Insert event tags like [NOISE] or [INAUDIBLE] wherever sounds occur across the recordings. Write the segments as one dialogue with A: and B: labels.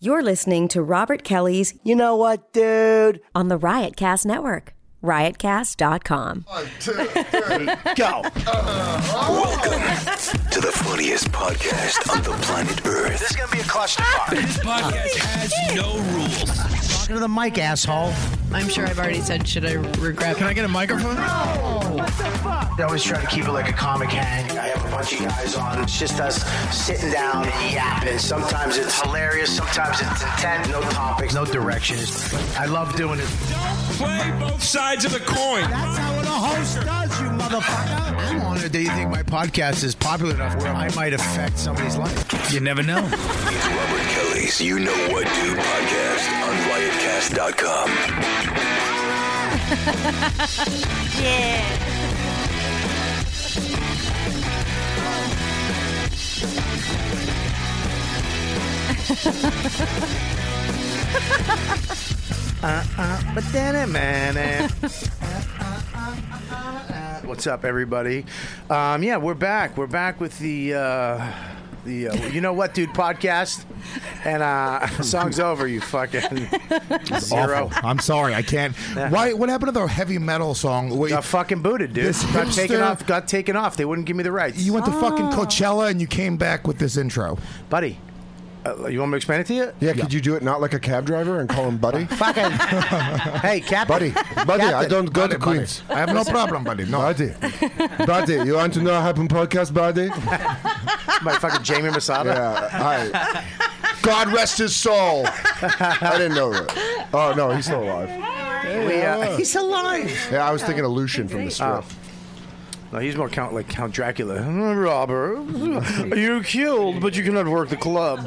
A: You're listening to Robert Kelly's
B: You know what, dude?
A: on the Riotcast Network, riotcast.com.
B: Go.
C: to the funniest podcast on the planet Earth. This is gonna be a clutch
D: This podcast has no rules.
B: Talking to the mic, asshole.
E: I'm sure I've already said, should I regret?
F: Can I get a microphone?
C: I always try to keep it like a comic hang. I have a bunch of guys on. It's just us sitting down and yapping. Sometimes it's hilarious. Sometimes it's intent. No topics. No directions. I love doing it.
D: Play both sides of the coin.
B: That's how a host does, you motherfucker.
C: I'm honored that you think my podcast is popular enough where I might affect somebody's life.
F: You never know.
G: It's Robert Kelly's You Know What Do podcast on riotcast.com.
C: But then it, man. eh. [LAUGHS] What's up, everybody? Um, yeah, we're back. We're back with the. Uh, the, uh, you know what, dude? Podcast, and uh, [LAUGHS] song's over. You fucking zero.
H: Awful. I'm sorry, I
I: [LAUGHS]
H: can't. Why? What happened to the heavy metal song? Wait,
B: Got fucking booted, dude.
H: This
B: got
H: hipster-
B: taken off. Got taken off. They wouldn't give me the rights.
H: you went to fucking Coachella and you came back with this intro.
B: buddy. Uh, you want me to explain it to you?
I: Yeah, could you do it not like a cab driver and call him [LAUGHS] buddy?
B: Fucking. hey, Captain.
I: [LAUGHS] buddy, buddy, I
B: Captain.
I: don't go
H: Buddy,
I: to Queens.
H: buddy. I have
I: [LAUGHS]
H: no problem, buddy. No,
I: Buddy, buddy, you want to know what happened podcast, [LAUGHS] buddy?
B: My fucking Jamie Masada.
I: Yeah, I. God rest his soul. I didn't know that. Oh no, he's still alive.
B: We, uh, he's alive.
I: Yeah, I was thinking of Lucian from the strip.
B: No, he's more count like Count Dracula. [LAUGHS] Robber, you killed, but you cannot work the club.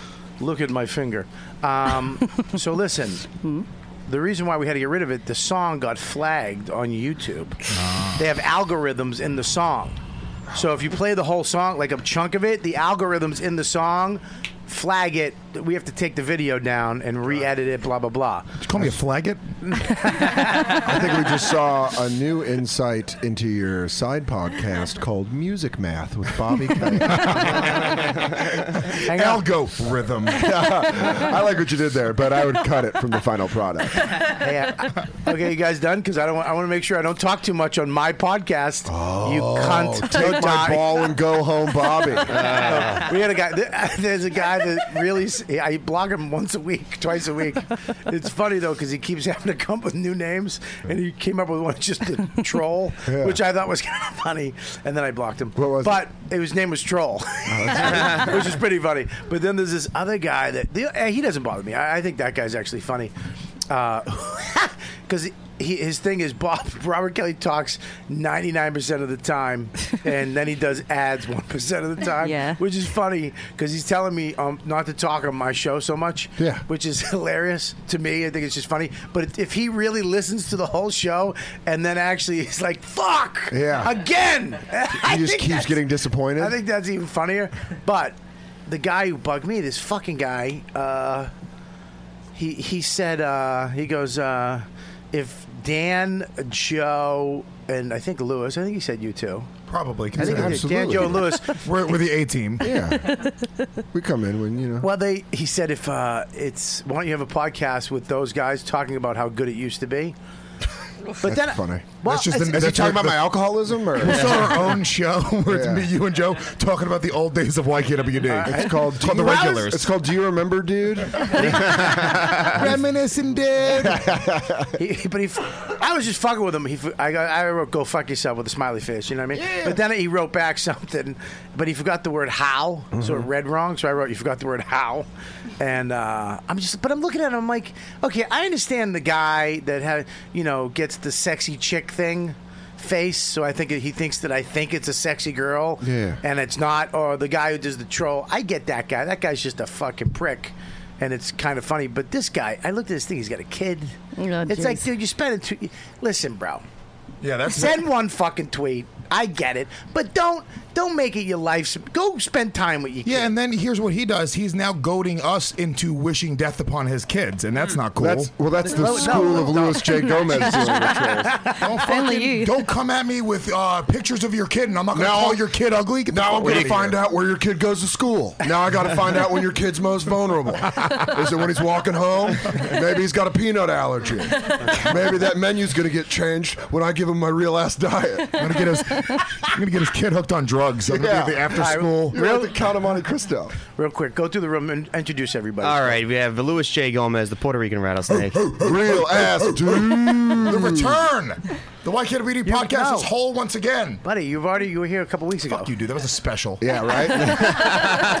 B: [LAUGHS] Look at my finger. Um, so listen. The reason why we had to get rid of it, the song got flagged on YouTube. They have algorithms in the song. So if you play the whole song, like a chunk of it, the algorithms in the song flag it. We have to take the video down and re edit it, blah, blah, blah.
H: Did you call me a flaggot?
I: I think we just saw a new insight into your side podcast called Music Math with Bobby. [LAUGHS] Kay.
B: Hang on.
I: [LAUGHS]
H: Algorithm.
I: I like what you did there, but I would cut it from the final product.
B: Yeah. Okay, you guys done? Because I don't. Want, I want to make sure I don't talk too much on my podcast. you cunt.
I: [LAUGHS] Oh, Take my ball and go home, Bobby. [LAUGHS]
B: [LAUGHS] We had a guy. th- There's a guy that really. s- I blog him once a week, twice a week. It's funny though because he keeps [LAUGHS] having to come up with new names, and he came up with one just a troll,
I: Yeah.
B: which I thought was [LAUGHS] kind of funny. And then I blocked him.
I: What was
B: but it? his name was Troll, [LAUGHS] which is pretty funny. But then there's this other guy that the, eh, he doesn't bother me. I, I think that guy's actually funny [LAUGHS] because. he, his thing is Bob [LAUGHS] Robert Kelly talks ninety nine percent of the time, and then he does ads one percent of the time,
E: Yeah.
B: which is funny because he's telling me um, not to talk on my show so much,
I: Yeah.
B: which is [LAUGHS] hilarious to me. I think it's just funny. But if he really listens to the whole show and then actually is like, "Fuck,
I: Yeah.
B: again," [LAUGHS]
I: He just keeps getting disappointed.
B: I think that's even funnier. But the guy who bugged me, this fucking guy, uh, he he said uh, he goes uh, if Dan, Joe, and I think Lewis, I think he said you two.
H: Probably.
B: I think
H: consider-
B: he did. Dan,
I: Absolutely.
B: Joe, and Lewis.
H: We're, we're the A team.
I: Yeah. we come in when, you know.
B: Well, they he said if uh, it's why don't you have a podcast with those guys talking about how good it used to be. But
I: that's
B: then,
I: funny.
B: Well,
H: That's just
B: it's-
H: the-
I: Is he
H: that's
I: talking about
H: the-
I: my alcoholism or?
H: We saw our own show [LAUGHS] where it's
I: Yeah.
H: me, you, and Joe talking about the old days of YKWd.
I: It's called,
H: called The Regulars.
I: It's called Do You Remember, Dude?
H: reminiscing, dude.
B: He, but he, I was just fucking with him. He, I, got, I wrote "Go fuck yourself" with a smiley face. You know what I mean? But then he wrote back something, but he forgot the word "how," so it read wrong. So I wrote, "You forgot the word how," and uh, I'm just. But I'm looking at him. I'm like, okay, I understand the guy that had, you know, gets the sexy chick thing face. So I think he thinks that I think it's a sexy girl,
I: Yeah.
B: and it's not. Or the guy who does the troll. I get that guy. That guy's just a fucking prick. And it's kind of funny, but this guy, I looked at this thing. He's got a kid.
E: Oh,
B: it's like,
E: jeez.
B: dude, you're spending two. Listen, bro.
F: Yeah, that's-
B: send one fucking tweet. I get it, but don't don't make it your life's. Go spend time with your
H: Yeah, and then here's what he does. He's now goading us into wishing death upon his kids, and that's not cool.
I: Hmm. That's well. That's the
B: No, no,
I: school of
B: no.
I: Louis J. Gomez doing the trolls. [LAUGHS]
H: don't, fucking, don't come at me with uh, pictures of your kid, and I'm not going to
I: Now-
H: call your kid ugly. Get the
I: Now
H: fuck
I: I'm going
H: outta
I: to find
H: here.
I: out where your kid goes
H: [LAUGHS]
I: to school. Now I got to find out when your kid's most vulnerable. Is it when he's walking home? Maybe he's got a peanut allergy. Maybe that menu's going to get changed when I give him my real ass diet.
H: I'm gonna get his. I'm gonna get his kid hooked on drugs. I'm
I: Yeah.
H: gonna be at the after school.
I: You're at the Count of Monte Cristo.
B: real quick. Go through the room and introduce everybody.
J: All right, we have Louis J. Gomez, the Puerto Rican rattlesnake.
I: Real ass dude.
H: The return. The Why Can't We Read
B: Yeah,
H: podcast
B: no.
H: is whole once again.
B: buddy, you've already you were here a couple weeks ago.
H: Fuck you, dude. That was a special.
I: Yeah, right?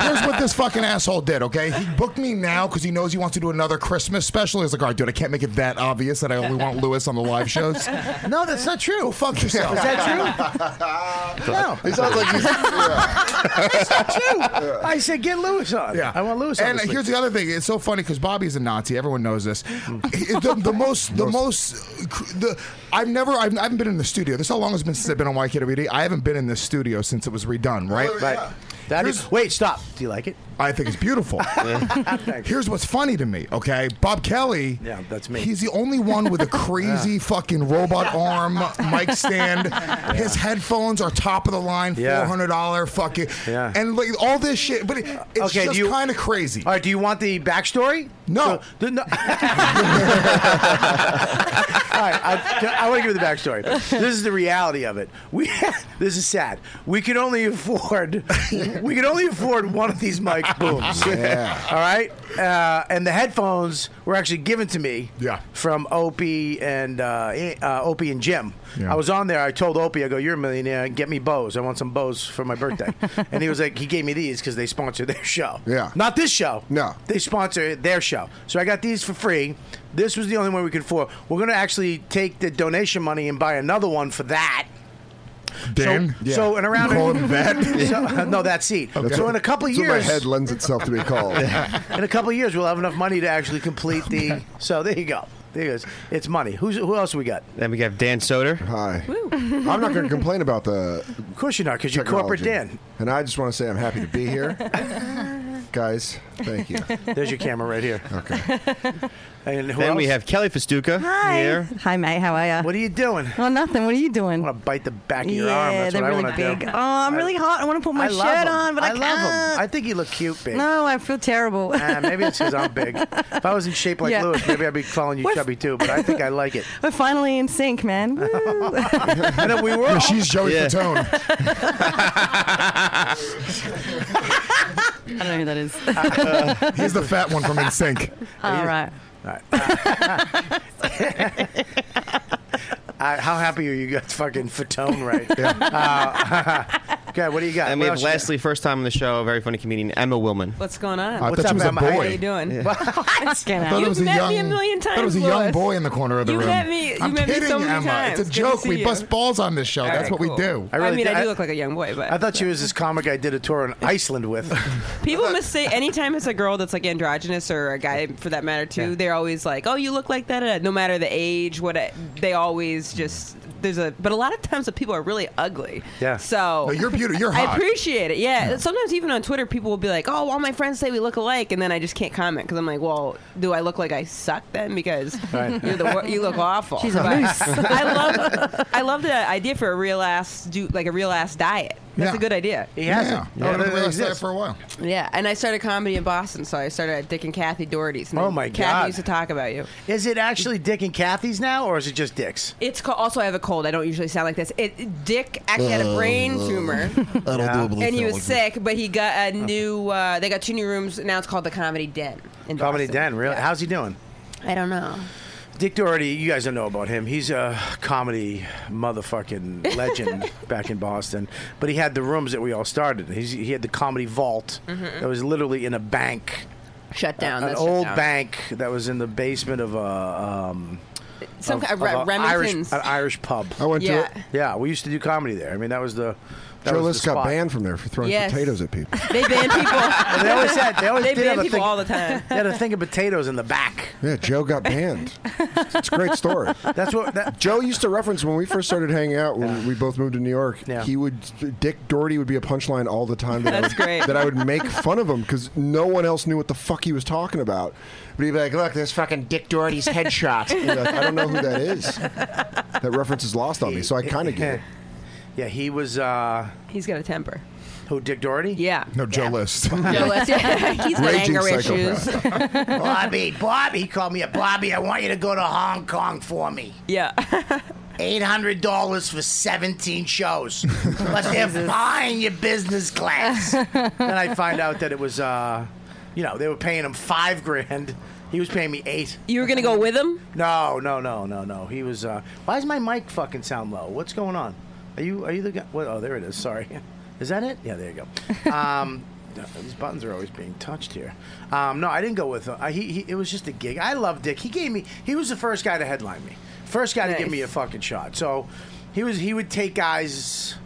H: [LAUGHS] Here's
B: [LAUGHS]
H: what this fucking asshole did, okay? He booked me now because he knows he wants to do another Christmas special. He's like, all right, dude, I can't make it that obvious that I only want Lewis on the live shows.
B: [LAUGHS] No, that's not true.
H: Go fuck yourself.
B: Is that true? no,
I: He sounds like he's. Yeah.
B: that's not true. I said get Lewis on.
H: Yeah,
B: I want Lewis. on
H: And
B: this
H: here's
B: week.
H: the other thing: it's so funny because Bobby's a Nazi. Everyone knows this. the, the most, the most, cr- the I've never, I've, I haven't been in the studio. This is how long has it been since I've been on YKWd? I haven't been in this studio since it was redone. Right?
B: right. That is. Wait, stop. Do you like it?
H: I think it's beautiful. Here's what's funny to me, okay? Bob Kelly.
B: Yeah, that's me.
H: He's the only one with a crazy fucking robot arm mic stand. His headphones are top of the line,
B: Yeah.
H: $400 fucking.
B: Yeah.
H: And like, all this shit, but it, it's
B: Okay, do
H: just
B: you-
H: kind of crazy.
B: All right. Do you want the backstory?
H: No.
B: So- the- no. [LAUGHS] All right. I, I want to give you the backstory. This is the reality of it. We. [LAUGHS] This is sad. We can only afford. We can only afford one of these
H: [LAUGHS]
B: mic booms. All right. Uh, and the headphones were actually given to me.
H: Yeah.
B: From Opie and uh, eh, uh, Opie and Jim.
H: Yeah.
B: I was on there. I told Opie, I go, "You're a millionaire. Get me Bose. I want some Bose for my
H: [LAUGHS]
B: birthday." and he was like, he gave me these because they sponsor their show.
I: Yeah.
B: Not this show.
I: No.
B: They sponsor their show. So I got these for free. This was the only one we could afford. We're going to actually take the donation money and buy another one for that.
H: Dan?
B: So, so in around
H: Call him that?
B: [LAUGHS] So- uh, no, that seat. So in a couple
I: That's what
B: years,
I: my head lends itself to be [LAUGHS] called.
B: in a couple of years, we'll have enough money to actually complete the. so there you go. There it is. It's money. Who's who else we got?
J: Then we have Dan Soder.
I: Hi. I'm not going to complain about the
B: Of course you're not, because you're corporate
I: technology.
B: Dan.
I: And I just want to say I'm happy to be [LAUGHS] here. Guys, thank
H: [LAUGHS]
I: you.
B: There's your camera right here. Okay. [LAUGHS] And who
J: Then
B: else?
J: we have Kelly Festuca
K: Hi.
J: here.
K: Hi, mate. How are you?
B: What are you doing? I
K: Oh, nothing. What are you doing?
B: want to bite the back of your arm.
K: yeah,
B: That's
K: they're
B: what I
K: really
B: want to
K: big.
B: do.
K: Oh, I'm really hot. I want to put my
B: I love
K: shirt
B: him.
K: on, but I,
B: love
K: can't.
B: him. I think you look cute, big.
K: no, I feel terrible. [LAUGHS]
B: [LAUGHS] Ah, maybe it's because I'm big. If I was in shape like
K: Yeah.
B: Lewis, maybe I'd be calling you
K: We're-
B: chubby too. But I think I like
K: [LAUGHS]
B: it.
K: We're finally in sync, man. Woo.
B: And then we were. all-
H: She's Joey
J: Yeah.
H: Fatone.
K: I don't know who that is.
H: He's the fat one from NSYNC.
K: [LAUGHS] All right.
B: I- uh, how happy are you? You got fucking fatone right.
H: [LAUGHS]
B: Uh, [LAUGHS] okay, what do you got?
J: And
B: What
J: we
B: else
J: have
B: you got?
J: Leslie, first time on the show, very funny comedian, Emma Willman.
E: What's going on?
H: I
B: What's
H: thought
B: up,
H: she was a
B: Emma? How you
H: boy.
K: [LAUGHS]
E: doing?
K: Fucking
H: thought
K: hell.
H: it
E: You've
H: was a
E: met me
H: young,
E: a million
H: thought it was a
E: times,
H: young
E: Louis.
H: boy in the corner of the
E: You
H: room.
E: met me- you
H: I'm
E: met me so
H: kidding,
E: many
H: Emma.
E: times.
H: It's a
E: Good to
H: joke.
E: see
H: We
E: you.
H: bust balls on this show. That's what we do.
B: I really
E: I mean,
B: did-
E: I do
B: I-
E: look like a young boy, but
B: I thought she was this comic I did a tour in Iceland [LAUGHS] with.
E: people
H: [LAUGHS]
E: mistake anytime it's a girl that's like androgynous or a guy for that matter too. They're always like, "Oh, you look like that." uh, No matter the age, what uh, they always just there's a. But a lot of times the people are really ugly.
B: Yeah.
E: So
H: No, you're beautiful.
E: [LAUGHS]
H: You're
E: I
H: hot.
E: appreciate it. Yeah. Sometimes even on Twitter, people will be like, "Oh, all my friends say we look alike," and then I just can't comment because I'm like, "Well, do I look like I suck then? Because you're the wor- you look awful."
K: She's a
E: But
K: moose.
E: [LAUGHS] I love I love the idea for a real ass do like a real ass diet. That's
H: Yeah.
E: a good idea.
B: He has it.
H: yeah. I
B: Oh,
H: haven't
B: that
H: realized that
B: exists.
H: for a while.
E: Yeah, and I started comedy in Boston, so I started at Dick and Kathy Doherty's. And
B: Oh,
E: then
B: my God.
E: Kathy used to talk about you.
B: Is it actually Dick and Kathy's now, or is it just Dick's?
E: It's called, also I have a cold. I don't usually sound like this. It, Dick actually had a brain tumor,
H: I don't do
E: and he was sick, but he got a new. Uh, they got two new rooms. Now it's called the Comedy Den. In
B: Comedy
E: Boston.
B: Den, really?
E: Yeah.
B: How's he doing?
E: I don't know.
B: Dick Doherty, you guys don't know about him. He's a comedy motherfucking
E: [LAUGHS]
B: legend back in Boston. But he had the rooms that we all started. He's, he had the comedy vault that was literally in a bank,
E: Shut down.
B: an
E: Mm-hmm. Oh, that's shut
B: old
E: down.
B: bank that was in the basement of a um,
E: Some
B: of-
E: kind of,
B: of a
E: Remington's.
B: Irish, an Irish pub.
I: I went
E: yeah.
I: to it.
B: Yeah, we used to do comedy there. I mean, that was the That
I: Joe
B: was the
I: List got
B: spot.
I: banned from there for throwing
E: Yes.
I: potatoes at people.
E: They
B: [LAUGHS]
E: ban people.
B: they always had. They always
E: [LAUGHS] They
B: did have
E: ban
B: a
E: people
B: thing-
E: all
B: [LAUGHS]
E: the time.
B: They had a thing of potatoes in the back.
I: Yeah, Joe
E: [LAUGHS]
I: got banned. It's a great story.
B: That's what.
I: [LAUGHS]
B: That,
I: Joe used to reference when we first started hanging out when we both moved to New York.
B: Yeah.
I: He would Dick Doherty would be a punchline all the time. That I
E: That's
I: would,
E: great.
I: That I would make fun of him because no one else knew what the fuck he was talking about. But he'd be like, "Look, there's fucking Dick Doherty's headshot." He'd be [LAUGHS] like, I don't know who that is. That reference is lost on me, so
B: [LAUGHS]
I: I kind of get it.
B: yeah, he was. uh
E: He's got a temper.
B: Who? Dick Doherty?
E: Yeah.
H: No, Joe
E: [LAUGHS]
H: List.
E: Joe List, yeah. He's got
I: Raging
E: anger
I: psychopath.
E: issues.
C: Bobby, Bobby, he called me a Bobby. I want you to go to Hong Kong for me.
E: Yeah. [LAUGHS]
C: Eight hundred dollars for seventeen shows, but they're buying your business class.
B: then I find out that it was, uh, you know, they were paying him five grand. He was paying me eight.
E: You were gonna go with him?
B: No, no, no, no, no. He was. Uh, why does my mic fucking sound low? What's going on? Are you? Are you the guy? What, oh, there it is. Sorry. [LAUGHS] Is that it? Yeah, there you
E: [LAUGHS]
B: go. Um, no, these buttons are always being touched here. Um, no, I didn't go with him. I, he, he, it was just a gig. I love Dick. He gave me. He was the first guy to headline me. First guy to give
E: Nice.
B: me a fucking shot. So he was. He would take guys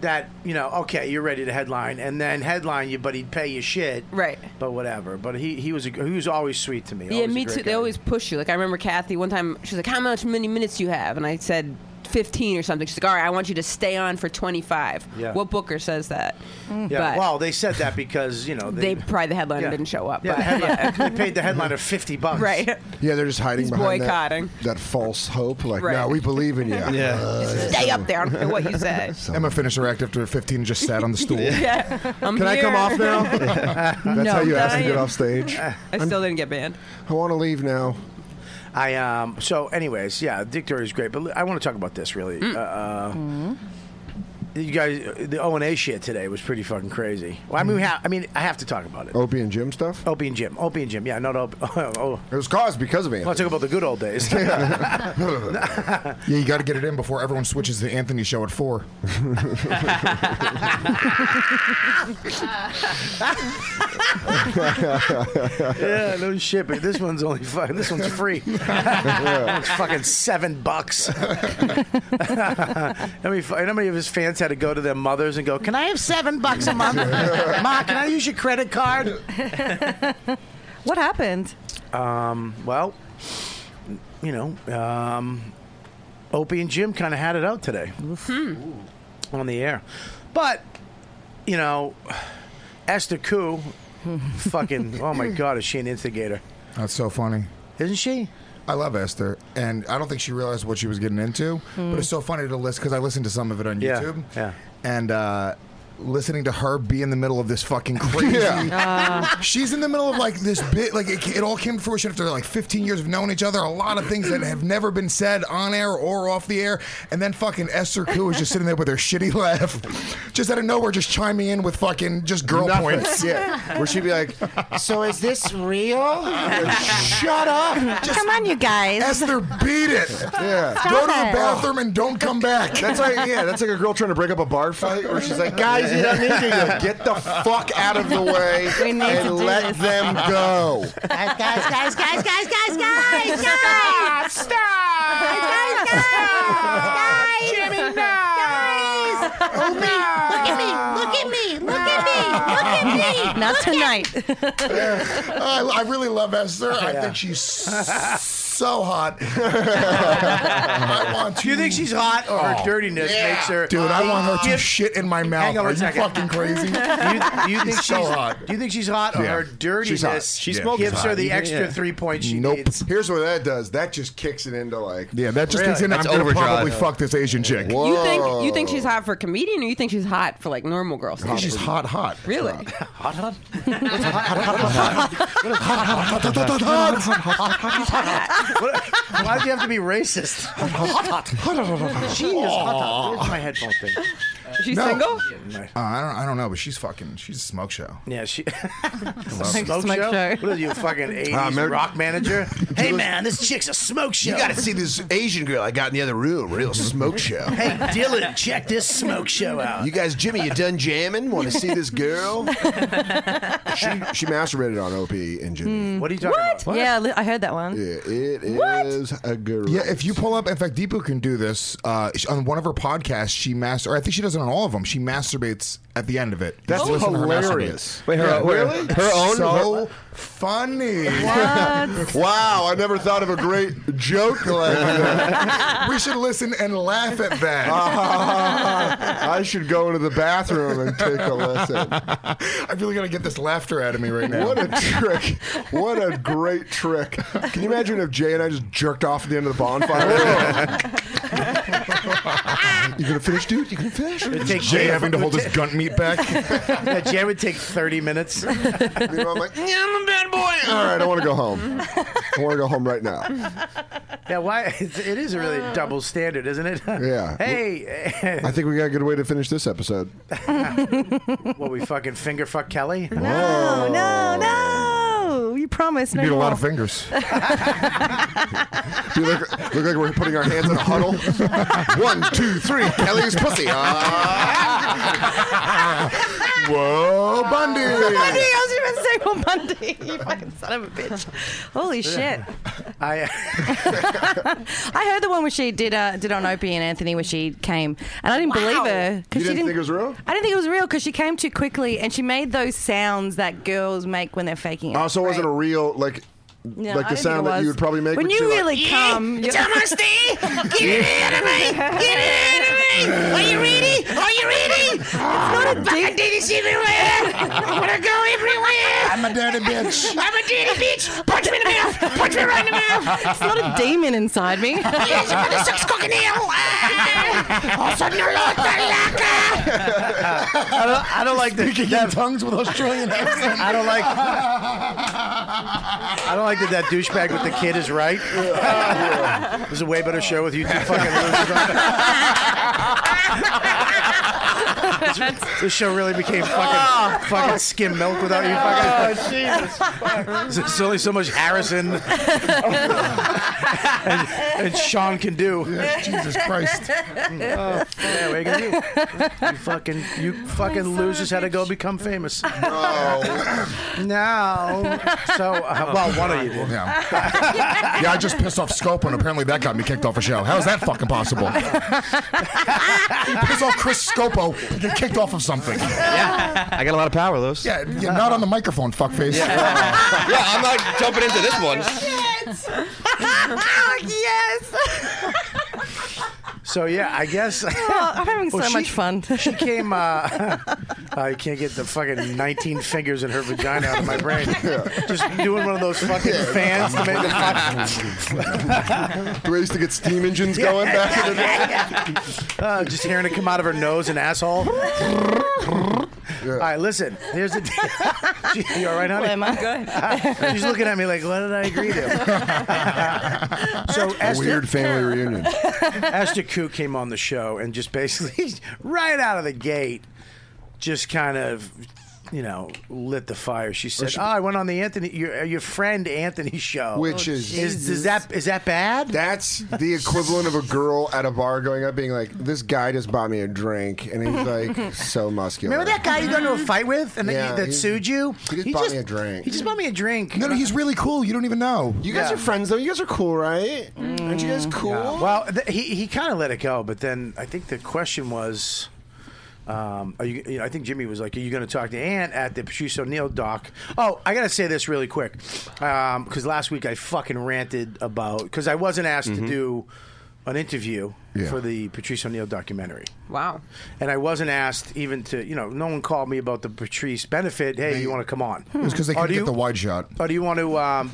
B: that you know. Okay, you're ready to headline, and then headline you, but he'd pay you shit.
E: Right.
B: But whatever. But he he was a, he was always sweet to me.
E: Yeah,
B: Always a
E: me
B: great
E: too.
B: guy.
E: They always push you. Like I remember Kathy one time. She's like, "How much many minutes do you have?" And I said, 15 or something. She's like, "All right, I want you to stay on for 25."
B: Yeah. Mm.
E: What Booker says that?
B: Yeah,
E: But
B: well, they said that because you know
E: they probably the headliner
B: yeah.
E: didn't show up.
B: Yeah,
E: but- [LAUGHS]
B: headline, [LAUGHS] they paid the headliner fifty bucks.
E: right.
I: [LAUGHS] Yeah, they're just hiding
E: He's
I: behind that-
E: boycotting.
I: That, false hope. Like,
E: Right.
I: no, we believe in you.
J: Yeah.
E: stay up there. I don't care what you say. [LAUGHS]
H: Emma finished her act after 15 and just sat
I: [LAUGHS]
H: on the stool.
E: yeah. I'm
I: Can I come
E: here.
I: off now?
E: [LAUGHS]
I: That's how you ask to get
E: dying.
I: off stage.
E: I still didn't get banned.
I: I want to leave now.
B: I um. So, anyways, yeah, Dick Doherty is great, but I want to talk about this really.
E: Mm.
B: Uh, uh,
E: Mm-hmm.
B: You guys, the O and A shit today was pretty fucking crazy. Well, I mean, we ha- I mean, I have to talk about it.
I: Opie and Jim stuff.
B: Opie and Jim, Opie and Jim, yeah, not Opie. Oh, [LAUGHS] oh.
I: Oh, It was caused because of me.
B: I
I: [LAUGHS]
B: want to talk about the good old days.
H: Yeah, you got to get it in before everyone switches to the Anthony show at four.
B: yeah, no shit, but this one's only fucking. This one's free. it's fucking seven bucks. [LAUGHS] how, many, fu- how many of his fans had to go to their mothers and go, "Can I have seven bucks a month, Ma? Can I use your credit card?"
K: What happened?
B: Um, well, you know, um, Opie and Jim kind of had it out today on the air, but you know, Esther Koo, fucking, oh my god, is she an instigator?
H: That's so funny.
B: Isn't she?
H: I love Esther, and I don't think she realized what she was getting into. But
I: Hmm.
H: it's so funny to listen because I listened to some of it on
B: Yeah,
H: YouTube.
B: yeah.
H: And uh, listening to her be in the middle of this
I: [LAUGHS]
H: fucking crazy. She's in the middle of like this bit. Like it, it all came to fruition after like 15 years of knowing each other. A lot of things that have never been said on air or off the air. And then fucking Esther Koo is just sitting there with her shitty laugh, just out of nowhere, just chiming in with fucking just girl
I: Nothing.
H: points.
I: Yeah, where she'd be like,
C: So is this real?
I: [LAUGHS] "Shut up."
K: Come on, you guys.
H: Esther, beat it.
I: Yeah.
H: Go to the
K: it.
H: bathroom and don't come back.
I: That's like yeah, that's like a girl trying to break up a bar fight where she's like, guys, you don't need to Like, get the fuck out of the way
K: [LAUGHS] We need to
I: and
K: do
I: let
K: this."
I: them [LAUGHS] go.
C: guys, guys, guys, guys, guys, guys, guys, stop, stop, guys, guys, guys, Jimmy, no, guys, Opie, look at me, look at me, look at me, look at me.
K: Not tonight.
H: I, I really love Esther. I think she's s- so hot. I want Oh,
B: Do you think she's hot or her dirtiness makes her?
H: Dude, I want her to
B: Give-
H: shit in my mouth.
B: Hang on
H: Are
B: one
H: you
B: second.
H: fucking crazy?
B: [LAUGHS] Do you, do you think she's,
H: so hot.
B: Do you think she's hot or
H: Yeah.
B: her
H: She's hot.
B: dirtiness
J: She smokes
B: gives her
J: hot.
B: the
J: Yeah,
B: extra
J: yeah.
B: three points she
H: Nope. [LAUGHS]
B: needs?
I: Here's what that does. That just kicks it into like
H: Yeah, that just
B: Really?
H: kicks in. I'm
J: That's
H: gonna
J: overdrive.
H: probably fuck this Asian chick.
I: Whoa.
E: [LAUGHS] You think you think
B: Oh.
E: she's hot for a comedian, or you think she's hot for like normal girls?
H: I think She's hot, hot.
E: [LAUGHS]
H: [LAUGHS]
E: really?
B: Hot, hot. What, why do you have to be [LAUGHS] racist? hot, hot. Oh. She is hot, hot. Where's my headphone thing?
E: She's
H: No.
E: single.
H: Uh, I don't, I don't know, but she's fucking. She's a smoke show.
B: Yeah, she. [LAUGHS]
H: it.
B: smoke
K: Smoke
B: show?
K: show.
B: What are you, fucking 80s
I: Mar-
B: rock manager? hey, man, this chick's a smoke show. You gotta
I: see this Asian girl I got in the other room. Real smoke [LAUGHS] show.
B: Hey, Dylan, check this smoke show out.
I: You guys, Jimmy, you done jamming? Want to see this [LAUGHS] girl? she she masturbated on OP and Jimmy.
B: What are you talking about?
K: Yeah, li- I heard that one.
I: Yeah, it is a girl.
H: Yeah, if you pull up, in fact, Deepu can do this uh, sh- on one of her podcasts. She master, or I think she does does it on all of them. She masturbates at the end of it. You
I: That's
H: just listen to her masturbate.
I: hilarious.
J: Wait, her- wait,
I: really?
J: her own-
H: So
I: [LAUGHS]
H: funny.
I: wow, I never thought of a great joke like that.
H: we should listen and laugh at that.
I: [LAUGHS] Ah. I should go into the bathroom and take a listen.
H: I really gotta get this laughter out of me right now.
I: What a trick. What a great trick. Can you imagine if Jay and I just jerked off at the end of the [LAUGHS] bonfire? you gonna finish, dude? You gonna finish?
B: It'd take
H: Jay having to hold his
B: It
I: [LAUGHS]
H: gunt meat back.
B: yeah, Jay would take 30 minutes.
I: I'm like, yeah, I'm a bad boy. All right, I want to go home. I want to go home right now.
B: Yeah, why? It's, it is a really double standard, isn't it?
I: Yeah.
B: [LAUGHS] hey, [LAUGHS]
I: I think we got a good way to finish this episode.
B: what, we fucking finger fuck Kelly?
K: No, no, no. You promised.
H: You
K: No,
H: need a
K: you
H: lot of
K: won't.
H: fingers.
I: Do [LAUGHS] you look, look like we're putting our hands in a huddle? One, two, three. Kelly's pussy. Ah. Whoa,
K: Bundy,
I: Bundy.
K: I was even saying, well, Bundy, [LAUGHS] you fucking son of a bitch. Holy shit!
B: I, [LAUGHS]
K: I heard the one where she did uh, did on Opie and Anthony where she came, and I didn't believe her
I: You
K: because she
I: didn't think it was real?
K: I didn't think it was real because she came too quickly and she made those sounds that girls make when they're faking it.
I: Also, wasn't a real like.
K: No, I
I: like the
K: didn't think
I: sound
K: it
I: that
K: was.
I: you would probably make
K: when
I: would
K: you
I: be like,
K: really come. you're- [LAUGHS]
H: I'm a dirty bitch.
K: it's not a demon inside me.
B: [LAUGHS]
F: Ah.
B: I don't, I don't like the,
H: Speaking in
B: that.
H: tongues with
B: [LAUGHS]
H: Australian accent.
B: I don't like. I don't like that that douchebag with the kid is right. [LAUGHS] It was a way better show with you two fucking losers. [LAUGHS] this, this show really became fucking fucking skim milk without you fucking. [LAUGHS] Oh Jesus! There's only so much Harrison [LAUGHS] and, and Sean can do.
H: Jesus Christ.
B: Yeah, what are you
K: [LAUGHS]
B: gonna do? You fucking, you fucking losers had to go become famous.
K: [LAUGHS]
I: Oh.
B: No. So, uh, well, one of you did.
H: Yeah. yeah, I just pissed off Scope and apparently that got me kicked off a show. How is that fucking
I: [LAUGHS]
H: possible? you piss off Chris Scopo, you get kicked off of something.
J: I got a lot of power, Lewis.
H: Yeah, you're not on the microphone, fuckface.
J: yeah, I'm not jumping into this one.
B: [LAUGHS] So yeah, I guess [LAUGHS]
K: Oh, I'm having so
B: Well, she-
K: much
I: [LAUGHS]
K: fun.
B: she came. Uh, [LAUGHS] I can't get the fucking 19 fingers in her vagina out of my
J: [LAUGHS]
B: brain. Just doing one of those fucking fans to make the
H: [LAUGHS]
I: the way I used to get steam engines going back in the day.
B: [LAUGHS]
J: [LAUGHS]
B: Uh, just hearing it come out of her nose and asshole. All right, listen. Here's the. [LAUGHS] Gee, you all right, honey?
K: Am I good?
B: She's looking at me like, what did I agree to? so Esther,
I: Weird family reunion.
B: Esther Koo came on the show and just basically, [LAUGHS] right out of the gate, just kind of, you know, lit the fire. She said, "Oh, I went on the Anthony, your, your friend Anthony show,
I: Which is-
B: is is that is that bad?
I: That's the equivalent of a girl at a bar going up being like, "This guy just bought me a drink," and he's like, so muscular.
B: Remember that guy you got into a fight with and
I: Yeah,
B: that, that
I: he-
B: sued you?
I: he just bought me a drink.
B: He just bought me a drink.
H: No, no, he's really cool. You don't even know.
I: You guys
B: Yeah.
I: are friends though. You guys are cool, right? Aren't you guys cool?
B: Yeah. Well, th- he he kind of let it go, but then I think the question was. Um, are you, you know, I think Jimmy was like, "Are you going to talk to Ann at the Patrice O'Neill doc?" Oh, I got to say this really quick because last week I fucking ranted about because I wasn't asked
I: Mm-hmm.
B: to do an interview
H: Yeah.
B: for the Patrice O'Neill documentary,
E: Wow.
B: and I wasn't asked even to you know no one called me about the Patrice benefit. Hey, you want to come on?
H: It's because they
B: Or
H: can
B: do
H: get
B: you-
H: the wide shot.
B: Or do you want to? Um,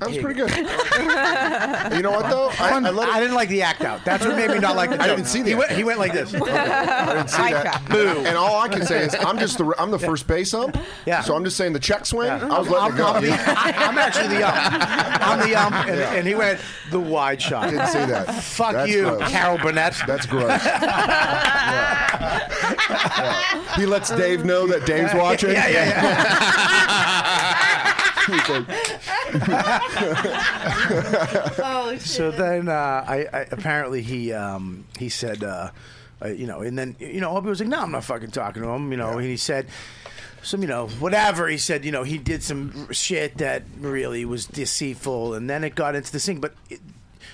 I: that was pretty good. [LAUGHS] you know what though? [LAUGHS] I, I let it-
B: I didn't like the act out. That's what made me not like the.
I: I
B: joke.
I: didn't see the
B: He
I: act
B: went,
I: out.
B: he went like this.
I: [LAUGHS] I didn't see
E: Eye
B: [LAUGHS]
I: that.
E: trap.
I: And all I can say is I'm just the I'm the first base ump.
B: Yeah.
I: So I'm just saying the check swing.
B: Yeah.
I: I was letting
B: I'm, I'm
I: it
B: the,
I: go.
B: [LAUGHS] I- I'm actually the ump. I'm the ump, and, and he went the wide shot.
I: didn't see that.
B: Fuck
I: That's
B: you,
I: gross.
B: Carol Burnett.
I: That's gross. Yeah. Yeah. He lets Dave know that Dave's watching.
B: yeah, yeah, yeah.
I: [LAUGHS] He's like,
B: [LAUGHS] so then uh, I, I apparently he um, he said. Uh, uh, you know, and then you know, Obi was like, "No, I'm not fucking talking to him." You know, and he said, "Some, you know, whatever." He said, "You know, he did some shit that really was deceitful," and then it got into the thing. But it,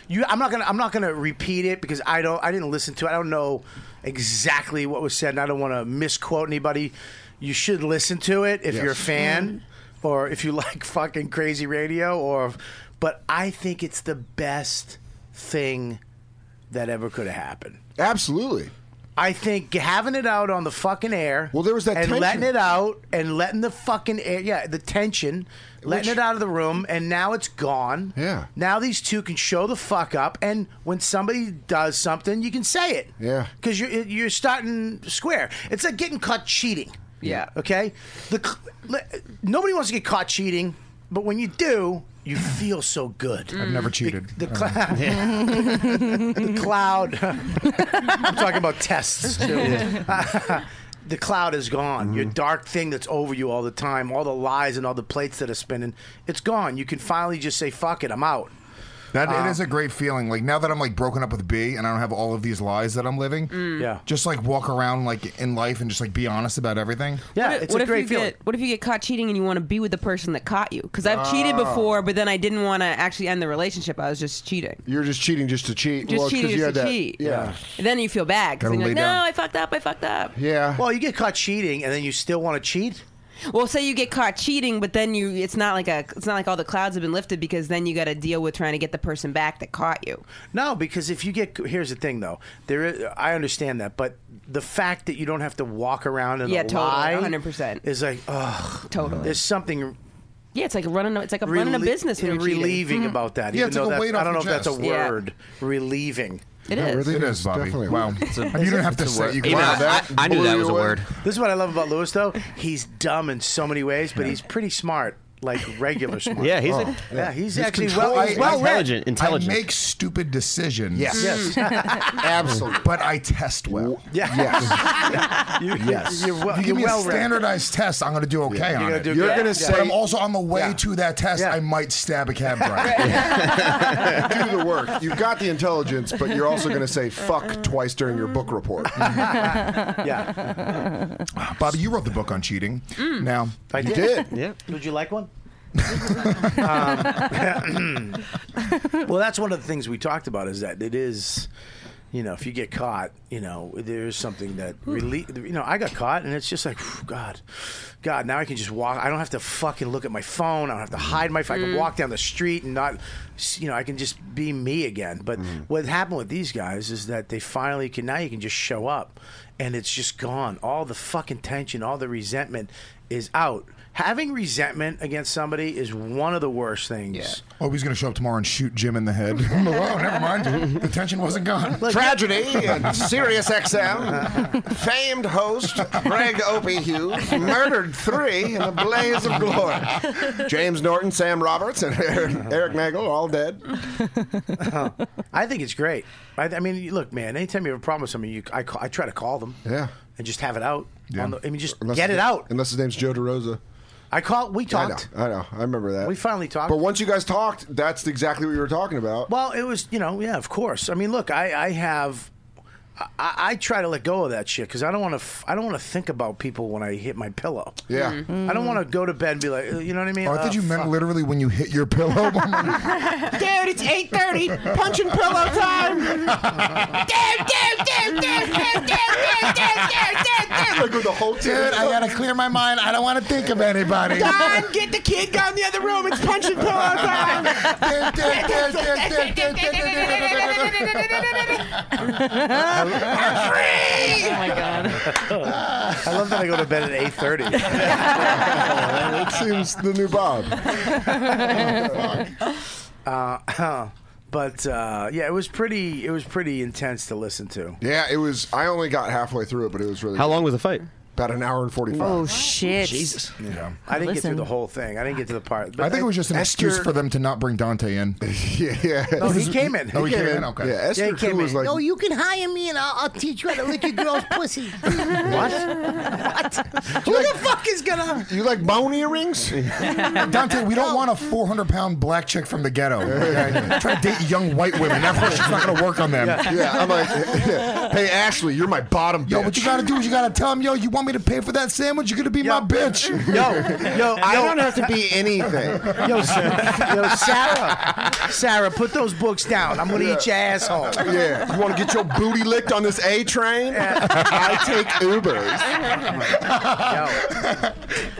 B: You, I'm not gonna. I'm not gonna repeat it because I don't. I didn't listen to. it. I don't know exactly what was said, and I don't want to misquote anybody. You should listen to it if
F: Yes.
B: you're a fan, or if you [LAUGHS] like fucking crazy radio, or. But I think it's the best thing that ever could have happened.
I: Absolutely.
B: I think having it out on the fucking air. Well, there was
I: that
B: and
I: tension.
B: letting it out and letting the fucking air, yeah, the tension, letting
I: Which-
B: it out of the room, and now it's gone.
I: Yeah.
B: Now these two can show the fuck up, and when somebody does something, you can say it
I: Yeah.
B: because you're you're starting square. It's like getting caught cheating.
E: Yeah.
B: Okay. The cl- le- nobody wants to get caught cheating, but when you do, you feel so good.
H: I've never cheated.
B: Mm. The cloud. [LAUGHS] the cloud. I'm talking about tests too. [LAUGHS] the cloud is gone. Your dark thing that's over you all the time, all the lies and all the plates that are spinning, it's gone. You can finally just say, "Fuck it, I'm out."
H: That
B: Uh,
H: it is a great feeling. Like now that I'm like broken up with B and I don't have all of these lies that I'm living.
B: Mm. Yeah.
H: Just like walk around like in life and just like be honest about everything.
E: what if, what if you Get, what if you get caught cheating and you want to be with the person that caught you? Because I've cheated
I: Ah.
E: before, but then I didn't want to actually end the relationship. I was just cheating.
I: You're just cheating just to cheat.
E: Just
I: Well, 'cause
E: cheating
I: you
E: just
I: had
E: to
I: that-
E: cheat.
I: Yeah.
E: And then you feel bad because
B: Gotta
E: you're like,
B: lay down.
E: no, I fucked up. I fucked up.
I: Yeah.
B: Well, you get caught cheating, and then you still want to cheat.
E: Well, say you get caught cheating, but then you it's not like a it's not like all the clouds have been lifted because then you got to deal with trying to get the person back that caught you.
B: No, because if you get here's the thing though, there is, I understand that, but the fact that you don't have to walk around in
E: Yeah,
B: a
E: totally,
B: lie,
E: 100%.
B: is like, ugh,
E: totally.
B: There's something
E: Yeah, it's like running a, it's like a running a
B: relie-
E: business when you're cheating.
B: relieving about that.
E: Yeah,
B: even
E: it's
B: though
E: like a
B: that's-
E: weight
B: I
E: off
B: don't know
E: your
B: if that's a
E: chest. Yeah.
B: word. Relieving.
E: It It is. really [LAUGHS]
H: It is, Bobby.
I: Definitely.
H: Wow. And you don't have to
I: it's a
H: say.
I: word.
H: You
I: Even
H: wow,
I: I-
H: that
I: I knew that was a
H: blew you away.
I: word.
B: This is what I love about Lewis, though. He's dumb in so many ways, but he's pretty smart, like regular smart.
H: Yeah, he's a-
B: yeah, he's,
H: He's
B: actually
H: controlled.
B: well, he's
J: [LAUGHS]
B: well
H: I- I make stupid decisions.
B: Yes. [LAUGHS] Yes.
H: Absolutely. But I test well.
B: Yeah.
H: Yes.
B: [LAUGHS] You-
H: yes.
B: you're well-
H: if you
B: you're
H: give me
B: well
H: a
B: read.
H: standardized test, I'm going to do okay
B: You're
H: on
B: gonna
H: it.
B: do You're good. gonna
H: But
B: say-
H: I'm also on the way to that test. I might stab a cab driver.
I: do the work. You've got the intelligence, but you're also going to say fuck twice during your book report.
B: yeah.
H: Bobby, you wrote the book on cheating. Now
B: I
H: you
B: did.
H: did.
B: Yeah. Would you like one? Um, well, that's one of the things we talked about is that it is, you know, if you get caught, you know, there's something that really, you know, I got caught and it's just like, phew, God, God, now I can just walk. I don't have to fucking look at my phone. I don't have to hide my phone. I can
F: Mm.
B: walk down the street and not, you know, I can just be me again. But what happened with these guys is that they finally can, now you can just show up and it's just gone. All the fucking tension, all the resentment is out. Having resentment against somebody is one of the worst things.
H: Oh, he's going to show up tomorrow and shoot Jim in the head. oh, never mind. The tension wasn't gone.
I: Tragedy and Sirius XM, famed host Greg Opie Hughes murdered three in a blaze of glory. James Norton, Sam Roberts, and Eric, Eric Nagel all dead.
B: I think it's great. I, I mean, you- look, man. Anytime you have a problem with somebody, you, I, ca- I try to call them.
I: Yeah.
B: And just have it out.
I: Yeah.
B: On the, I mean, just
I: Unless
B: get
I: his
B: it
I: na-
B: out.
I: Unless his name's Joe DeRosa.
B: I call. We
I: I know,
B: talked.
I: I know. I remember that.
B: We finally talked.
I: But once you guys talked, that's exactly what you were talking about.
B: Well, it was, you know, yeah, of course. I mean, look, I, I have, I, I try to let go of that shit because I don't want to, f- I don't want to think about people when I hit my pillow.
I: Yeah.
B: I don't want to go to bed and be like, uh, you know what I mean?
H: Oh, I thought
B: Uh,
H: you meant literally when you hit your pillow.
E: Dude, it's 8.30. Punch and pillow time.
I: the whole
H: Dude, I gotta clear my mind. I don't want to think of anybody.
F: Don, get the kid down the other room. It's punch and pillow time.
B: [LAUGHS]
I: [LAUGHS]
B: Oh my god! I love that I go to bed at eight thirty. [LAUGHS]
I: it seems the new Bob.
B: uh, [LAUGHS] but uh, yeah, it was pretty. It was pretty intense to listen to.
I: Yeah, it was. I only got halfway through it, but it was really. How long was the fight? About an hour and forty-five.
K: Oh, shit.
I: Jesus.
H: Yeah.
B: I didn't get
K: Listen.
B: through the whole thing. I didn't get to the part.
H: I think it was just an
B: Esther-
H: excuse for them to not bring Dante in.
I: yeah, yeah.
B: No, he came in.
H: Oh, he came, in. Okay.
I: Esther Koo was like,
L: no, you can hire me and I'll, I'll teach you how to lick your
B: [LAUGHS]
L: girl's pussy. [LAUGHS]
B: What?
L: Who the fuck is gonna?
I: You like
H: [LAUGHS]
I: bone earrings?
H: Dante, we don't want a 400 pound black chick from the ghetto. Okay? Try to date young white women. That first, she's not going to work on them.
I: Yeah, I'm like, hey Ashley, you're my bottom.
H: Yo, what you got to do is you got to tell them, yo, you want me me to pay for that sandwich, you're gonna be my bitch.
B: [LAUGHS]
M: Yo, yo, I don't have to be anything.
L: [LAUGHS]
H: Yo,
M: Yo, Sa- yo,
H: Sarah.
M: Sarah, put those books down. I'm gonna eat your asshole.
H: [LAUGHS]
I: Yeah. You want to get your booty licked on this A train? I take Ubers.
M: You ever,
H: Oh.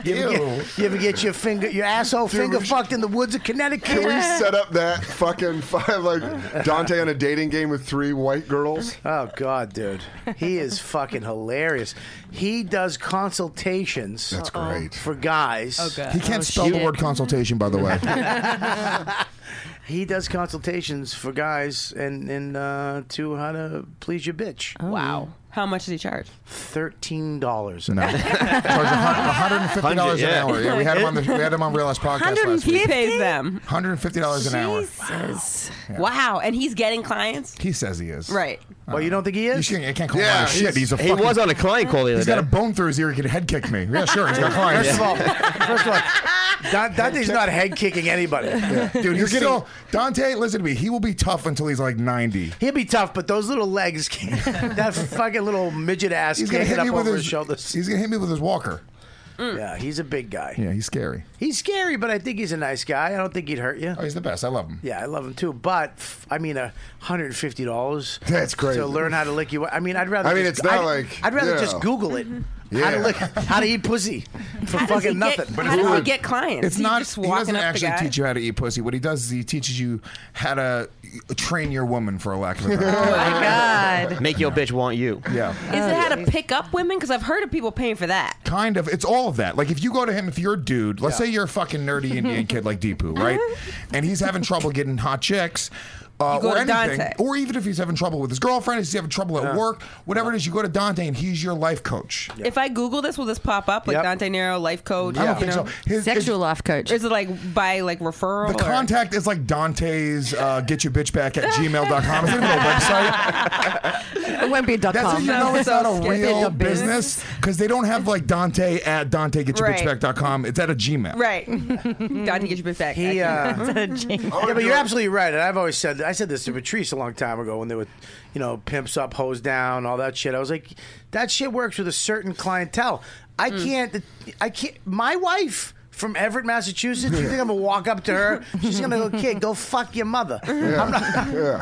M: get, you ever get your finger, your asshole finger fucked in the woods of Connecticut?
I: Can we set up that fucking five like Dante on a dating game with three white girls?
B: Oh God, dude, he is fucking hilarious. He does consultations. That's
H: great
B: for guys. Oh
H: He can't spell the word consultation, by the [LAUGHS] way.
B: He does consultations for guys and and uh, to how to please your bitch.
E: Wow. Oh. How much does he charge?
B: Thirteen dollars.
H: No, charge $150
B: $100,
H: an
B: yeah.
H: hour. Yeah, we had him on the we had him on Real Last Podcast last
E: He
H: week.
E: pays them.
H: $150 an hour.
E: Jesus. Wow. And he's getting clients?
H: He says he is.
E: Right.
B: [LAUGHS] Well, you don't think he is?
H: You can't, you can't call
B: Yeah,
H: him out of shit. He's a
B: he's- he
H: fucking,
B: was on a client call the other
H: He's got
B: day.
H: a bone through his ear. He could head kick me. Yeah, sure.
B: [LAUGHS]
H: He's got clients.
B: First of
H: [LAUGHS]
B: all, first of all, Dan- Dante's not head kicking anybody,
H: Dude, you're
B: he's
H: getting
B: so-
H: all, Dante. Listen to me. He will be tough until he's like 90.
B: He'll be tough, but those little legs, can't, [LAUGHS] that fucking little midget ass
H: He's gonna
B: can't get
H: hit
B: up
H: me with
B: over
H: his, Hmm.
B: his shoulders.
H: He's gonna hit me with his walker.
B: Yeah, he's a big guy.
H: Yeah, he's scary.
B: He's scary, but I think he's a nice guy. I don't think he'd hurt you. Oh,
H: he's the best. I love him.
B: Yeah, I love him too. But f- I mean, a hundred and fifty dollars.
I: That's crazy.
B: To learn how to lick you. I mean, I'd rather.
I: I mean,
B: just-
I: it's not
B: I'd,
I: like-
B: I'd rather
I: yeah.
B: just Google it. How to
I: Yeah.
B: lick? How to eat pussy for
E: How does he
B: fucking
E: get-
B: nothing?
E: how does he get clients?
H: It's
E: He
H: not.
E: just
H: He
E: walking
H: doesn't
E: up to
H: actually
E: guy?
H: teach you how to eat pussy. What he does is he teaches you how to train your woman, for a lack of a
E: [LAUGHS]
H: better word.
E: God.
J: Make your bitch want you.
E: Oh.
H: Yeah.
E: Is it how to pick up women? Because I've heard of people paying for that.
H: Kind of. It's all of that. Like if you go to him, if you're a dude, let's say you're a fucking nerdy Indian kid like
E: [LAUGHS]
H: Deepu, right? and he's having trouble getting hot chicks. Uh,
E: You go
H: or
E: to
H: anything,
E: Dante.
H: or even if he's having trouble with his girlfriend, if he's having trouble at work, whatever it is, you go to Dante and he's your life coach.
E: If I Google this, will this pop up? Like
H: Yep.
E: Dante Nero, life coach?
H: I don't
E: you
H: think
E: know?
H: so. His- Sexual his-
E: life coach. Is it like by like referral?
H: The
E: or-
H: contact is like Dante's uh, get your bitch back at gmail.com. Is it
E: [LAUGHS]
H: a website?
K: It won't be a dot
H: That's how
K: com.
H: you know it's not a real business because they don't have like Dante at Dante get your bitch
E: Right.
H: back.com. It's at a Gmail. [LAUGHS]
E: Right. Dante, get your bitch back.
B: He, uh,
H: Oh,
B: yeah, but
E: do
B: you're
E: it.
B: absolutely right. And I've always said I said this to Patrice a long time ago when they were, you know, pimps up, hoes down, all that shit. I was like, that shit works with a certain clientele. I
H: Mm.
B: can't, I can't. My wife from Everett, Massachusetts. You think I'm gonna walk up to her? She's gonna go, kid, go fuck your mother. I'm not.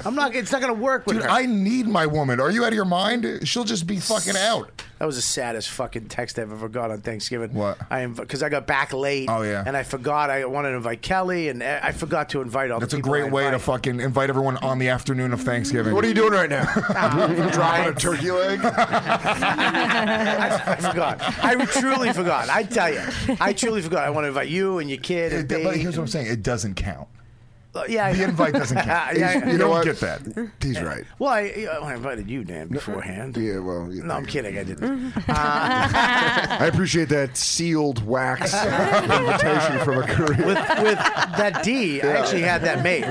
B: I'm not. It's not gonna work with
H: Dude,
B: her.
H: I need my woman. Are you out of your mind? She'll just be fucking out.
B: That was the saddest fucking text I've ever got on Thanksgiving. What? I because I got back late.
H: Oh, yeah.
B: and I forgot I wanted to invite Kelly, and eh, I forgot to invite all.
H: That's
B: the
H: a
B: people I
H: great way to
B: invite.
H: fucking invite everyone on the afternoon of Thanksgiving.
I: What are you doing right
B: [LAUGHS]
I: now? Dropping a
B: Right.
H: [LAUGHS]
I: turkey leg?
B: I forgot. I truly forgot. I tell you, I truly forgot. I want to invite you and your kid and
H: It- but
B: baby. [LAUGHS]
H: here's what I'm saying. It doesn't count.
B: Uh, yeah,
H: The
B: yeah.
H: invite doesn't
B: [LAUGHS]
H: count.
B: Yeah, yeah.
H: You, don't get that.
I: He's right.
B: Well, I, yeah, I invited you, Dan, beforehand.
I: Yeah, well.
B: No, I'm kidding. I didn't.
I: I appreciate that sealed wax
H: uh,
B: [LAUGHS]
I: invitation from a courier.
B: With with that D, I actually had that
I: [LAUGHS]
B: made.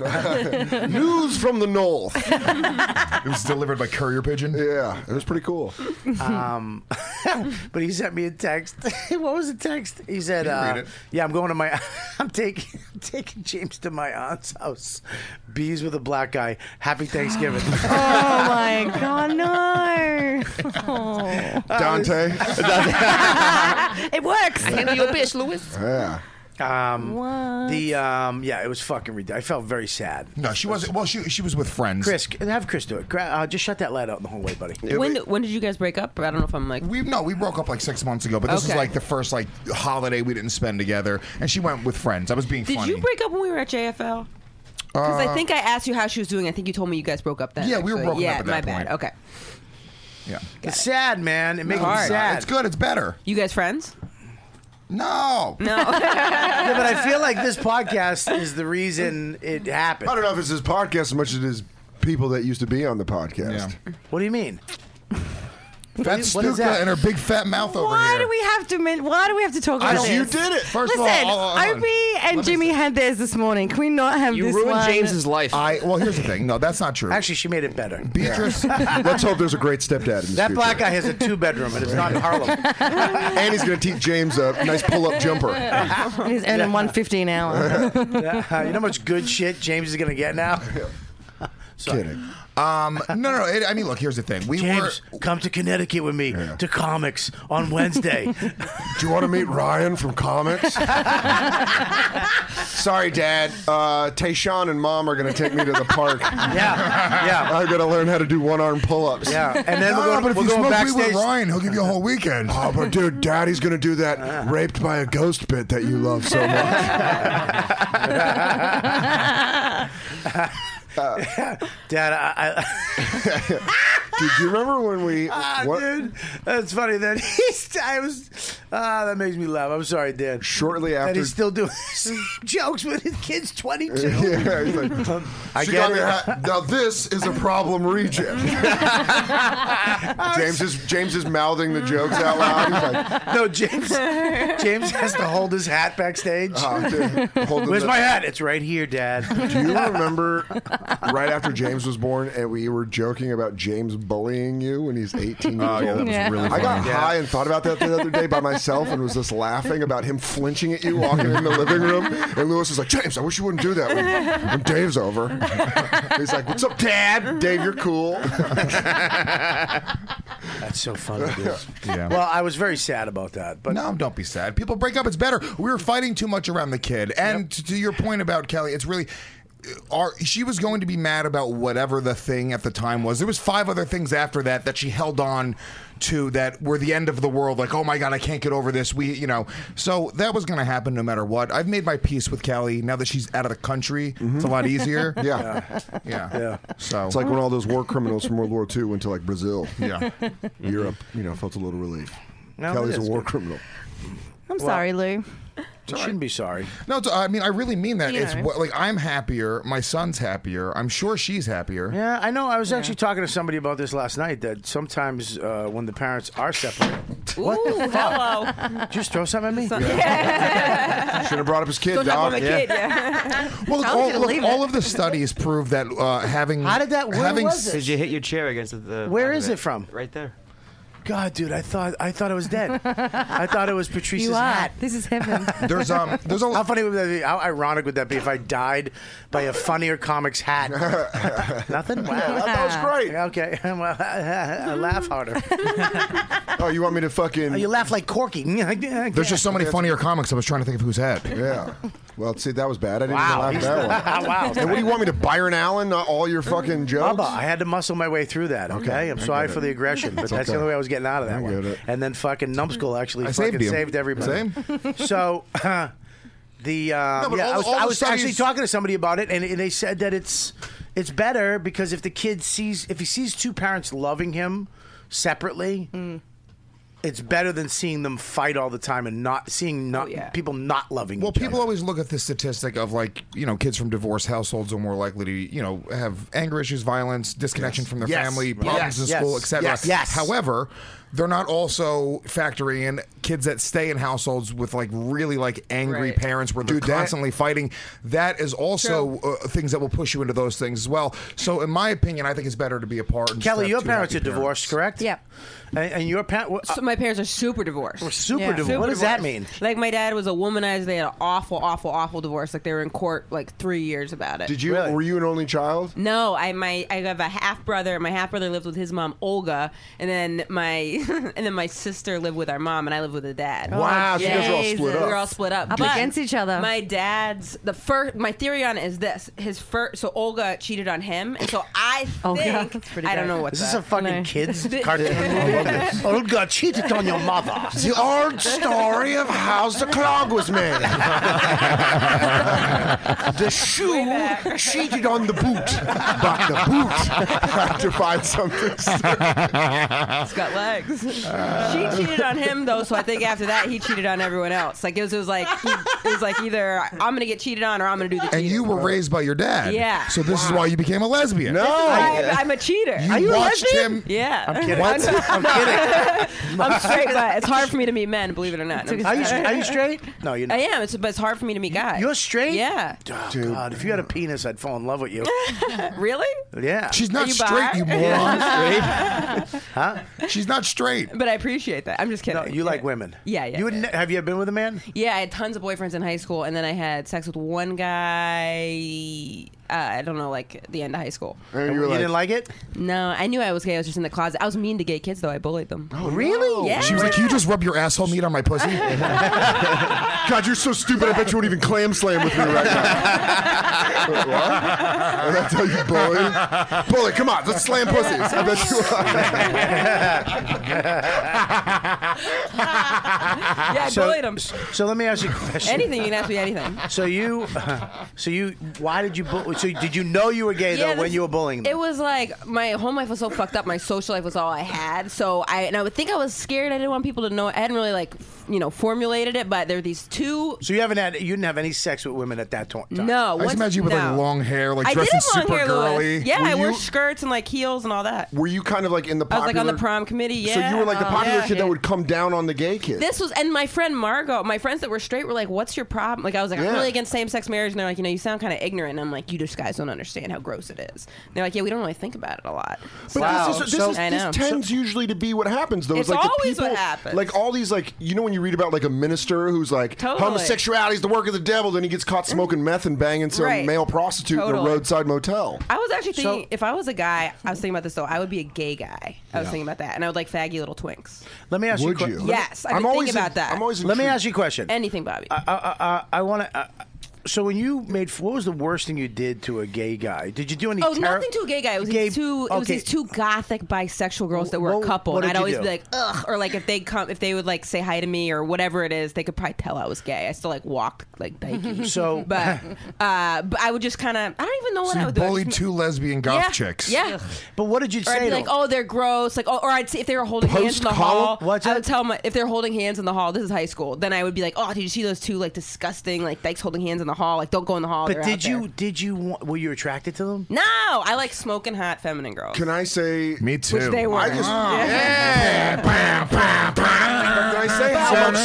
H: [LAUGHS]
I: News from the North.
H: It was delivered by courier pigeon.
I: Yeah, it was pretty cool.
B: Um, [LAUGHS] but he sent me a text. [LAUGHS] what was the text? He said,
I: You
B: uh,
I: read it.
B: "Yeah, I'm going to my. [LAUGHS] I'm taking I'm taking James to my aunt's house. Bees with a black guy. Happy
I: [GASPS]
B: Thanksgiving."
K: Oh my god, no! Oh.
H: [LAUGHS]
I: Dante.
K: it works. Handle your bitch, Louis.
I: yeah.
B: Um, The um, yeah, it was fucking ridiculous. I felt very sad.
H: No, she wasn't. Well, she she was with friends.
B: Chris, have Chris do it. Gra- Uh, just shut that light out in the hallway, buddy.
E: when, when did you guys break up? I don't know if I'm like.
H: We no, we broke up like six months ago, but this is
E: Okay.
H: like the first like holiday we didn't spend together, and she went with friends. I was being
E: Did
H: funny.
E: you break up when we were at JFL? Because I
H: Uh,
E: think I asked you how she was doing. I think you told me you guys broke up then.
H: Yeah, we were
E: actually.
H: broken
E: yeah,
H: up at
E: my
H: that point.
E: bad. Okay.
H: Yeah.
B: It's sad, man. It makes me
E: Hard.
B: sad.
H: It's good. It's better.
E: You guys friends?
H: No.
K: [LAUGHS]
E: No.
B: Yeah, but I feel like this podcast is the reason it happened.
I: I don't know if it's his podcast as much as it is people that used to be on the podcast.
B: What do you mean?
H: Fat
B: What is
H: Stuka
B: that?
H: and her big fat mouth over
K: Why
H: here.
K: do we have to? Men- why do we have to talk
H: I
K: about
H: don't-
K: this?
H: you did it. First of all,
K: Listen,
H: hold on.
K: Opie and Jimmy had theirs this morning. Can we not have this one?
H: life. I well, here's the thing. No, that's not true.
B: Actually, she made it better.
H: Beatrice,
I: [LAUGHS] Let's hope there's a great stepdad in this
B: That black guy has a two bedroom and it's not in Harlem. Uh,
I: And he's going to teach James a nice pull up [LAUGHS] jumper.
K: He's earning one fifty an hour.
B: Yeah, you know how much good shit James is going to get now?
H: kidding. Um, no, no, no. It, I mean, look. Here's the thing. We
B: James, come to Connecticut with me to comics on
I: [LAUGHS]
B: Wednesday.
I: Do you want to meet Ryan from comics? [LAUGHS] Sorry, Dad. Uh, Tayshawn and Mom are going to take me to the [LAUGHS] park.
B: Yeah, yeah.
I: I'm going to learn how to do one arm pull ups.
B: Yeah, and then we're going-
I: but if
B: we're
I: you
B: going
I: smoke weed
B: backstage-
I: with Ryan, he'll give you a whole weekend. oh, but dude, Daddy's going to do [LAUGHS] that raped by a ghost bit that you love so [LAUGHS] much.
B: Dad, I. I
I: Dude, do you remember when we?
B: Ah, dude, that's funny. That [LAUGHS] he's. I was. Ah, that makes me laugh. I'm sorry, Dad.
I: Shortly
B: that
I: after-
B: he's still doing. [LAUGHS]
M: jokes with his kids 22.
I: yeah, he's [LAUGHS] like,
B: I
I: she
B: get
I: got me
B: it.
I: a hat. Now this is a problem region. James is James is mouthing the jokes out loud. He's like,
B: no, James. James has to hold his hat backstage.
I: Oh, dude. Hold
B: Where's
I: the-
B: my hat? It's right here, Dad.
I: Do you remember right after James was born and we were joking about James bullying you when he's 18 years
J: Oh, yeah, that
I: old?
J: was Yeah. really
I: I got
J: funny.
I: high and thought about that the other day by myself and was just laughing about him flinching at you walking in the living room. And Lewis was like, James, I wish you wouldn't do that when, when Dave's over. [LAUGHS] He's like, What's up, Dad? Dave, you're cool.
B: That's so funny. dude.
H: Yeah.
B: Well, I was very sad about that, but
H: no, don't be sad. People break up. It's better. We were fighting too much around the kid. And to, to your point about Kelly, it's really. Our, she was going to be mad about whatever the thing at the time was. There was five other things after that that she held on to that were the end of the world. Like, oh my god, I can't get over this. We, you know, so that was going to happen no matter what. I've made my peace with Kelly now that she's out of the country. It's a lot easier.
I: Mm-hmm. [LAUGHS] Yeah.
H: yeah,
B: yeah.
H: So
I: It's like when all those war criminals from World War II went to like Brazil.
H: Yeah.
I: Europe, you know, felt a little relief.
B: No,
I: Kelly's
B: it
I: a
B: is
I: war criminal.
B: [LAUGHS]
K: I'm
B: Well-
K: sorry, Lou.
B: you shouldn't be sorry.
H: [LAUGHS] No, it's, I mean, I really mean that.
K: You
H: It's
K: know.
H: what, like I'm happier. My son's happier. I'm sure she's happier.
B: Yeah, I know. I was actually talking to somebody about this last night. That sometimes uh, when the parents are separate, what the fuck?
E: [LAUGHS]
B: Hello. Just throw something at me.
I: Should have brought up his kid,
B: Don't have
I: dog.
B: one of the kid,
H: Well,
B: Told
H: look,
B: you
H: all,
B: to
H: look,
B: leave it.
H: all of the studies prove that uh, having
B: How did that- where
H: having
B: was it?
J: Did you hit your chair against the?
B: Where
J: back of
B: is it from?
J: Right there.
B: God, dude, I thought I thought it was dead. I thought it was
K: [LAUGHS]
B: Patrice's
K: you are.
B: hat.
K: This is heaven.
H: There's um.
B: [LAUGHS]
H: There's a
B: How funny would that be? How ironic would that be if I died by a funnier comic's [LAUGHS] hat? Nothing. Wow,
I: that was great.
B: Okay, [LAUGHS] well, I laugh harder.
I: Oh, you want me to fucking?
B: You laugh like Corky. [LAUGHS]
H: there's just so many funnier comics. I was trying to think of who's had.
I: Yeah. Well, see, that was bad. I didn't
B: Wow.
I: even laugh that one.
B: [LAUGHS] Wow.
I: And what do you want me to Byron Allen? Not all your fucking jokes.
B: Bubba, I had to muscle my way through that. Okay, I'm
I: I
B: sorry
I: get
B: for
I: it.
B: the aggression, but
I: It's
B: that's the
I: okay.
B: only way I was getting out of that
I: I
B: one.
I: get it.
B: And then fucking numbskull actually
H: I saved
B: fucking
H: you.
B: saved everybody. [LAUGHS] So. Uh, the uh,
H: No, but
B: yeah,
H: all-
B: I was,
H: all
B: I
H: the
B: was actually
H: studies-
B: talking to somebody about it, and they said that it's it's better because if the kid sees if he sees two parents loving him separately,
H: Mm.
B: it's better than seeing them fight all the time and not seeing not people not loving.
H: Oh, Well,
B: each
H: people always look at the statistic of like you know kids from divorced households are more likely to you know have anger issues, violence, disconnection from their
B: Yes.
H: family,
B: Right.
H: problems
B: Yes.
H: in school,
B: Yes.
H: etc.
B: Yes. Yes.
H: However, they're not also factoring in kids that stay in households with like really like angry
I: Right.
H: parents where they're
I: Dude, that-
H: constantly fighting. That is also uh, things that will push you into those things as well. So, in my opinion, I think it's better to be apart. And
B: Kelly,
H: step
B: your
H: two
B: parents are
H: happy
B: divorced, correct? Yeah. And, and your parent, well,
E: So my parents are super divorced.
B: We're super divorced. What does that mean?
E: Like my dad was a womanizer. They had an awful, awful, awful divorce. Like they were in court like three years about it.
I: Did you? Were you an only
B: [LAUGHS]
I: child?
E: No, I my I have a half brother. My half brother lived with his mom Olga, and then my [LAUGHS] and then my sister lived with our mom, and I lived with the dad.
I: Oh, Wow, so you guys are all split up.
E: We were all split up,
K: Up
E: But
K: against each other.
E: My dad's the first. My theory on it is this: his first. So Olga cheated on him, and so I
K: [LAUGHS] Olga,
E: think
K: that's pretty
E: I don't
K: good.
E: know what
B: is
E: the,
B: this a fucking
E: [LAUGHS]
B: kids cartoon?
I: Yeah.
B: movie? Olga cheated on your mother.
I: The old story of how the clog
H: [LAUGHS]
I: was made. the shoe cheated on the boot, but the boot [LAUGHS] had to
B: [LAUGHS]
I: find something.
E: It's got legs.
I: [LAUGHS] Uh.
E: she cheated on him though, so I think after that he cheated on everyone else. Like it was, it was like it was like either I'm gonna get cheated on or I'm gonna do the.
H: And you were raised by your dad.
E: Yeah.
H: So this is why you became a lesbian.
I: No.
E: I, I'm a cheater.
H: You Are you a watched lesbian? him-
E: Yeah.
H: I'm kidding. What?
E: I'm kidding. [LAUGHS] I'm straight, but it's hard for me to meet men. Believe it or not.
B: Are you are
E: [LAUGHS]
B: you straight? No, you're
E: I
B: not.
E: am. It's, but it's hard for me to meet guys.
B: You're straight?
E: Yeah.
B: Oh, God, if you had a penis, I'd fall in love
E: [LAUGHS]
B: with you.
E: Really?
B: Yeah.
H: She's
E: Are
H: not
E: you
H: straight,
E: bi? [LAUGHS]
H: you moron.
B: huh?
H: She's not straight.
E: But I appreciate that. I'm just kidding.
B: No, you like women.
E: Yeah, yeah,
B: You would
E: yeah.
B: ne- have you ever been with a man?
E: Yeah, I had tons of boyfriends in high school, and then I had sex with one guy uh, I don't know, like the end of high school.
B: And you were You like- didn't like it?
E: No, I knew I was gay. I was just in the closet. I was mean to gay kids, though. I bullied them. Oh,
H: Really?
E: Yeah.
H: She was like, "You just rub your asshole meat on
E: [LAUGHS]
H: my pussy."
I: God, you're so stupid. I bet you wouldn't even clam slam with me right now. Wait, what? That's how you bully? Bully, come on. Let's slam pussies. I
E: [LAUGHS]
I: bet you
B: [LAUGHS]
E: yeah, I
B: so,
E: bullied them.
B: So let me ask you a question.
E: Anything you can ask me anything.
B: So you, [LAUGHS] so you, why did you? Bu- so did you know you were gay
E: Yeah,
B: though when
E: this-
B: you were bullying them?
E: It was like my home life was so fucked up. My social life was all I had. So I and I would think I was scared. I didn't want people to know. I hadn't really like f- you know formulated it, but there were these two.
B: so you haven't had, you didn't have any sex with women at that to- time.
E: No, I just once- imagine you with, like, no. long
I: hair,
E: I did have long hair, Louis. Yeah, I wore skirts and like heels and all that.
I: [LAUGHS] Were you kind of like in the
E: I was
I: popular?
E: like on the prom committee. Yeah,
I: so you were like the
E: Oh,
I: popular
E: yeah.
I: kid that would come down on the gay kid.
E: This was, and my friend Margot, my friends that were straight were like, "What's your problem?" Like I was like,
I: Yeah.
E: "I'm really against same-sex marriage," and they're like, "You know, you sound kind of ignorant." And I'm like, "You just guys don't understand how gross it is." And they're like, "Yeah, we don't really think about it a lot."
I: But this, is, this, is, this tends usually to be what happens, though. is,
E: It's
I: like the
E: always what
I: people-
E: happens.
I: Like all these, like you know, when you read about like a minister who's like
E: Totally.
I: homosexuality is the work of the devil, then he gets caught smoking meth and banging some
E: Right.
I: male prostitute in a
E: Totally.
I: roadside motel.
E: I was actually
I: So-
E: thinking, if I was a guy, I was thinking about this though. I would be a gay guy. I was
B: Yeah.
E: thinking about that, and I would like faggy little twinks.
B: Let me ask
E: Would
B: you.
E: you?
B: question.
E: Yes, I've been thinking about that. I'm always
B: Let me
E: intrigued.
B: ask you a question.
E: Anything, Bobby.
B: I, I, I, I want to. Uh, so when you made, what was the worst thing you did to a gay guy? Did you do any?
E: Oh,
B: terri-
E: nothing to a gay guy. It was these two. It was
B: okay.
E: these two gothic bisexual girls that were
B: What-
E: a couple,
B: what
E: and
B: did
E: I'd
B: you
E: always
B: do?
E: be like, ugh, or like if they come, if they would like say hi to me or whatever it is, they could probably tell I was gay. I still like walked like
B: [LAUGHS]
E: dykey.
B: So-
E: [LAUGHS] but, uh, but I would just kind of, I don't even know what
H: So
E: I
H: you
E: would do. I
H: bullied
E: just-
H: two lesbian goth
E: yeah,
H: chicks.
E: Yeah.
B: But what did you
E: or I'd
B: say
E: be
B: to
E: like,
B: them?
E: oh, they're gross. Like, oh, or I'd say if they were holding hands in the hall,
B: Post-column?
E: I would tell them if they're holding hands in the hall. This is high school. Then I would be like, oh, did you see those two like disgusting like dykes holding hands in the hall? Like, don't go in the hall.
B: But
E: they're
B: did
E: out there.
B: you did you want, were you attracted to them?
E: No, I like smoking hot feminine girls.
I: Can I say
H: me too?
E: Which they were.
I: I just,
E: Yeah.
H: [LAUGHS]
I: Can I say
B: so,
I: how much-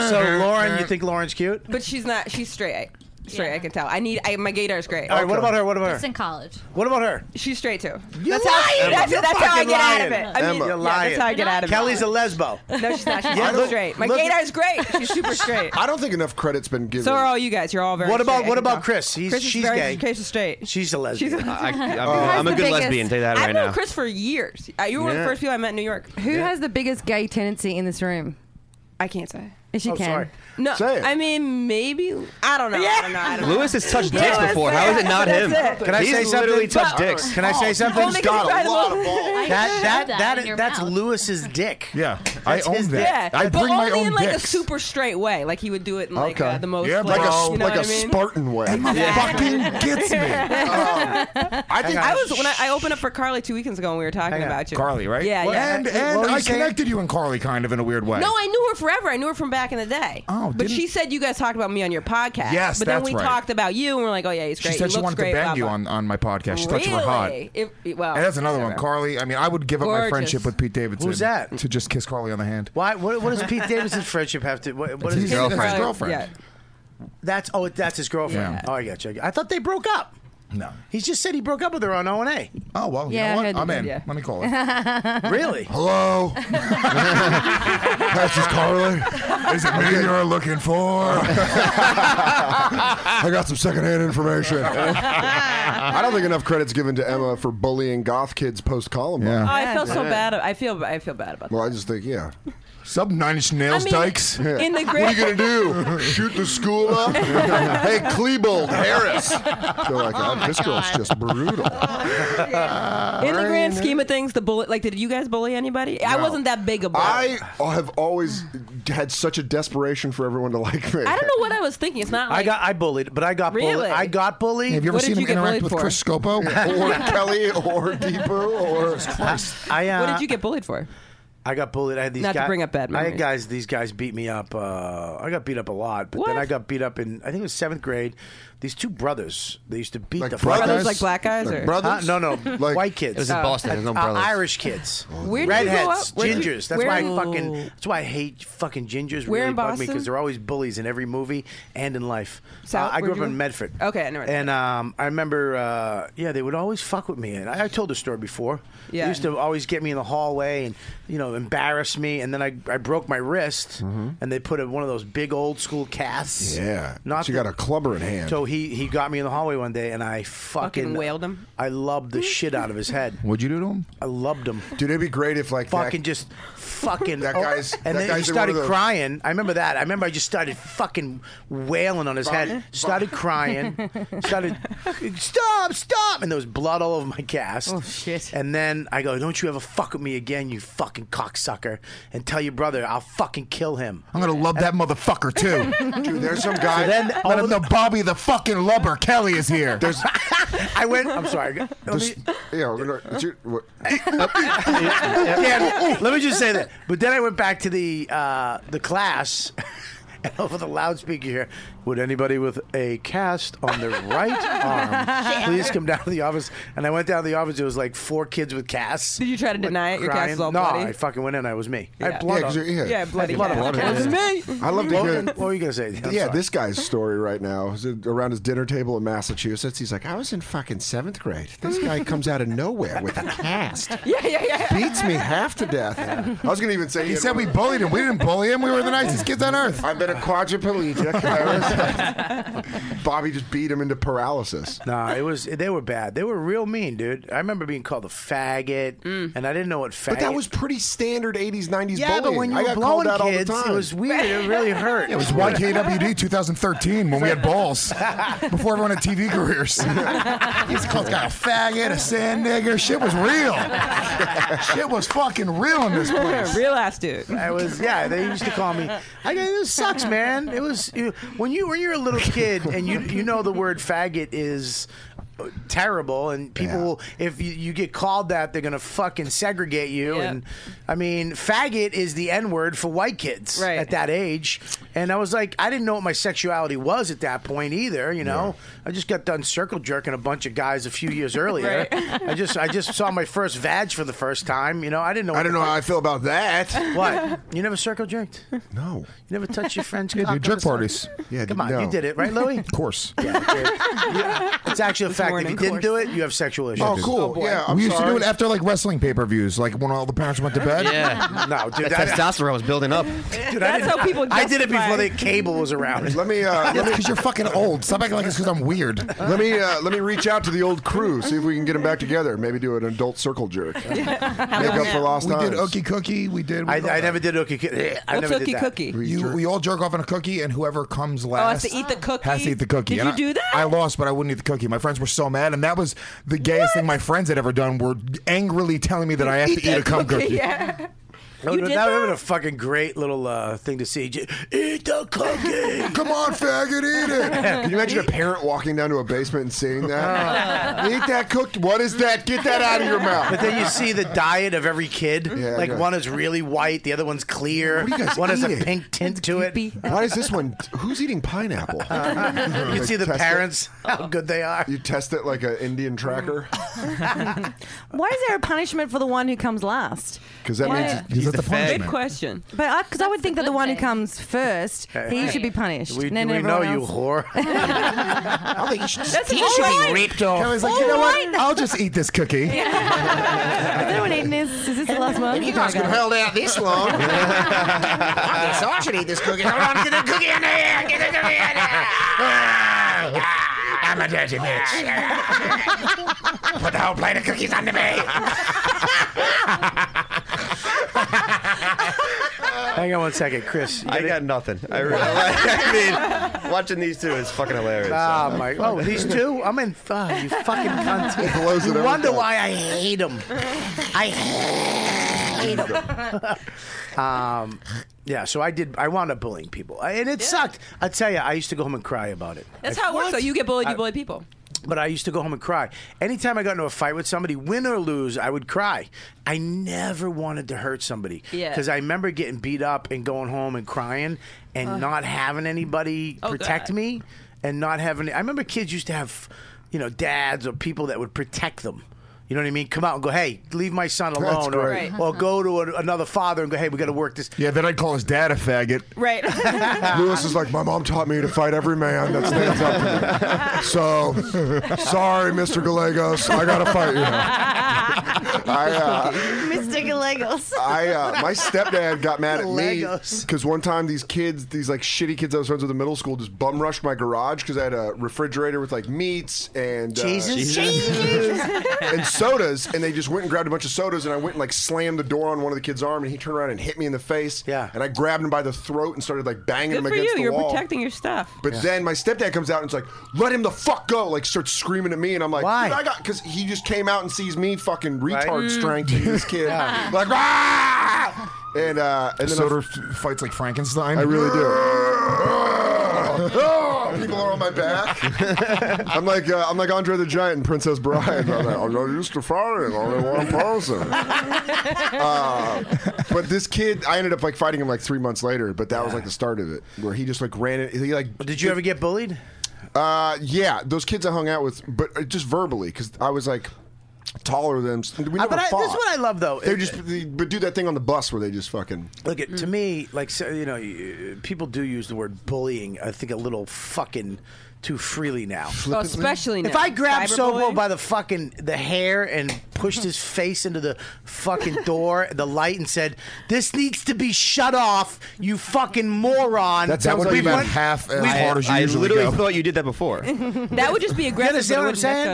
B: so, so Lauren, you think Lauren's cute?
E: [LAUGHS] But she's not. She's straight. Straight. I can tell. I need. I, my gaydar's great.
B: All right, what about her? What about her?
N: It's in college.
B: What about her?
E: She's straight too.
B: You're
E: that's how,
B: lying!
E: that's,
B: You're
E: that's how I
B: fucking
E: get out
B: lying.
E: of it. I mean,
B: Emma,
E: yeah,
B: you're lying.
E: that's how I get out of it.
B: Kelly's a lesbo.
E: No, she's not. She's
B: [LAUGHS] Yeah,
E: not
B: look-
E: straight. My
B: look-
E: gaydar's great. She's
B: [LAUGHS]
E: super straight.
I: I don't think enough credit's been given.
E: So are all you guys. You're all very.
B: What about
E: straight.
B: what
E: I can
B: about
E: tell.
B: Chris? He's
E: Chris is
B: she's
E: very-
B: gay.
E: Chris is straight.
B: She's a lesbian. Uh,
E: She's a
J: I, I'm,
K: has
J: I'm a
K: the
J: good
K: biggest-
J: lesbian. Take that
K: I've
J: right
K: known
J: now.
E: Chris for years. Uh, You were one of
J: Yeah.
E: the first people I met in New York.
K: Who has the biggest gay tendency in this room?
E: I can't say.
K: Yes, you
E: Oh,
K: can.
E: sorry. No,
K: Say it.
E: I mean maybe I don't know. I don't know. I don't know.
J: Lewis has touched
E: Yeah,
J: dicks
E: that's
J: before.
E: it.
J: How is it not
E: That's
J: him?
E: it.
B: Can I
J: He's
B: say something?
J: literally touched
B: But-
J: dicks.
B: Can I say something?
E: "Oh, Only 'cause you tried to-
B: [LAUGHS]
E: I heard
B: That
E: that
B: that
E: in your
B: that that's
E: mouth.
B: Lewis's dick.
H: Yeah,
B: I own that.
E: Yeah,
B: I
E: but
B: bring my
E: only
B: own
E: in like
B: dicks.
E: a super straight way. Like he would do it in like
I: Okay.
E: uh, the most
I: Yeah, like a-
E: you know
I: like
E: what
I: a
E: I mean?
I: Spartan way. Yeah. Fucking gets
B: [LAUGHS]
I: me.
E: I
I: think-
E: was when I, I opened up for Carly two weekends ago and we were talking about you,
H: Carly, right?
E: Yeah, yeah.
H: And and I connected you and Carly kind of in a weird way.
E: No, I knew her forever. I knew her from back in the day. Oh, but
H: didn't-
E: she said you guys talked about me on your podcast.
H: Yes,
E: but then
H: that's
E: we
H: right.
E: talked about you and we're like, oh yeah, he's
H: She
E: great.
H: said
E: he
H: she
E: looks
H: wanted
E: great,
H: to bang
E: blah,
H: you
E: blah.
H: on, on my podcast. She thought you were hot.
E: Really? If, well,
H: That's another one,
E: whatever.
H: Carly. I mean, I would give up my
E: Gorgeous.
H: friendship with Pete Davidson.
B: Who's that?
H: To just kiss Carly on the hand.
B: Why? What, what does Pete Davidson's friendship have to? What, what is
H: It's his
B: he-
H: girlfriend. His girlfriend. Yeah.
B: That's oh, that's his girlfriend.
H: Yeah.
B: Oh, I got you. I thought they broke up.
H: No.
B: He just said he broke up with her on O and A.
H: Oh well,
K: you Yeah, know I what? heard- I'm in. yeah.
H: Let me call
E: [LAUGHS]
B: really?
I: [LAUGHS]
H: Hello. That's just Carly. Is it me you're looking for?
B: [LAUGHS]
I: I got some secondhand information. [LAUGHS] I don't think enough credit's given to Emma for bullying goth kids post Columbine.
E: Oh, I felt so bad. I feel I feel bad about that.
I: Well, I just think, yeah.
H: Sub nine inch nails,
E: I mean, Dykes.
H: [LAUGHS]
E: in the
I: what are
E: grand-
I: you gonna do? Shoot the school [LAUGHS] up? hey, Klebold Harris. They're like, uh,
E: Oh, my
I: this girl's
E: God.
I: just
E: In
I: brutal.
E: the grand
I: Right.
E: scheme of things, the bullet like did you guys bully anybody? I
I: No.
E: wasn't that big a bully.
I: I have always had such a desperation for everyone to like me.
E: I don't know what I was thinking. It's not
B: [LAUGHS]
E: like
B: I got I bullied, but I got
E: Really?
B: bullied. I got bullied.
H: Have you ever seen him interact with Chris Scopo
I: or Kelly or Deepu or
B: I, uh,
E: what did you get
B: [LAUGHS]
E: bullied for?
B: I got bullied. I had these
E: Not to
B: guy-
E: bring up bad
B: I had
E: memories.
B: guys. These guys beat me up. Uh, I got beat up a lot, but then I got beat up in I think it was seventh grade. These two brothers. They used to beat the fuck
E: brothers?
B: out of-
E: Like black guys, Like or- brothers?
B: Huh? No, no, white kids.
J: It was in Boston, there's no
B: Uh,
J: brothers.
B: Irish kids.
E: Where did you grow
B: redheads,
E: up? Where did you-
B: gingers. That's
E: where
B: why I
E: in-
B: fucking. That's why I hate fucking gingers.
E: Where
B: really
E: in
B: bug me
E: Boston?
B: because they're always bullies in every movie and in life.
E: South-
B: I grew up
E: where'd you
B: in
E: go?
B: Medford.
E: Okay, I know.
B: And um, I remember, uh, yeah, they would always fuck with me. And I, I told the story before. They
E: Yeah.
B: used to always get me in the hallway and, you know, know, embarrass me, and then I, I broke my wrist, and they put a, one of those big old school casts.
I: Yeah.
B: not
I: She
B: the-
I: got a clubber in hand.
B: So he he got me in the hallway one day, and I fucking,
E: Fucking wailed him?
B: I lubbed the shit out of his head.
I: What'd you do to him?
B: I lubbed him.
I: Dude, it'd be great if like
B: fucking just fucking
I: that guy's
B: and
I: that
B: then
I: guy's
B: he
I: in one
B: started
I: of those-
B: crying. I remember that. I remember I just started fucking wailing on his head.
M: Bonnie?
B: Started crying. started stop, stop, and there was blood all over my cast. Oh shit! And then I go, "Don't you ever fuck with me again, you fucking cocksucker!" And tell your brother I'll fucking kill him.
H: I'm gonna love that motherfucker too.
I: Dude,
B: [LAUGHS]
I: there's some guy.
B: So then all
H: let him
B: of
H: know Bobby the fucking lubber Kelly is here.
I: There's.
B: I went. I'm
I: [LAUGHS]
B: sorry. Let
I: This- yeah, we're gonna- did you- what-
B: Yeah, [LAUGHS] let me just say that. But then I went back to the uh, the class [LAUGHS] and over the loudspeaker here. Would anybody with a cast on their right
E: [LAUGHS]
B: arm please come down to the office? And I went down to the office. It was like four kids with casts. Did
E: you try to deny it? Your cast was all
B: no,
E: bloody?
B: I fucking went in. I was me. I
E: Yeah.
B: had blood
E: Yeah, 'cause
B: on-
E: you're- yeah. Yeah,
B: I had
E: bloody
B: blood on
E: cast.
B: my
E: Blood on
B: cast.
E: it.
I: I love to
B: What-
I: hear.
B: What were you gonna
E: [LAUGHS]
B: say? I'm
I: yeah,
B: sorry.
I: this guy's story right now is around his dinner table in Massachusetts. He's like, I was in fucking seventh grade. This guy [LAUGHS] comes out of nowhere with a cast.
E: Yeah, yeah, yeah.
I: Beats me half to death. I was gonna even
H: [LAUGHS]
I: say
H: He
I: had
H: said
I: one-
H: we bullied him. We didn't bully him. We were the nicest kids on earth.
I: I've been a [LAUGHS] quadriplegic. I was- Bobby just beat him into paralysis.
B: Nah, it was they were bad. They were real mean, dude. I remember being called a faggot,
E: Mm.
B: and I didn't know what faggot.
I: But that was pretty standard 80s, 90s
B: yeah,
I: bullying.
B: but when you
I: I
B: were
I: got
B: blowing
I: called that all the
B: kids, it
I: time.
B: was
I: [LAUGHS]
B: weird. It really hurt.
H: It was YKWd 2013 when we had
I: [LAUGHS]
H: balls before everyone had TV careers. These called got a faggot, a sand nigger. Shit was
I: [LAUGHS]
H: real. Shit was fucking real in this place.
E: [LAUGHS] Real ass dude.
B: I was yeah. They used to call me. I go, this sucks, man. It was you, when you when you're a little kid and you you know the word faggot is uh, terrible and people will if you, you get called that they're gonna fucking segregate you
E: Yep.
B: and I mean faggot is the n word for white kids
E: Right.
B: at that age and I was like I didn't know what my sexuality was at that point either you know I just got done circle jerking a bunch of guys a few years earlier I just I just saw my first vag for the first time you know I didn't know
I: I don't know how I feel about that. Oh,
B: what? You never circle jerked? You
I: No.
B: never touched your
I: [LAUGHS]
B: friend's
H: Yeah,
B: cock?
H: dude, jerk
B: [LAUGHS]
H: parties.
I: Yeah,
B: Come on, you did it, right,
I: [LAUGHS]
B: Louie?
H: Of course.
B: It's actually a fact. If you didn't do it, you have sexual issues.
I: Oh, cool. yeah, I'm
H: we used to
I: sorry.
H: do it after like wrestling pay per views, like when all the parents went to bed.
J: Yeah.
B: No, dude,
J: That
B: I-
J: testosterone was building up.
B: Dude, I
E: That's
B: didn't-
E: how people
B: I did it
E: justify-
B: before the cable was
E: [LAUGHS]
B: around.
I: Let me. Uh, let me
H: Because you're fucking old. Stop acting like it's because I'm weird.
I: let me uh, let me reach out to the old crew, see if we can get them back together. Maybe do an adult circle jerk. Make up for lost
H: we
I: times.
H: did Ookie Cookie. We did.
B: I, I never did Ookie Cookie. I
E: What's
B: never did
E: Ookie
B: that.
E: Cookie?
H: You, we all jerk off on a cookie, and whoever comes
E: Oh,
H: last
E: has to eat the cookie.
H: has to eat the cookie.
E: Did
H: And
E: you do that?
H: I, I lost, but I wouldn't eat the cookie. My friends were so mad, and that was the gayest thing my friends had ever done. Were angrily telling me that I have to eat a cum cookie.
E: Yeah.
B: That
E: You
B: would
E: did
B: that would have
E: that?
B: been a fucking great little uh, thing to see. J- Eat the
I: [LAUGHS]
B: cookie.
H: Come on, faggot, eat it.
I: Can you imagine a parent walking down to a basement and seeing that? Eat that cooked. What is that? Get that out of your mouth.
B: But then you see the diet of every kid.
I: Yeah,
B: like
I: yeah.
B: one is really white, the other one's clear.
I: What are you guys
B: One has a
I: eating?
B: pink tint to it. You
I: Why is this one? Who's
B: [LAUGHS]
I: eating pineapple? you
B: can see the parents
E: Oh.
B: how good they are.
I: You test it like an Indian tracker
K: Why is there a punishment for the one who comes last?
I: because that
K: Why-
I: means
H: Is that the
E: Good
H: punishment?
E: question.
K: But because I, would think that the one who comes first, he
B: Hey.
K: should be punished.
B: We,
K: and then
B: we know
K: everyone
B: you
K: else-
E: [LAUGHS]
B: whore.
H: I think you should,
K: That's all right.
B: raped off.
H: Kelly's like, you know what? I'll just eat this
E: [LAUGHS]
H: cookie.
K: Is anyone eating this? Is this the last one?
L: You guys could hold out this long. I guess I should eat this cookie. Hold on, get the cookie in there. Get the cookie in there.
H: I'm a dirty bitch. Put the whole plate of cookies
L: [LAUGHS]
H: under me.
B: Hang on one second, Chris. You
J: I
B: gotta-
J: got nothing. I, really, [LAUGHS] I mean, watching these two is fucking hilarious.
B: Oh my! [LAUGHS] Oh, these two. I'm in. Oh, you fucking [LAUGHS] cunt.
I: It blows it
B: you
I: every
B: wonder
I: time.
B: why I hate them. I hate them. [LAUGHS] um, yeah. So I did. I wound up bullying people, I- and it sucked. I tell you, I used to go home and cry about it.
E: That's how it works. though. you get bullied, you bully people.
B: But I used to go home and cry. Anytime I got into a fight with somebody, win or lose, I would cry. I never wanted to hurt somebody.
E: Yeah.
B: Because I remember getting beat up and going home and crying and not having anybody
E: Oh,
B: protect
E: God.
B: me and not having. I remember kids used to have, you know, dads or people that would protect them. You know what I mean? Come out and go, hey, leave my son alone. Or,
I: great.
B: or go to a, another father and go, hey, we got to work this.
H: Yeah, then I'd call his dad a faggot.
B: [LAUGHS]
K: [LAUGHS]
E: Right.
I: Lewis is like, my mom taught me to fight every man that stands up to me. So, sorry, Mr. Gallegos, I gotta fight you. I,
E: [LAUGHS]
I: uh,
K: Mystic Legos.
I: I uh, my stepdad got mad at me
K: Legos.
I: because one time these kids, these like shitty kids I was friends with in middle school, just bum rushed my garage because I had a refrigerator with like meats and uh,
M: Jesus.
E: [LAUGHS]
I: and sodas, and they just went and grabbed a bunch of sodas, and I went and like slammed the door on one of the kid's arm, and he turned around and hit me in the face. Yeah, and I grabbed him by the throat and started like banging
E: Good
I: him
E: for
I: against
E: you.
I: the
E: You're
I: wall.
E: protecting your stuff.
I: But then my stepdad comes out and it's like, "Let him the fuck go!" Like starts screaming at me, and I'm like,
E: Why?
I: "Dude, I got," because he just came out and sees me fucking retard
E: Mm.
I: strangling
E: [LAUGHS]
I: this kid,
H: Yeah.
I: like, "Rah!" and uh, and then
H: Soder f- fights like Frankenstein.
I: I really
E: [LAUGHS]
I: do. Oh, people are on my back. I'm like uh, I'm like Andre the Giant and Princess Bride. I'm, like, I'm not used to fighting only one person.
E: [LAUGHS]
I: Uh, but this kid, I ended up like fighting him like three months later. But that was like the start of it, where he just like ran it. He like. Did
B: you ever get bullied?
I: Uh, yeah, those kids I hung out with, but uh, just verbally, because I was like taller than. them. We
B: Uh,
I: never
B: but I- this
I: fought.
B: is what I love, though.
I: They
B: It-
I: just they, but do that thing on the bus where they just fucking.
B: Look, it, to me, like so, you know, you- people do use the word bullying. I think a little fucking too freely now.
E: Oh, especially now.
B: if I grabbed Sobo
E: Cyberbullying?
B: by the fucking the hair and pushed his face into the fucking door, the light, and said, "This needs to be shut off, you fucking moron."
H: That sounds like
B: We
H: about
B: went-
H: half as
B: we-
H: hard as you usually go.
J: you did that before. [LAUGHS]
E: that would just be
B: understand
E: aggressive.
B: what
E: but it
B: I'm
E: wouldn't necessarily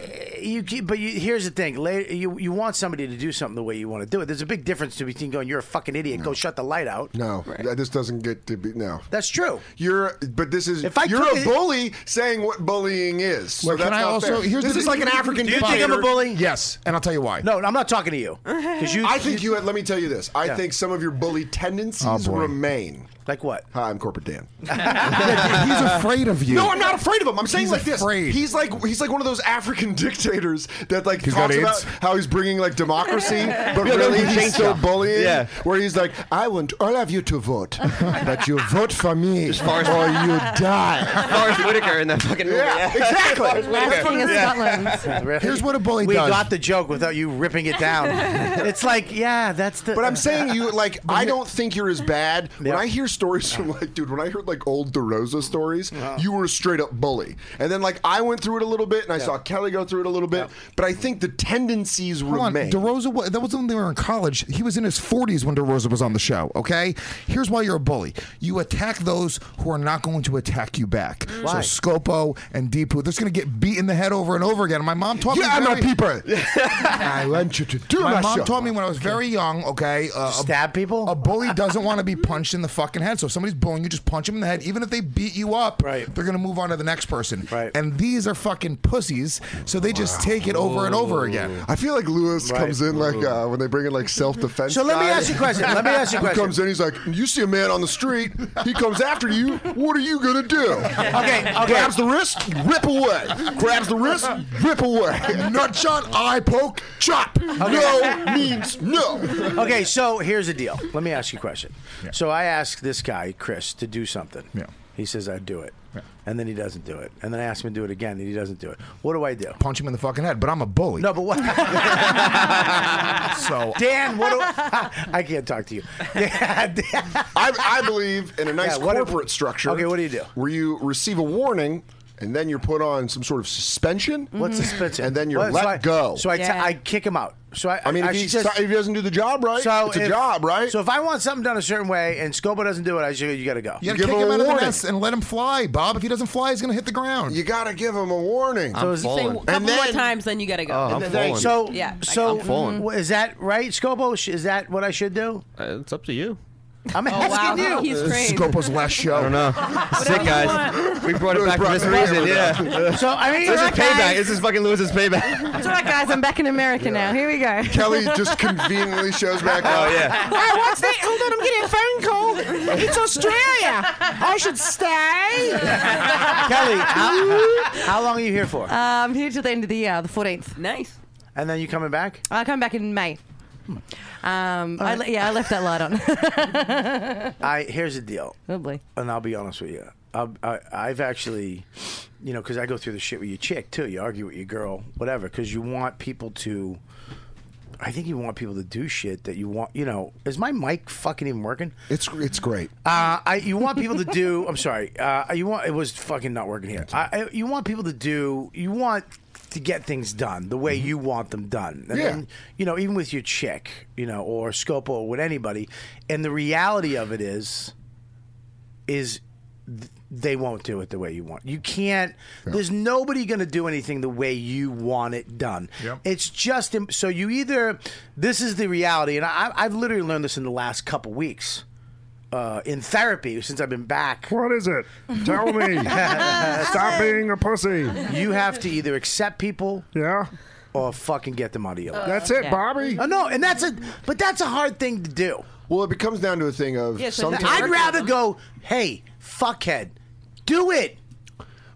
B: saying?
E: be bullying.
B: you keep- but you, here's the thing later you, you want somebody to do something the way you want to do it there's a big difference between going you're a fucking idiot go shut the light out
I: No, that this doesn't get to be no.
B: that's true
I: You're, but this is
B: If I
I: you're
B: could-
I: a bully saying what bullying is. So
H: Well,
I: that's
H: can I
I: not
H: also?
I: fair.
H: Here's
I: this
H: the,
I: is like an African.
H: Do you think
I: dictator.
H: I'm a bully? Yes, and I'll tell you why.
B: No, I'm not talking to you. Because you,
I: I think you. had- Let me tell you this. I
H: Yeah.
I: think some of your bully
H: Oh,
I: tendencies
H: boy.
I: remain.
B: Like what?
I: Hi, I'm Corporate Dan.
H: [LAUGHS]
B: [LAUGHS]
H: He's afraid of you.
I: No, I'm not afraid of him. I'm saying
H: He's
I: like this.
H: afraid.
I: He's like he's like one of those African [LAUGHS] dictators that like
H: He's got
I: talks about
H: AIDS?
I: how he's bringing like democracy,
H: Yeah,
I: but
H: no,
I: really
H: he
I: he's
H: thinks
I: so
H: so.
I: bullying.
H: Yeah.
I: Where he's like, I want all of you to vote, but you vote for me
J: Forrest-
I: or you
J: [LAUGHS]
I: die.
J: Forrest Whitaker in that fucking movie.
I: Yeah, exactly.
J: Forrest
I: Last
J: Whitaker.
I: King
C: [LAUGHS]
I: of
B: Really?
H: Here's what a bully
B: we
H: does.
B: got the joke without you ripping it [LAUGHS] down it's like yeah that's the
I: But I'm saying you like I don't think you're as bad. When I hear stories from like dude, when I heard like old DeRosa stories, you were a straight up bully. And then like I went through it a little bit and I saw Kelly go through it a little bit, but I think the tendencies
H: Hold on,
I: remain.
H: DeRosa. wa- That was when they were in college. He was in his 40s when DeRosa was on the show. Okay, here's why you're a bully. You attack those who are not going to attack you back.
I: Why?
H: So Scopo and Deepu, they're just going to get beat in the head over and over again. My mom taught
I: Yeah, I'm
H: me.
I: a
H: very- [LAUGHS]
I: peeper. I want you to do
H: My
I: that
H: mom
I: show.
H: taught me when I was very young. Okay, uh,
B: stab people.
H: A bully doesn't want to [LAUGHS] be punched in the fucking head. So if somebody's bullying you, just punch them in the head. Even if they beat you up, right. they're gonna move on to the next person. Right. And these are fucking pussies, so they just take it over and over again.
I: I feel like Lewis comes in like uh, when they bring in like self defense.
H: So let me ask you a question. Let me ask you a question.
I: He comes in, he's like, "You see a man on the street, he comes after you. What are you gonna do?"
H: Okay,
I: [LAUGHS]
H: okay.
I: Grabs the wrist, rip away. Grabs the wrist, rip away. Nut shot, eye poke, chop. No means no.
B: okay, so here's the deal. Let me ask you a question. So I ask this guy, Chris, to do something. Yeah. He says, I'd do it. And then he doesn't do it. And then I ask him to do it again, and he doesn't do it. What do I do?
H: Punch him in the fucking head, but I'm a bully.
B: No, but
I: [LAUGHS]
B: what?
H: so
B: [LAUGHS] Dan, what do I, [LAUGHS] I can't talk to you. Dan,
I: I, I believe in a nice
B: Yeah, what-
I: corporate structure.
B: Okay, what do you do?
I: Where you receive a warning. And then you're put on some sort of suspension.
B: What's suspension?
I: And then you're
B: Well,
I: let
B: so I-
I: go.
B: So I, t- I kick him out. So I,
I: I mean, if,
B: should
I: he's
B: just-
I: if he doesn't do the job right,
B: so
I: it's a
B: if-
I: job, right?
B: So if I want something done a certain way and Scobo doesn't do it, I should you got to go.
H: You gotta kick him out of the nest and let him fly, Bob. If he doesn't fly, he's gonna hit the ground.
I: You gotta give him a warning.
H: So I'm is-
E: Say a couple
I: And
E: more
I: then-
E: times, then you gotta go.
I: Oh, I'm
E: And then-
I: falling.
B: So
E: yeah, I-
B: so
E: I'm falling.
B: w- is that right, Scobo? Sh- Is that what I should do?
J: Uh, it's up to you.
B: I'm
E: Oh, wow.
B: asking you.
E: He's
H: This is Scopo's
I: [LAUGHS]
H: last show. I don't
J: know. [LAUGHS] Sick guys. We brought it back for this reason. Yeah.
B: So I mean,
J: [LAUGHS] this is
K: Alright, guys.
J: payback. This is fucking Lewis's payback.
K: It's all right, guys. I'm back in America now. Here we go.
I: Kelly just conveniently shows [LAUGHS] back up.
J: Oh yeah.
F: Hey, what's that? Hold on, I'm getting a phone call. It's Australia. I should stay.
B: Kelly, [LAUGHS] how, how long are you here for?
E: Uh,
K: I'm Um, here till the end of the year, the 14th.
E: Nice.
B: And then you coming back?
K: I come back in May. Um, I le- yeah, I left that light on. [LAUGHS]
B: I here's the deal.
K: Probably.
B: And I'll be honest with you. I, I, I've actually, you know, because I go through the shit with your chick too. You argue with your girl, whatever, because you want people to. I think you want people to do shit that you want. You know, is my mic fucking even working?
I: It's it's great.
B: Uh, I you want people to do. I'm sorry. Uh, you want it was fucking not working here. I, I, you want people to do. You want to get things done the way you want them done. And
I: Yeah.
B: then, you know, even with your chick, you know, or Scopo or with anybody, and the reality of it is is th- they won't do it the way you want. You can't. There's nobody going to do anything the way you want it done.
N: Yep.
B: It's just im- so you either. This is the reality, and I, I've literally learned this in the last couple weeks. Uh, in therapy, since I've been back. What is it?
N: Tell
B: [LAUGHS]
N: me. Stop being
B: a pussy. You have to either accept people. Yeah. Or fucking get them out of your life.
N: That's it, Yeah. Bobby.
B: No, no, and that's a, but that's a hard thing to do.
I: Well, it becomes down to a thing of
B: Yeah, so
I: sometimes.
B: I'd rather go, hey, fuckhead, do it.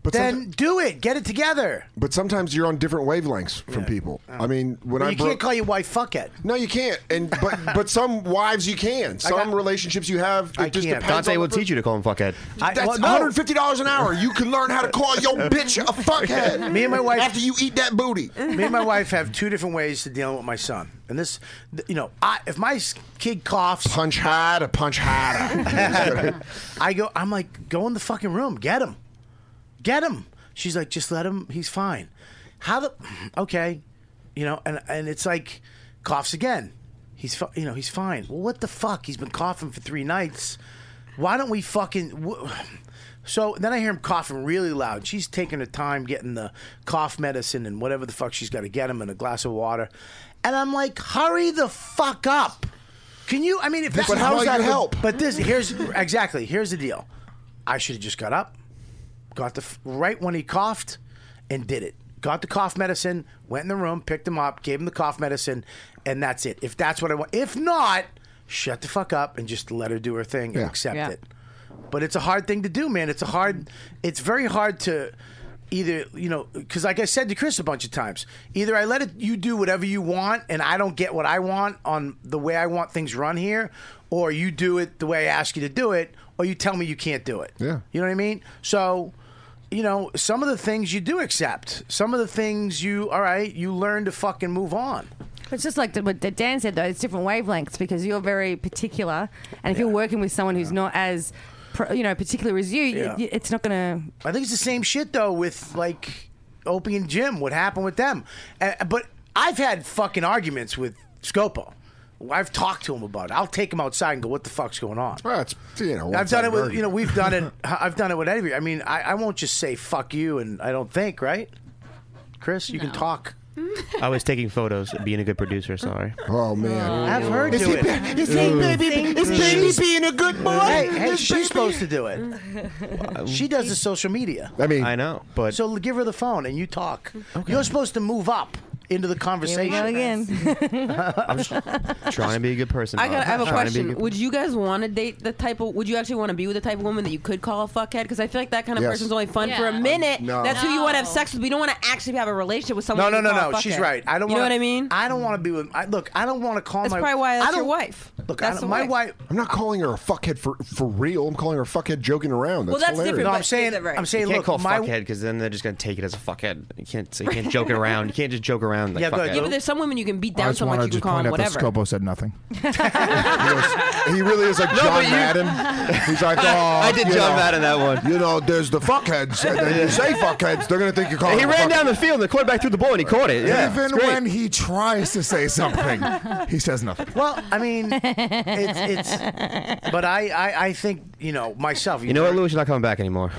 B: But then do it. Get it together.
I: But sometimes you're on different wavelengths from people. I mean, when
B: Well,
I: I
B: you
I: broke-
B: can't call your wife fuckhead.
I: No, you can't. And but but some wives you can. Some relationships you have. It just depends
J: Dante
I: on
J: will
I: the per-
J: teach you to call him fuckhead.
I: That's $150 an hour. You can learn how to call [LAUGHS] your bitch a fuckhead.
B: Me and my wife
I: after you eat that booty.
B: Me and my wife have two different ways to dealing with my son. And this, th- you know, I, if my s- kid coughs,
I: punch hard or punch
J: [LAUGHS]
I: harder.
B: I go. I'm like, go in the fucking room, get him, get him. She's like, just let him. He's fine. How the? Okay, you know, and and it's like, coughs again. He's fi- you know he's fine. Well, what the fuck? He's been coughing for three nights. Why don't we fucking? wh- So then I hear him coughing really loud. She's taking her time getting the cough medicine and whatever the fuck she's got to get him and a glass of water. And I'm like, hurry the fuck up. Can you? I mean, if
I: This
B: that,
I: is how you help.
B: But this here's exactly here's the deal. I should have just got up, got the f- right when he coughed, and did it. Got the cough medicine, went in the room, picked him up, gave him the cough medicine, and that's it. If that's what I want, if not, shut the fuck up and just let her do her thing and accept
E: Yeah.
B: it. But it's a hard thing to do, man. It's a hard. It's very hard to either you know because like I said to Chris a bunch of times, either I let it you do whatever you want and I don't get what I want on the way I want things run here, or you do it the way I ask you to do it, or you tell me you can't do it. Yeah, you know what I mean. So. You know, some of the things you do accept. Some of the things you, all right, you learn to fucking move on.
K: It's just like the, what Dan said, though. It's different wavelengths because you're very particular, and if you're working with someone who's not as, pr- you know, particular as you, y-
B: Yeah.
K: y- it's not going
B: I think it's the same shit though with like Opie and Jim. What happened with them? Uh, but I've had fucking arguments with Scopo. I've talked to him about it. I'll take him outside and go, "What the fuck's going on?"
I: Well, it's, you know,
B: I've done
I: one-sided
B: it with you know
I: argument.
B: we've done it. I've done it with everybody. I mean, I, I won't just say "fuck you" and I don't think right, Chris. You can talk.
J: I was taking photos, being a good producer. Sorry.
I: Oh man,
B: I've heard
I: Is
B: do
I: he
B: it.
I: ba- is he baby- is baby being a good boy?
B: Hey, hey,
I: Is
B: she's
I: baby-
B: supposed to do it. She does the social media.
I: I mean,
J: I know, but
B: So give her the phone and you talk. You're supposed to move up into the conversation.
J: I'm just trying to be a good person.
E: I got. I
J: Bob.
E: have a
J: Trying to be
E: question.
J: good-
E: Would you guys want to date the type of? Would you actually want to be with the type of woman that you could call a fuckhead? Because I feel like that kind of
B: Yes.
E: person's only fun for a
B: Yeah.
E: minute.
B: No.
E: That's who you want to have sex with. We don't want to actually have a relationship with someone.
B: No, no,
E: you can
B: no,
E: call a
B: no. She's
E: fuckhead.
B: right. I don't.
E: oh, You
B: wanna,
E: know what I mean?
B: I don't want to be with. I, look, I don't want to call
E: That's
B: my.
E: probably why
B: I
E: that's
B: don't,
E: your wife.
B: Look, I
E: That's
B: don't-
E: the
B: my
E: wife.
B: wife.
I: I'm not calling her a fuckhead for for real. I'm calling her a fuckhead joking around. That's
E: Well, that's
I: hilarious.
E: different, No, I'm but saying- is it right? I'm saying,
J: you can't
E: look,
J: call
E: my-
J: fuckhead because then they're just gonna take it as a fuckhead. You can't. You can't joke around. You can't just joke around. Like,
E: yeah,
J: fuckhead.
E: but there's some women you can beat
J: I
E: down
J: just
E: so much
J: wanna
E: you can
J: just
E: call
J: point
E: them
J: out that
E: whatever.
J: Scopo
N: said nothing.
J: [LAUGHS]
I: He really is like
J: No,
I: John
J: but you-
I: Madden. He's like, oh,
J: [LAUGHS] I did
I: you
J: John
I: know,
J: Madden that one.
I: You know, there's the fuckheads, and then you say fuckheads, they're gonna think you're calling.
J: he
I: them
J: ran
I: fuck-
J: down the field and the quarterback threw the ball and he caught it. Yeah, it's
I: Even
J: great.
I: when he tries to say something, he says
J: [LAUGHS]
I: nothing.
B: Well, I
E: [LAUGHS]
B: mean, it's, it's but I, I, I think you know myself.
J: you know what, Louis, you're not coming back [LAUGHS] anymore.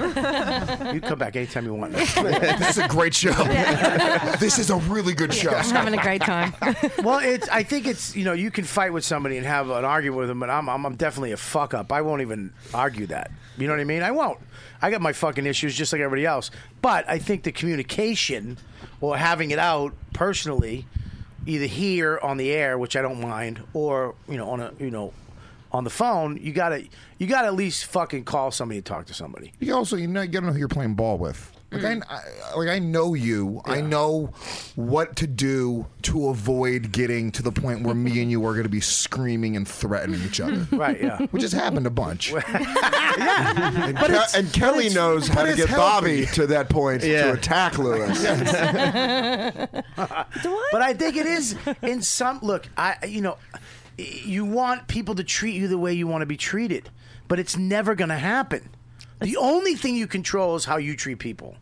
B: you come back anytime you
J: [LAUGHS]
B: want.
I: this is a great show. [LAUGHS] this is a really good show.
K: I'm having a great
B: [LAUGHS]
K: time.
B: well, it's. I think it's. You know, you can fight with somebody and have an argument with them, but I'm, I'm, I'm definitely a fuck up. I won't even argue that. You know what I mean? I won't. I got my fucking issues just like everybody else. But I think the communication or having it out personally, either here on the air, which I don't mind, or you know, on a you know, on the phone, you gotta you gotta at least fucking call somebody and talk to somebody.
H: You also, you know, you gotta know who you're playing ball with. Like, I, I, like I know you. I know what to do to avoid getting to the point where me and you are going to be screaming and threatening each [LAUGHS] other.
B: Right, yeah.
H: Which has happened a [LAUGHS] bunch.
I: And,
H: But
I: Ke-
H: it's-
I: and Kelly
H: it's-
I: knows how
H: but
I: to
H: it's
I: get
H: healthy.
I: Bobby to that point to
H: [LAUGHS]
I: attack Lewis.
B: But I think it is in some look. I you know, you want people to treat you the way you want to be treated, but it's never going to happen. The only thing you control is how you treat people.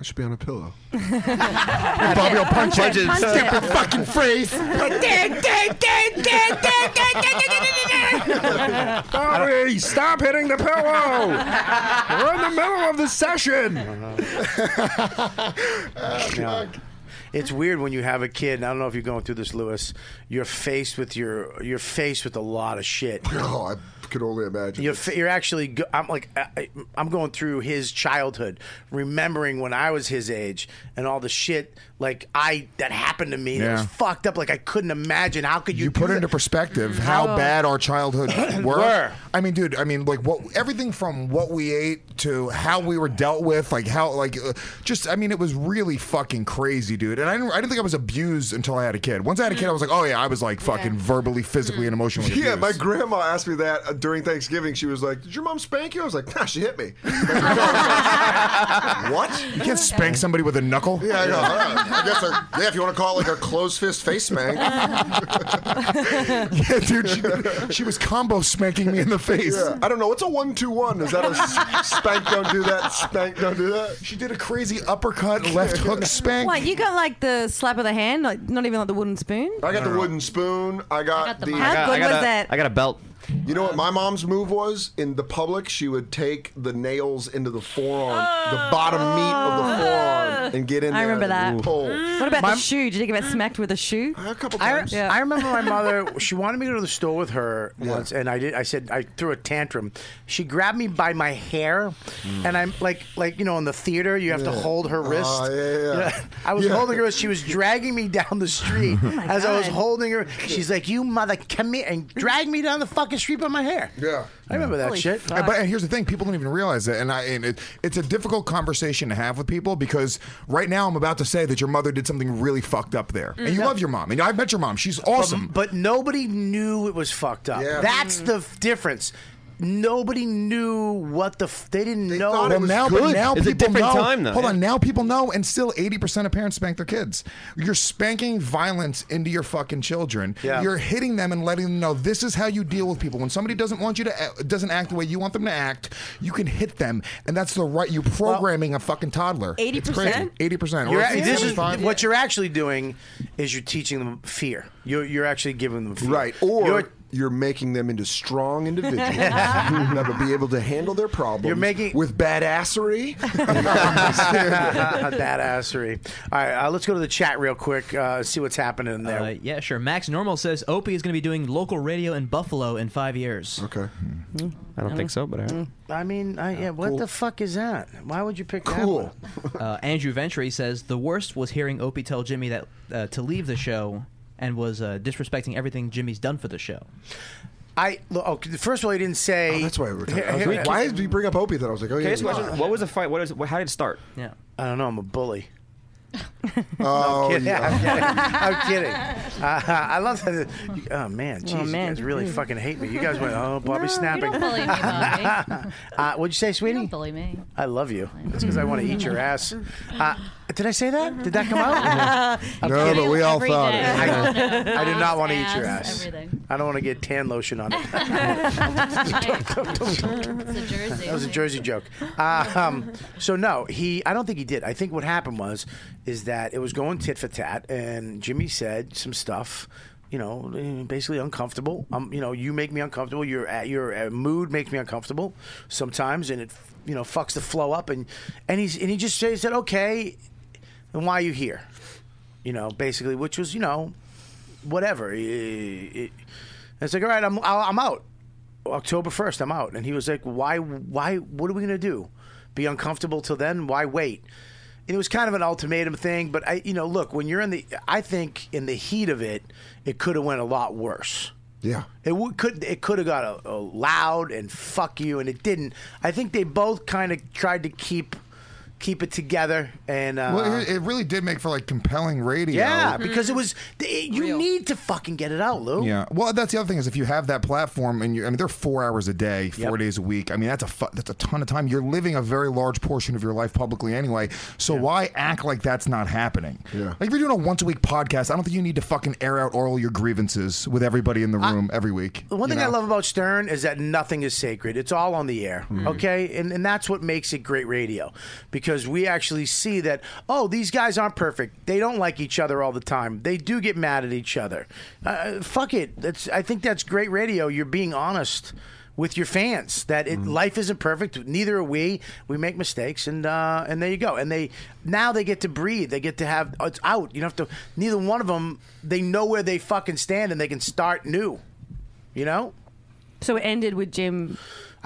I: I should be on a pillow.
F: Bobby will punch
I: Punch
F: it.
I: it.
F: Step in fucking
H: [LAUGHS]
F: face.
K: [LAUGHS]
N: Bobby, stop hitting the pillow! We're in the middle of the session.
B: Yeah. It's weird when you have a kid. And I don't know if you're going through this, Lewis. You're faced with your you're faced with a lot of shit.
I: Oh, I could only imagine.
B: You're, fa- you're actually. Go- I'm like I, I- I'm going through his childhood, remembering when I was his age and all the shit like I that happened to me. That was
H: Yeah.
B: fucked up. Like I couldn't imagine. How could you,
H: You put
B: do
H: into
B: that?
H: perspective Mm-hmm. how
B: How-
H: bad our childhood [CLEARS THROAT] were.
B: Were.
H: I mean, dude. I mean, like what everything from what we ate to how we were dealt with, like how, like, uh, just. I mean, it was really fucking crazy, dude. And I didn't, I didn't think I was abused until I had a kid. Once I had a kid, I was like, oh yeah, I was like fucking verbally, physically, and emotionally.
I: Yeah,
H: abused.
I: my grandma asked me that uh, during Thanksgiving. She was like, "Did your mom spank you?" I was like, "Nah, she hit
H: [LAUGHS]
I: me." what?
H: You [LAUGHS] can't spank somebody with a knuckle.
I: Yeah, I know. all right. I guess. I, yeah, if you want to call it like a closed fist face spank.
H: [LAUGHS] yeah, dude. She, she was combo spanking me in the face.
I: Yeah. I don't know. What's a one-two-one? Is that a s- spank? Don't do that. Spank. Don't do that.
H: She did a crazy uppercut, left hook spank.
K: What you got like the slap of the hand, like not even like the wooden spoon?
I: I got the wooden spoon. I got, the.
K: How I got- good I got was a- that?
I: I got a belt. You know what my mom's move was? In the public, she would take the nails into the forearm, the bottom meat of the forearm, and get in
K: I
I: there.
K: remember that.
I: and Pull.
E: Mm.
K: What about
I: My-
K: the shoe? Did you get smacked with a shoe?
I: A couple
B: I, I remember my mother. She wanted me to go to the store with her once, and I did. I said I threw a tantrum. She grabbed me by my hair, and I'm like, like you know, in the theater, you have to
I: Mm. Yeah.
B: hold her
I: Oh,
B: wrist.
I: yeah, yeah.
B: I was
I: Yeah. Oh
B: holding her wrist. She was dragging me down the
I: [LAUGHS]
B: street
I: my
B: as I was
I: God.
B: holding her. She's like, "You mother, come here and drag me down the fucking street by my hair."
I: Yeah,
B: I remember that shit.
H: And- But and here's the thing: people don't even realize it, and I and it, it's a difficult conversation to have with people because right now I'm about to say that your mother did something really fucked up there, and you love your mom, and I've met your mom; she's awesome.
B: Mm-hmm. But, nobody knew it was fucked up.
H: Yeah.
B: That's the f- difference. Nobody knew what the. F- they didn't know.
H: Well, now, but now people know. Hold on, now people know, and still 80% of parents spank their kids. You're spanking violence into your fucking children.
B: Yeah.
H: You're hitting them and letting them know this is how you deal with people. When somebody doesn't want you to act, doesn't act the way you want them to act, you can hit them, and that's the right. You're programming a fucking toddler. It's crazy. 80%.
B: You're
H: Or
B: act- this is,
H: 75.
B: what you're actually doing is you're teaching them fear. You're, you're actually giving them fear.
I: Right. Or
B: You're- [LAUGHS]
I: you're, making them into strong individuals that will be able to handle their problems. You're making with badassery.
B: Badassery. All right, uh, let's go to the chat real quick. Uh, see what's happening there.
O: Uh, yeah, sure. Max Normal says Opie is going to be doing local radio in Buffalo in five years.
I: Okay.
J: I don't think so, but I
K: Mm.
B: I mean, I,
I: Uh,
B: yeah. What the fuck is that? Why would you pick
O: Cool. uh, Andrew Ventry says the worst was hearing Opie tell Jimmy that uh, to leave the show and was uh, disrespecting everything Jimmy's done for the show.
B: I look, oh, first of all, he didn't say.
I: that's why we were
B: Here-
I: talking. I was
B: here-
I: like, why did you bring up Opie? Then I was like, oh
J: Okay,
I: yeah.
J: this question, what was the fight? What is? How did it start?
O: Yeah.
B: I don't know. I'm a bully.
I: [LAUGHS] Oh,
B: kidding.
I: yeah.
B: I'm kidding. I'm kidding. Uh, I love that. you- Oh man, jeez,
O: man.
B: you guys really fucking hate me. You guys went, oh,
P: No,
B: Bobby's snapping.
P: You don't bully me, Bobby.
B: [LAUGHS] uh, what'd you say, sweetie?
P: don't bully me.
B: I love you. It's because I want to eat your ass.
P: [LAUGHS]
B: Uh, did I say that? Did that come out? I'm
I: No,
B: kidding.
I: but we all Every thought day. it.
P: [LAUGHS]
B: I, I did not
P: Arms,
B: want to eat your
P: ass,
B: ass.
P: everything.
B: I don't want to get tan
P: [LAUGHS]
B: lotion on it.
P: it's a jersey.
B: That was a Jersey joke. Um, so no, he. I don't think he did. I think what happened was, is that it was going tit for tat, and Jimmy said some stuff. You know, eh, basically uncomfortable. Um, you know, you make me uncomfortable. Your uh, your uh, mood makes me uncomfortable sometimes, and it you know fucks the flow up. And and he's and he just said, he said okay, and why are you here? You know, basically, which was you know, whatever. Eh, eh, it's like all right, I'm I'll, I'm out. October 1st, I'm out. And he was like, why, why, what are we going to do? Be uncomfortable till then? Why wait? And it was kind of an ultimatum thing, but I, you know, look, when you're in the, I think in the heat of it, it could have went a lot worse.
I: Yeah.
B: It would, could, it could have got a, a loud and fuck you, and it didn't. I think they both kind of tried to keep, keep it together, and uh,
H: well, it, it really did make for like compelling radio.
B: yeah, because it was, it, you need to fucking get it out, Lou.
H: Hmm. Yeah. Well, that's the other thing is if you have that platform and you, I mean, they're four hours a day, four
B: Yep.
H: days a week. I mean, that's a fu- that's a ton of time. You're living a very large portion of your life publicly anyway. So why act like that's not happening? Yeah. Like if you're doing a once a week podcast, I don't think you need to fucking air out all your grievances with everybody in the room every week.
B: The one
H: you
B: thing I
H: know?
B: love about Stern
H: Mm-hmm.
B: is that nothing is sacred. It's all on the air, okay? And, and that's what makes it great radio. because we actually see that oh these guys aren't perfect they don't like each other all the time they do get mad at each other uh, fuck it that's I think that's great radio you're being honest with your fans that
H: Mm-hmm.
B: it, life isn't perfect neither are we we make mistakes and uh, and there you go and they now they get to breathe they get to have it's out you don't have to neither one of them they know where they fucking stand and they can start new you know
K: So it ended with Jim.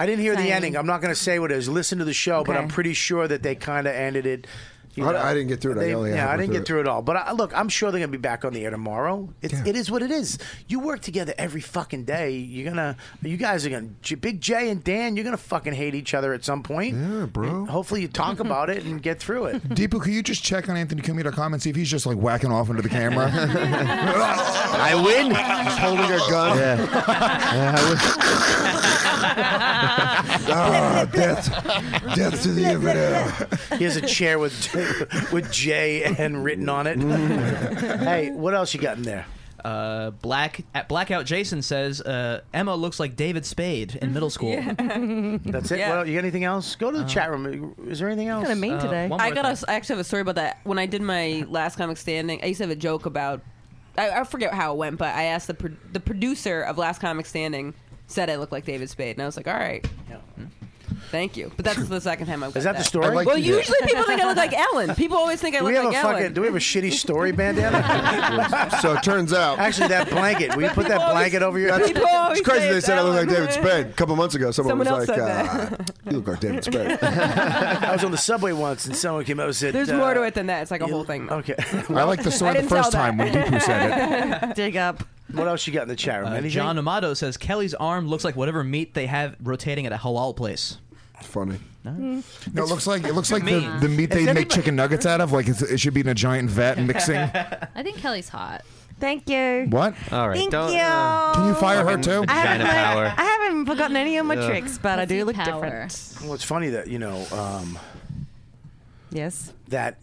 B: I didn't hear the
K: saying-
B: ending. I'm not going to say what it is. Listen to the show, but
K: Okay.
B: I'm pretty sure that they kind of ended it. you
I: I-
B: know.
I: I didn't get through it. I
B: They-
I: only
B: yeah, I
I: halfway
B: didn't
I: through
B: get
I: it.
B: through it all. But I, look, I'm sure they're going to be back on the air tomorrow. It's, It is what it is. You work together every fucking day. You're gonna, you guys are gonna, J- Big J and Dan, you're gonna fucking hate each other at some point. Yeah, bro. hopefully, you talk about it and get through it.
H: Deepu, could you just check on AnthonyCumia.com and see if he's just like whacking off into the camera? [LAUGHS]
J: I win.
H: Just holding a gun.
I: [LAUGHS] ah, death, death to the infidel.
B: He
I: [LAUGHS]
B: has a chair with [LAUGHS] with J and written on it. hey, what else you got in there?
O: Uh, Black at Blackout Jason says uh, Emma looks like David Spade in
K: [LAUGHS]
O: middle school.
B: That's it. Well, you got anything else? Go to the chat room. Is there anything else?
O: Uh,
E: I got. A, I actually have a story about that. When I did my last comic standing, I used to have a joke about. I, I forget how it went, but I asked the pro- the producer of Last Comic Standing said I look like David Spade, and I was like, all right. Thank you, but that's the second time I've.
B: Is
E: got
B: that the story? I like
E: well,
B: you did.
I: [LAUGHS]
E: usually people think I
B: [LAUGHS]
E: look like Ellen. People always think I
B: Do
E: look
B: we have
E: like
B: a
E: Ellen.
B: fucking? Do we have a shitty story
E: [LAUGHS]
B: bandana?
I: So it turns out.
B: Actually, that blanket. Will you put that blanket over your?
I: That's, it's crazy they said I look like David Spade. A couple months ago, someone,
B: Someone
I: was
B: else
I: like,
B: said
I: uh, "You look like David Spade."
B: [LAUGHS]
I: [LAUGHS]
B: I was on the subway once, and someone came up and said,
E: There's
B: uh,
E: more to it than that. It's like a whole thing.
B: Okay. [LAUGHS]
H: I like the story
E: I
H: the
E: didn't tell
H: first
E: that.
H: time when Deepu said it.
K: Dig up.
B: What else you got in the chat room?
O: Uh,
B: Anything?
O: John Amato says Kelly's arm looks like whatever meat they have rotating at a halal place.
I: Funny.
H: No, it looks like it looks like the,
O: Mean.
H: the meat they
O: Is
H: make
O: anybody-
H: chicken nuggets out of. Like it's, it should be in a giant vat
K: [LAUGHS]
H: and mixing.
P: I think Kelly's hot.
K: Thank you.
H: What?
J: All right,
K: Thank
J: don't. uh,
K: you.
H: Can you fire her
J: Fucking
H: too?
K: I haven't,
J: vagina power.
K: I haven't forgotten any of my
B: Yeah.
K: tricks, but I do look different.
B: Well, it's funny that you know um,
K: Yes.
B: that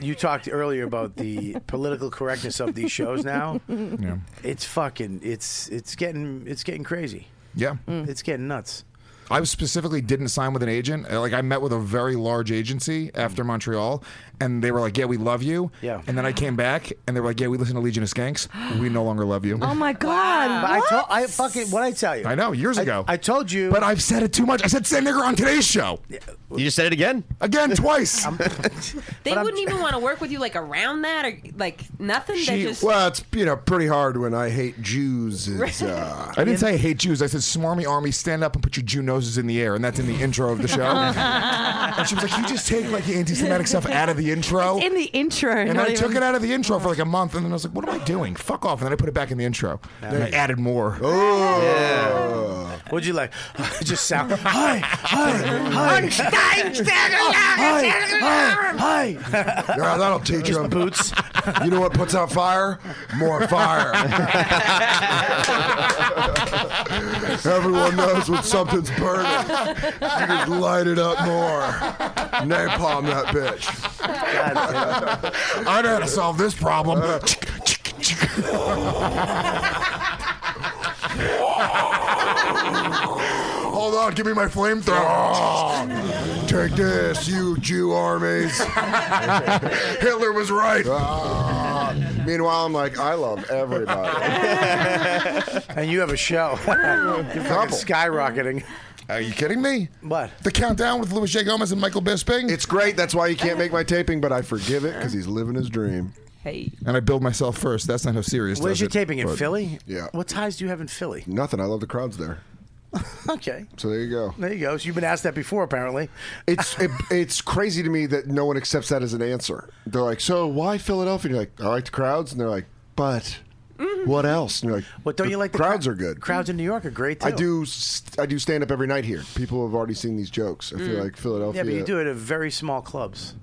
B: you talked earlier about the political correctness of these shows. Now,
H: [LAUGHS] Yeah.
B: it's fucking. It's it's getting it's getting crazy.
H: Yeah.
K: Mm.
B: It's getting nuts.
H: I specifically didn't sign with an agent. Uh, Like I met with a very large agency after Montreal, and they were like, "Yeah, we love you."
B: Mm. Yeah.
H: And then I came back, and they were like, "Yeah, we listen to Legion of Skanks. We no longer love you."
K: [GASPS] Oh my god!
B: But I told I fucking what I tell you.
H: I know. Years ago, I,
B: told you.
H: But I've said it too much. I said "say nigger" on today's show.
J: You just said it again.
H: Again,
B: [LAUGHS]
H: twice.
E: They wouldn't even want to work with you, like around that, or like nothing. they
I: She,
E: just
I: well, Uh, it's you know pretty hard when I hate Jews. Is, uh,
H: I didn't say I hate Jews. I said, "Smarmy army, stand up and put your Jew noses in the air," and that's in the
K: [LAUGHS]
H: intro of the show. and she was like, "You just take like the anti-Semitic stuff out of the intro."
K: In the intro,
H: and
K: not
H: I
K: even-
H: took it out of the intro for like a month, and then I was like, "What am I doing? Fuck off!" And then I put it back in the intro, and I added more.
B: Oh, would you like? [LAUGHS] just sound hi, hi, hi, [LAUGHS] hi, hi.
I: Yeah, that'll teach him
B: boots.
I: You know what puts out fire? More [LAUGHS] fire. Everyone knows when something's burning. You just light it up more. Napalm that bitch.
H: I know how to solve this problem.
B: [LAUGHS]
I: Hold on, give me my flamethrower. Take this, you Jew armies. Hitler was right. Ah. Meanwhile, I'm like, I love
B: [LAUGHS]
I: everybody.
B: and you have a
I: [LAUGHS]
B: show. You're fucking
I: Couple.
B: skyrocketing.
H: Are you kidding me?
B: What?
H: The countdown with Louis J. Gomez and Michael Bisping.
I: It's great. That's why you can't make my taping, but I forgive it because he's living his dream.
E: hey.
H: And I build myself first. That's not how serious.
B: Where's
H: does
B: your
H: it,
B: taping in
H: but-
B: Philly?
I: Yeah.
B: What ties do you have in
I: [LAUGHS]
B: Philly?
I: Nothing. I love the crowds there.
B: Okay,
I: So there you go.
B: there you go. So you've been asked that before, apparently.
I: It's it, it's crazy to me that no one accepts that as an answer. They're like, so why Philadelphia? And you're like, I like the crowds, and they're like, but what else? And you're like,
B: But Mm-hmm. don't
I: "The
B: you like the
I: crowds
B: crowd-
I: are good?
B: Crowds in New York are great too.
I: I do st- I do stand up every night here. People have already seen these jokes. I feel
B: Mm.
I: like
B: Yeah,
I: Philadelphia.
B: but you do it at very small clubs.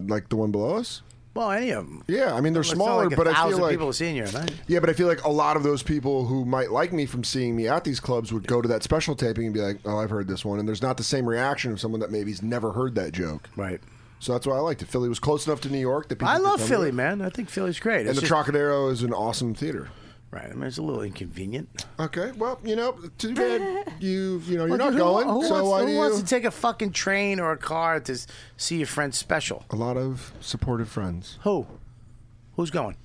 I: like the one below us.
B: Well, any of them.
I: Yeah, I mean they're
B: It's not
I: smaller,
B: like a
I: but I feel
B: thousand
I: like
B: people seeing you, right?
I: Yeah, but I feel like a lot of those people who might like me from seeing me at these clubs would go to that special taping and be like, "Oh, I've heard this one," and there's not the same reaction of someone that maybe's never heard that joke.
B: Right.
I: So that's why I liked it. Philly was close enough to New York that people.
B: I
I: could
B: love
I: come
B: Philly,
I: here.
B: man. I think Philly's great.
I: and
B: It's
I: the
B: just-
I: Trocadero is an awesome theater.
B: Right. I mean, it's a little inconvenient.
I: Okay. Well, you know, too
B: [LAUGHS]
I: bad you you know you're
B: Well,
I: not
B: dude,
I: going.
B: Who, who
I: so
B: wants,
I: why
B: who
I: do you?
B: wants to take a fucking train or a car to s- see your friend's special?
I: A lot of supportive friends.
B: Who? Who's going?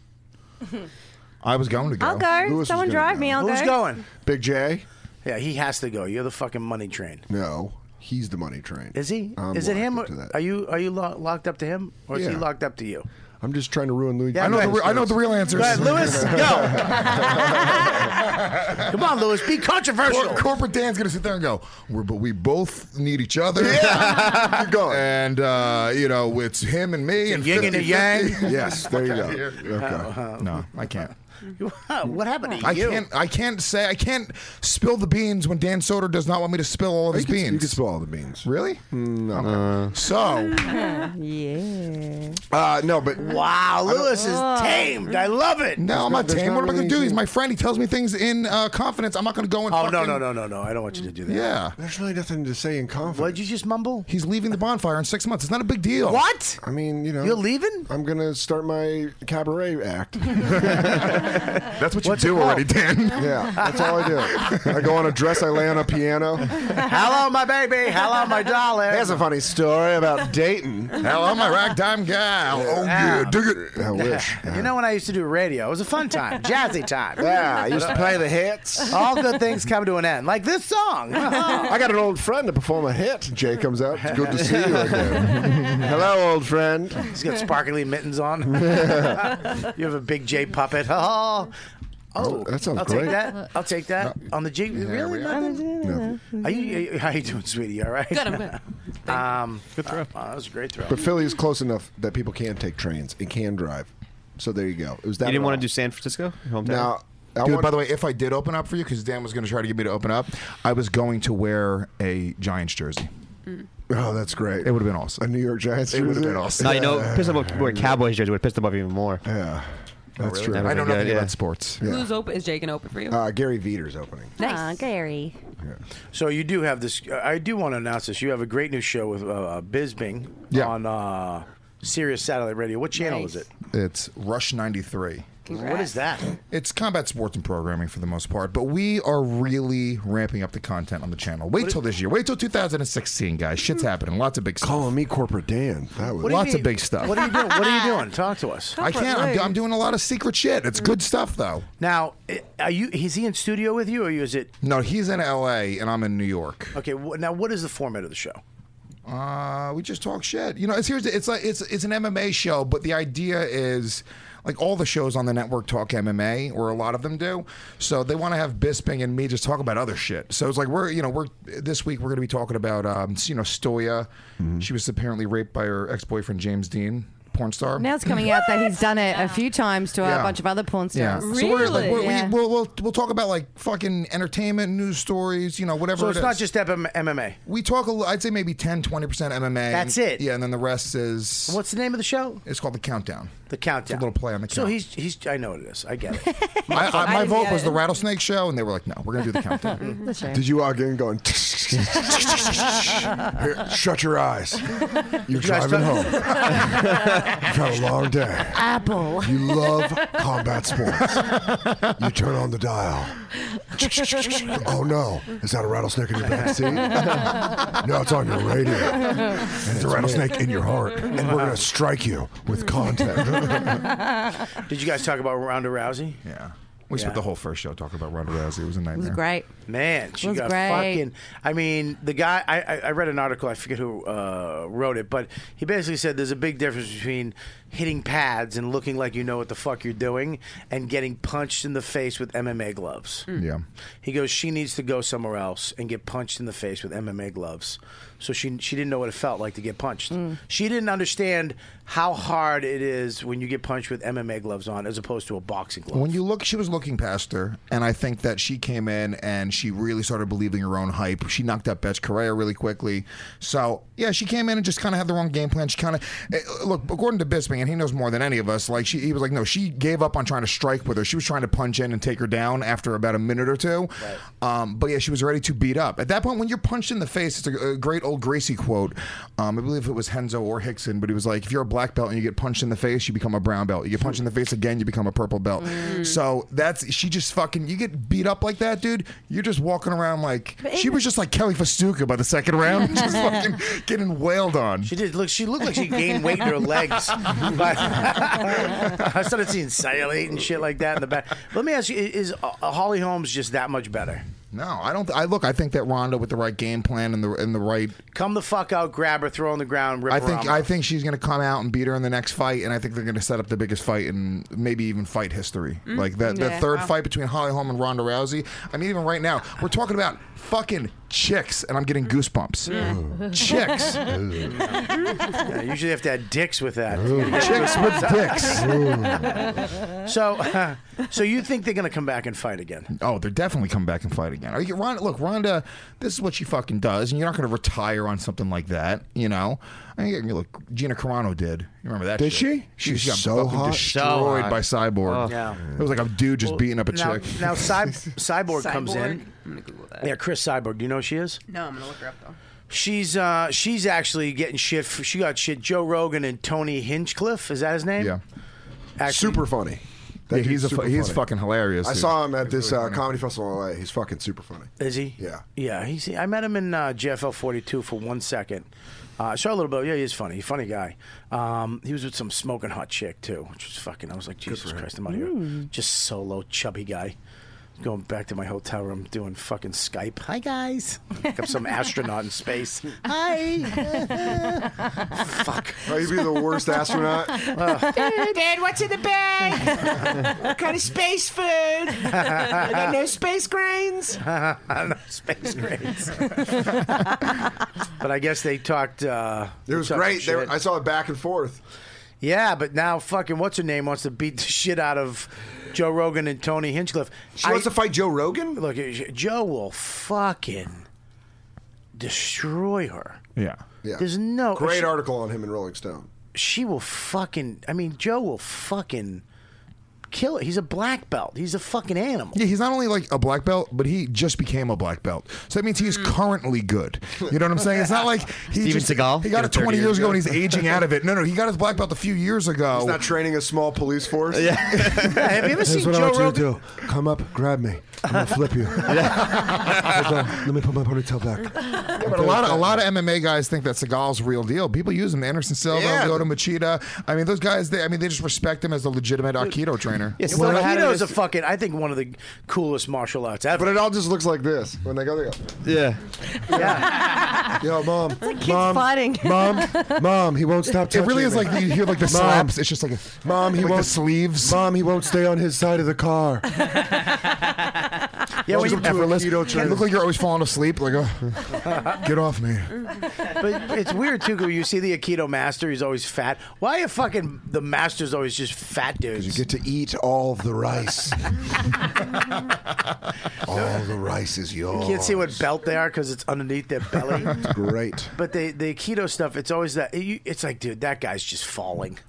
H: I was going to
K: I'll go. Someone drive me. I'll
B: Who's
K: go.
B: going? Big J. Yeah, he has to go. You're the fucking money train.
I: No, he's the money train.
B: Is he?
I: I'm
B: is it him?
I: locked
B: or-
I: into that.
B: Are you are you lo- locked up to him, or is he
I: Yeah.
B: locked up to you?
I: I'm just trying to ruin Louis.
B: Yeah, I know go the ahead. re- I know the real answers. Go ahead, Louis. [LAUGHS]
H: Come
B: on, Lewis, be controversial.
H: corporate Dan's gonna sit there and go, We're, "But we both need each other." [LAUGHS] Yeah, you're going. And uh, you know, it's him and
B: It's
H: me,
B: a
H: and
B: yin and a
H: 50-50. [LAUGHS]
B: yang.
I: Yes, there you go.
B: Okay.
H: No, I can't.
B: what happened to
H: I
B: you?
H: can't. I can't say. I can't spill the beans when Dan Soder does not want me to spill all of his
I: You can-
H: beans.
I: you can spill all the beans.
H: Really?
I: No.
H: So,
K: yeah.
I: Uh, no, but
B: wow, Lewis is tamed. I love it.
H: No, I'm not
B: There's
H: tame.
B: not
H: What am I
B: really
H: going to do? He's
B: anything-
H: my friend. He tells me things in uh, confidence. I'm not going to go and.
B: Oh
H: fucking,
B: no no no no no! I don't want you to do that.
H: Yeah.
I: There's really nothing to say in confidence.
B: What'd you just mumble?
H: He's leaving the bonfire in six months. It's not a big deal.
B: What?
I: I mean, you know,
B: You're leaving?
I: I'm gonna start my cabaret act.
H: that's what
I: you
H: do already,
B: [LAUGHS]
H: Dan.
I: yeah, that's all I do. I go on a dress, I lay on a piano.
B: Hello, my baby. Hello,
I: [LAUGHS]
B: my darling.
I: There's a funny story about Dayton.
H: Hello, my ragtime gal. Oh
B: yeah,
I: dig it. I wish.
B: You know when I used to do radio, it was a fun time, jazzy time.
I: Yeah, I used to play the hits.
B: All good things come to an end, like this song.
I: [LAUGHS] I got an old friend to perform a hit. Jay comes out. It's good to see you again. Hello, old friend.
B: He's got sparkly mittens on.
I: [LAUGHS]
B: you have a big J puppet. [LAUGHS] Oh, oh,
I: that sounds
B: I'll
I: great.
B: Take
I: Uh,
B: that. I'll take that on the J. really? Nothing? Are you? How you doing, sweetie? You All right.
E: Good, I'm good.
B: Um, [LAUGHS] good throw. that was a great throw.
I: But Philly is close enough that people can take trains and can drive. So there you go. It was that.
J: you didn't
I: long.
J: want to do San Francisco? Your Hometown?
H: Now, dude, by the way, if I did open up for you, because Dan was going to try to get me to open up, I was going to wear a Giants jersey.
I: Oh, that's great.
H: It would have been awesome.
I: A New York Giants.
H: It would have been awesome.
J: No, you know, pissed off where Cowboys jersey would have pissed them off even more.
I: Yeah. That's
H: true. Oh, I know nothing about sports.
E: Who's open? Is Jake an open for you?
I: Uh, Gary Veter's opening.
K: Nice.
E: Ah,
K: Gary.
B: So you do have this. uh, I do want to announce this. You have a great new show with uh, Bisbing on uh, Sirius Satellite Radio. What channel is it?
H: It's Rush 93.
B: What is that?
H: It's combat sports and programming for the most part, but we are really ramping up the content on the channel. Wait till this year. Wait till 2016, guys. Shit's happening. Lots of big stuff.
I: Calling me corporate Dan.
B: What
I: That was
B: do you
H: Lots
B: mean?
H: of big stuff.
B: What are you doing? What are you doing? Talk to us.
H: I can't. I'm, I'm doing a lot of secret shit. It's good stuff, though.
B: Now, i- are you? Is he in studio with you, or is it?
H: No, he's in L.A. and I'm in New York.
B: Okay. Wh- now, what is the format of the show?
H: Uh, we just talk shit. You know, it's here's it's like it's it's an MMA show, but the idea is like all the shows on the network talk MMA, or a lot of them do. So they want to have Bisping and me just talk about other shit. So it's like we're you know we're this week we're going to be talking about um, you know Stoya. She was apparently raped by her ex boyfriend James Dean, porn star.
K: Now it's coming out that he's done it a few times to a
H: Yeah.
K: bunch of other porn
H: Yeah.
K: stars.
H: So we're, like, we're,
K: Yeah.
H: we, we'll, we'll we'll talk about like fucking entertainment news stories, you know, whatever.
B: So
H: it
B: it's
H: is.
B: not just M- MMA.
H: We talk, a, li- I'd say maybe 10, 20% MMA.
B: That's it.
H: Yeah, and then the rest is.
B: What's the name of the show?
H: It's called The Countdown.
B: The countdown.
H: It's a little play on the
B: So
H: count.
B: he's he's. I know what it is. I get
H: [LAUGHS]
B: it.
H: My, I,
B: I
H: my
B: didn't
H: vote
B: get
H: was
B: it.
H: The Rattlesnake Show, and they were like, no, we're going to do The Countdown.
I: [LAUGHS] Did you walk in going, [LAUGHS] Here, shut your eyes. You're
H: guys
I: driving home.
H: talk-
I: You've had a long day.
K: Apple.
I: You love combat sports. You turn on the dial. Oh no, is that a rattlesnake in your back seat? No, it's on your radio. And it's a rattlesnake in your heart. And we're going to strike you with content.
B: Did you guys talk about Ronda Rousey?
H: [LAUGHS]
I: [LAUGHS]
H: Yeah. We
B: Yeah.
H: spent the whole first show talking about Ronda Rousey. It was a nightmare.
K: Great.
B: Man, she
K: was
B: got
K: great.
B: fucking. I mean, the guy. I, I, I read an article. I forget who uh, wrote it, but he basically said there's a big difference between hitting pads and looking like you know what the fuck you're doing, and getting punched in the face with MMA gloves.
H: Yeah.
B: He goes, she needs to go somewhere else and get punched in the face with MMA gloves. So she she didn't know what it felt like to get punched. She didn't understand how hard it is when you get punched with MMA gloves on as opposed to a boxing glove.
H: When you look, she was looking past her, and I think that she came in and she really started believing her own hype. She knocked out Betch Correa really quickly. So, yeah, she came in and just kind of had the wrong game plan. She kind of, look, according to Bisping, and he knows more than any of us, like, she, he was like, no, she gave up on trying to strike with her. She was trying to punch in and take her down after about a minute or two. Um, but yeah, she was ready to beat up. At that point, when you're punched in the face, it's a, a great old Gracie quote. Um, I believe it was Henzo or Hickson, but he was like, if you're a black belt and you get punched in the face, you become a brown belt. You get punched in the face again, you become a purple belt. So that's she just fucking. You get beat up like that, dude. You're just walking around like she was just like Kelly Festuca by the second round, [LAUGHS] just fucking getting wailed on.
B: She did. Look, she looked like she gained weight in her legs. But [LAUGHS] I started seeing cellulite and shit like that in the back. Let me ask you: Is uh, Holly Holmes just that much better?
H: No, I don't. I look. I think that Ronda with the right game plan and the and the right.
B: Come the fuck out, grab her, throw her on the ground, rip
H: I
B: her
H: think
B: arm
H: I think she's going to come out and beat her in the next fight, and I think they're going to set up the biggest fight and maybe even fight history.
B: Mm.
H: Like that
B: Yeah,
H: that third
B: wow.
H: fight between Holly Holm and Ronda Rousey. I mean, even right now, we're talking about fucking chicks, and I'm getting goosebumps.
B: Mm. [LAUGHS]
H: chicks.
B: yeah, usually have to add dicks with that.
H: Chicks with dicks.
B: so, [LAUGHS] uh, so you think they're going to come back and fight again?
H: Oh, they're definitely coming back and fight again. Are you, Ronda, look, Ronda, this is what she fucking does, and you're not going to retire on something like that, you know. I mean, look, Gina Carano did. You remember that?
I: Did
H: shit?
I: she?
H: She,
I: She's
H: got
I: so
H: fucking
I: hot.
H: destroyed
I: So hot.
H: by Cyborg.
I: Oh. Yeah.
H: it was like a dude just
B: Well,
H: beating up a
B: now,
H: chick.
B: Now,
H: [LAUGHS]
B: Cy- Cyborg, comes
E: Cyborg?
B: in. Yeah, Chris Cyborg. Do you know who she is?
E: No, I'm gonna look her up though.
B: She's uh, she's actually getting shit. For, she got shit. Joe Rogan and Tony Hinchcliffe. Is that his name? Yeah.
I: super funny. That
H: Yeah,
I: dude's
H: he's a fu-
I: super
H: he's fucking hilarious,
I: I
H: dude.
I: saw him at this uh, comedy festival in LA. He's fucking super funny.
B: Is he?
I: Yeah.
B: Yeah, he's. I met him in uh, GFL 42 for one second. Uh, I saw a little bit. Yeah, he's funny. Funny guy. Um, he was with some smoking hot chick too, which was fucking. I was like, Jesus Christ, I'm out here. Just solo chubby guy. Going back to my hotel room, doing fucking Skype. Hi guys. Like I'm some astronaut in space.
F: Hi.
B: [LAUGHS] Fuck.
I: Oh, you'd be the [LAUGHS] worst astronaut.
F: Dad, what's in the bag? what kind of space food? I got no space grains.
B: no space grades. [LAUGHS] but I guess they talked. Uh,
I: It was great. They were- I saw it back and forth.
B: Yeah, but now fucking what's her name wants to beat the shit out of Joe Rogan and Tony Hinchcliffe.
I: She wants to
B: fight Joe Rogan. Look, Joe will fucking destroy her.
H: Yeah.
I: Yeah.
B: There's no
I: great
B: she-
I: article on him in Rolling Stone.
B: She will fucking. I mean, Joe will fucking kill it. He's a black belt. He's a fucking animal.
H: Yeah, he's not only like a black belt, but he just became a black belt. So that means he is
B: Hmm.
H: currently good. You know what I'm saying? It's not like he
J: Steven
H: just,
J: Seagal?
H: He got it
J: 30
H: 20 years
J: years
H: ago and
J: ago.
H: he's aging out of it. No, no, he got his black belt a few years ago.
I: He's not training a small police force. Oh. Yeah.
B: Have
I: [LAUGHS]
B: you ever
I: Here's
B: seen
I: what I
B: Joe
I: want you
B: Rogan?
I: to do. Come up, grab me. I'm gonna flip [LAUGHS] you. Hold on, Let me put my ponytail back.
H: But a lot of a lot of MMA guys think that Seagal's real deal. People use him. Anderson Silva,
I: Yeah.
H: Lyoto Machida. I mean, those guys. They, I mean, they just respect him as a legitimate Aikido trainer.
B: Yeah, well, Aikido's a fucking. I think one of the coolest martial arts ever.
I: But it all just looks like this when they go. They go.
J: Yeah.
I: Yo, mom.
F: kids
I: mom,
F: fighting.
H: [LAUGHS]
I: Mom, mom, he won't stop
H: It
I: touching
H: really is
I: me.
H: like you hear, like, the
I: Mom,
H: slaps. It's just like a-
I: mom, he
H: like the
I: won't
H: sleeves.
I: Mom, he won't stay on his side of the [LAUGHS] car.
B: Yeah, when you-
I: Welcome to
H: effortless.
I: Aikido
H: You
I: training.
H: look like you're always falling asleep. Like, oh, get off me.
B: But it's weird too. 'cause You see the Aikido master; he's always fat. Why are fucking the master's always just fat dudes?
I: You get to eat all the [LAUGHS] rice. all the rice is
B: You
I: yours.
B: can't see what belt they are because it's underneath their belly.
I: It's [LAUGHS] great.
B: but the the Aikido stuff, it's always that. you- It's like, dude, that guy's just falling.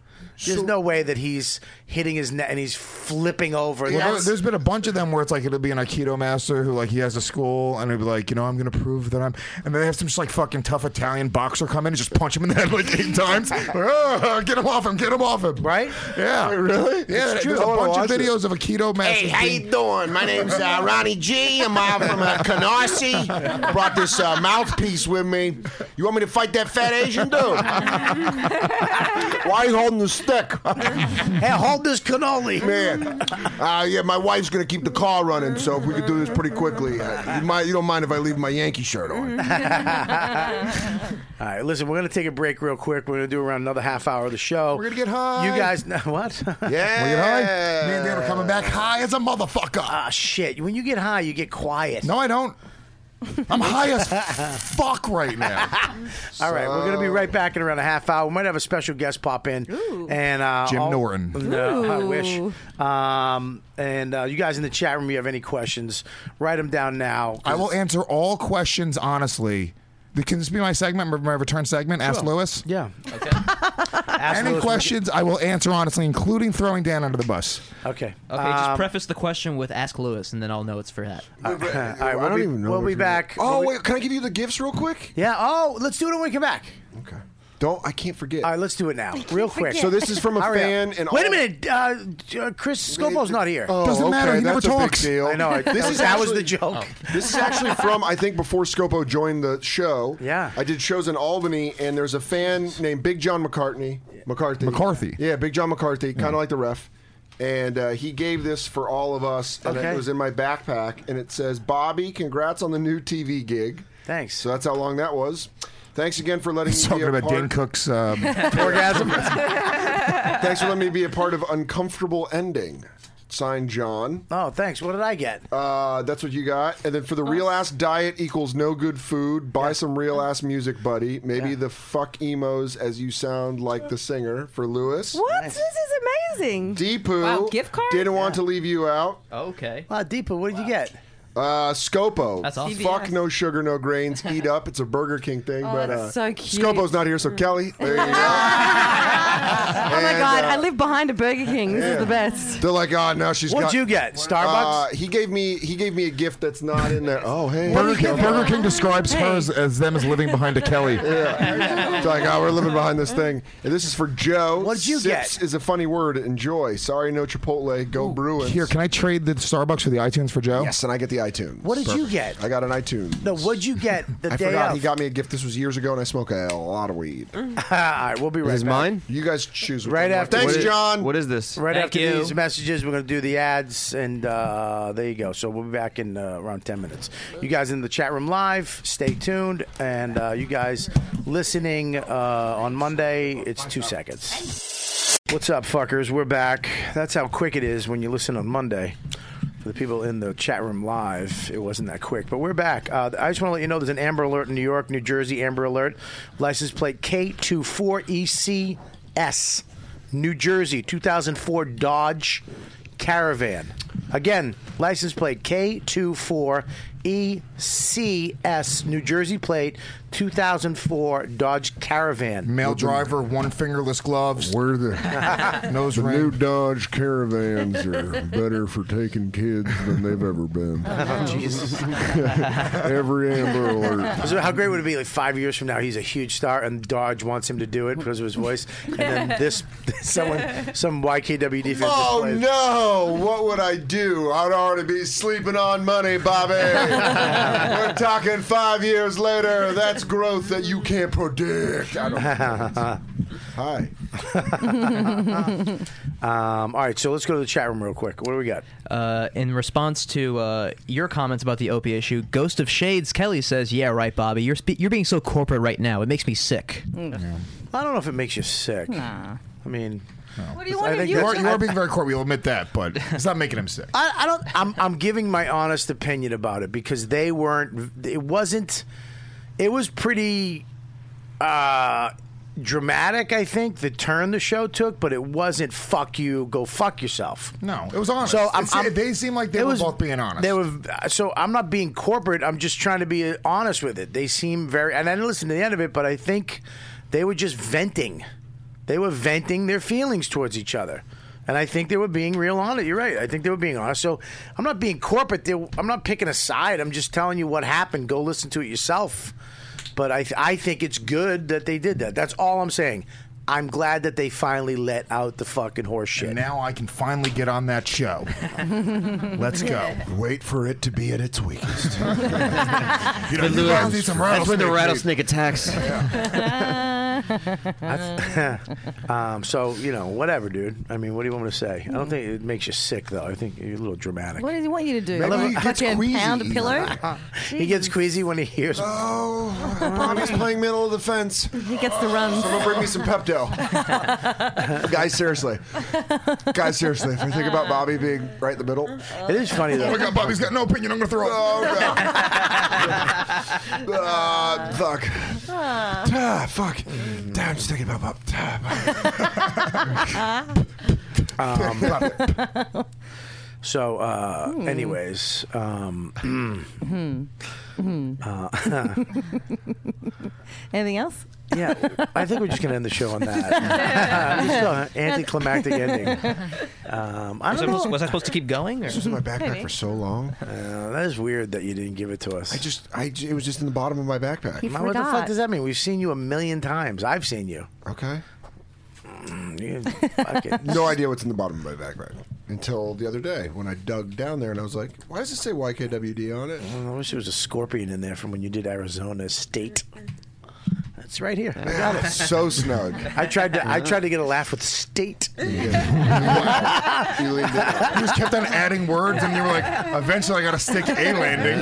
B: There's no way that he's hitting his net and he's flipping over.
H: Well, there-
B: That's-
H: there's been a bunch of them where it's like it'll be an aikido master who like he has a school and he'll be like, you know, I'm gonna prove that I'm, and then they have some just like fucking tough Italian boxer come in and just punch him in the [LAUGHS] head like
L: [LAUGHS]
H: eight times. Like, "Oh, get him off him! Get him off him! Right? Yeah.
I: Wait, really?
H: Yeah.
I: It's true.
H: There's
I: I
H: a
I: wanna
H: bunch
I: watch
H: of
I: it.
H: videos of aikido masters.
L: Hey, how
H: being-
L: you doing? My name's
H: [LAUGHS]
L: uh, Ronnie G. I'm uh, from uh, Canarsie. Brought this uh, mouthpiece with me. You want me to fight that fat Asian dude? Why are you holding the
I: [LAUGHS]
L: stick?
B: hey, hold this cannoli,
I: Oh, man. Uh, yeah, my wife's gonna keep the car running, so if we could do this pretty quickly, uh, you, might, you don't mind if I leave my Yankee shirt on?
B: All right, listen, we're going to take a break real quick. We're going to do around another half hour of the show. We're going to get
H: high.
B: You guys, [LAUGHS] what? Yeah.
H: Well, you know, Me and Dan are coming back high as a motherfucker.
B: Ah, shit. When you get high, you get quiet.
H: No, I don't. I'm high
L: [LAUGHS]
H: as fuck right now.
B: All right, we're going to be right back in around a half hour. We might have a special guest pop in, and uh,
H: Jim
B: all-
H: Norton.
B: No, I wish.
H: Ooh.
B: Um, and uh, you guys in the chat room, if you have any questions, write them down now.
H: I will answer all questions honestly. Can this be my segment, my return segment? Ask
B: Sure. [LAUGHS]
H: Lewis.
B: Yeah.
H: Any
B: Louis.
H: questions, I will answer honestly, including throwing Dan under the bus.
B: Okay.
O: Okay, just preface the question with "Ask Lewis," and then I'll know it's for that.
I: Uh, [LAUGHS]
B: right, we'll be- we'll be back. We'll
I: Oh
B: be-
I: wait, can I give you the gifts real quick?
B: Yeah. Oh, let's do it when we come back.
I: Okay. Don't. I can't forget.
B: All right, let's do it now, real quick.
I: So this is from
B: [LAUGHS]
I: a
B: Hurry up.
I: fan. And
B: wait
I: all-
B: a minute, uh, uh, Chris Scopo's not here.
I: Oh, okay, that's a big deal.
B: I know. I,
I: This is
B: that was
I: actually- Oh.
B: the joke.
I: [LAUGHS] This is actually from I think before Scopo joined the show. Yeah, I did shows in Albany, and there's a fan named Big John McCartney. McCarthy.
H: McCarthy. Mm.
I: Yeah, Big John McCarthy, kind of like the ref. And uh, he gave this for all of us, and
B: Okay.
I: it was in my backpack. And it says, "Bobby, congrats on the new TV gig."
B: Thanks.
I: So that's how long that was. Thanks again for letting me
H: Talking
I: be a
H: about
I: part-
H: Dan
B: [LAUGHS]
H: Cook's um,
I: Thanks for letting me be a part of Uncomfortable Ending. Signed, John.
B: Oh, thanks. What did I get?
I: Uh, that's what you got. And then for the real ass diet equals no good food. Buy some real ass music, buddy. Maybe the fuck emos as you sound like the singer for Lewis.
E: What? This is amazing.
I: Deepu
E: Wow, gift card?
I: didn't want to leave you out.
O: Okay.
B: Wow, Deepa, what did you get?
I: Uh, Scopo.
B: That's awesome.
I: Fuck
B: CBS.
I: no sugar, no grains. Eat up. It's a Burger King thing.
K: Oh,
I: but
K: that's
I: uh,
K: so cute.
I: Scopo's not here, so Kelly, there you go.
K: Oh my
I: And,
K: god,
I: uh,
K: I live behind a Burger King. This is the best.
I: They're like, oh, now she's.
K: What'd
I: got-
K: you get? Starbucks?
I: [LAUGHS] Uh, he gave me he gave me a gift that's not in there. Oh, hey,
H: Burger, King, Burger King describes her as, as them as living behind
B: [LAUGHS]
H: a Kelly.
I: Yeah. It's like, oh, we're living behind this thing. And this is for Joe. What did you Sips is a funny word. Enjoy. Sorry, no Chipotle. Go Bruins.
H: Here, can I trade the Starbucks for the iTunes for Joe?
I: Yes, and I get the iTunes.
H: What did you
I: get? I got an iTunes.
B: No, what'd you get the
I: I
B: day
I: forgot
B: of? [LAUGHS]
I: he got me a gift. This was years ago, and I smoke a lot of weed. All
B: right, we'll be right back.
I: You guys choose. what
B: Right
I: you want.
B: after.
I: Thanks,
B: this-
I: John.
B: Right after these messages, we're going to do the ads, and uh, there you go. So we'll be back in uh, around ten minutes. You guys in the chat room live, stay tuned, and uh, you guys listening uh, on Monday, it's two seconds. What's up, fuckers? We're back. That's how quick it is when you listen on Monday. For the people in the chat room live, it wasn't that quick, but we're back. Uh, I just want to let you know there's an Amber Alert in New York, New Jersey. Amber Alert, license plate K24ECS. E New Jersey, 2004 Dodge Caravan. Again, license plate K24ECS, E New Jersey plate, 2004 Dodge Caravan.
H: Male driver, one fingerless gloves.
I: Where the [LAUGHS]
H: nose
I: the
H: ring?
I: new Dodge Caravans are better for taking kids than they've ever been.
B: Jesus.
I: [LAUGHS] Every Amber Alert.
B: So how great would it be? Like five years from now, he's a huge star, and Dodge wants him to do it because of his voice. And then this, [LAUGHS] someone, some YKWd. fan just
I: Oh
B: plays-
I: no! What would I do? I'd already be sleeping on money, Bobby. We're talking five years later. That's growth that you can't predict. I don't Hi.
B: um, all right, so let's go to the chat room real quick. What do we got?
O: Uh, in response to uh, your comments about the opie issue, Ghost of Shades Kelly says, "Yeah, right, Bobby. You're spe- you're being so corporate right now. It makes me sick."
B: I don't know if it makes you sick. I mean,
H: What
B: do you want to
H: [LAUGHS] you, are, you are being very court. We'll admit
B: [LAUGHS]
H: that, but it's not making him sick.
B: I, I don't. I'm, I'm giving my honest opinion about it because they weren't. It wasn't. It was pretty uh, dramatic. I think the turn the show took, but it wasn't. Fuck you. Go fuck yourself.
H: No, it was honest.
B: So I'm,
H: It's-
B: I'm-
H: they seem like they
B: it
H: were
B: was-
H: both being honest.
B: They were. So I'm not being corporate. I'm just trying to be honest with it. They seem very. And I didn't listen to the end of it, but I think they were just venting. They were venting their feelings towards each other. And I think they were being real honest. You're right. I think they were being honest. So I'm not being corporate. They, I'm not picking a side. I'm just telling you what happened. Go listen to it yourself. But I, th- I think it's good that they did that. That's all I'm saying. I'm glad that they finally let out the fucking horse shit.
H: And now I can finally get on that show. Let's go.
I: Wait for it to be at its weakest.
H: You know, you guys need some
J: that's when the
H: rattlesnake
J: rattlesnake attacks.
B: um, so you know, whatever, dude. I mean, what do you want me to say? I don't think it makes you sick, though. I think you're a little dramatic.
K: What does he want you to do?
B: Maybe he gets
K: Fucking
B: queasy.
K: pound a pillow?
B: He gets queasy when he hears.
I: Oh, Bobby's playing middle of the fence. He
K: gets the
I: [LAUGHS]
K: runs.
I: Someone bring me
K: [LAUGHS]
I: some Pepto. Guys, seriously. Guys, seriously. If we think about Bobby being right in the middle, Oh,
B: it is funny though.
H: Oh my
I: [LAUGHS]
H: God, Bobby's got no opinion. I'm gonna throw up.
I: Uh, fuck. Ah, fuck. Damn, I'm just thinking about Bob.
B: Um, so, uh, anyways, um, [CLEARS THROAT]
K: Hmm.
B: uh,
K: Anything else?
B: Yeah, I think we're just gonna end the show on that. Just an anticlimactic ending. Um, I
O: Was
B: don't
O: I supposed-
B: know.
O: was I supposed to keep going, or- This was in my backpack Maybe. for
B: so long. Uh, that is weird that you didn't give it to us. I just, I, it was just in the bottom of my backpack.
M: You
B: what the fuck
M: forgot.
B: does that mean? We've seen you a million times. I've seen you. Mm, Okay.
I: no idea what's in the bottom of my backpack until the other day when I dug down there and I was like, why does it say YKWd on it?
B: I wish there was a scorpion in there from when you did Arizona State. That's right here. I
I: Yeah.
B: got it.
I: So [LAUGHS] snug.
B: I tried to. I tried to get a laugh with state.
I: [LAUGHS]
H: You just kept on adding words, and you were like, eventually I got to stick a landing.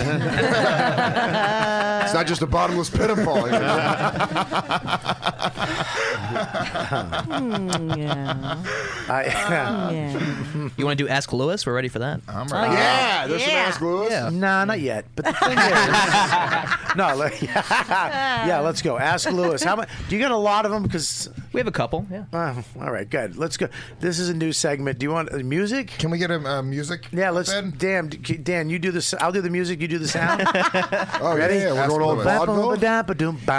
I: It's not just a bottomless pit I'm [LAUGHS] falling into.
B: yeah.
L: [LAUGHS]
O: You want to do Ask Lewis? We're ready for that.
J: Uh-huh.
B: I'm
O: ready.
B: Yeah,
O: there's some Ask
B: Lewis. [LAUGHS] Nah, not yet. But the
L: [LAUGHS]
B: thing is, no, let, [LAUGHS] yeah, let's go. Ask Lewis. How much? Do you got a lot of them? Because we have a couple. Yeah. all right, good. Let's go. This is a new segment. Do you want uh, music? Can we get a uh, music? Yeah, let's. Dan, d- Dan, you do this. I'll do the music. You do the sound.
I: Oh,
B: Ready?
I: [LAUGHS] yeah, yeah, we're going all vaudeville?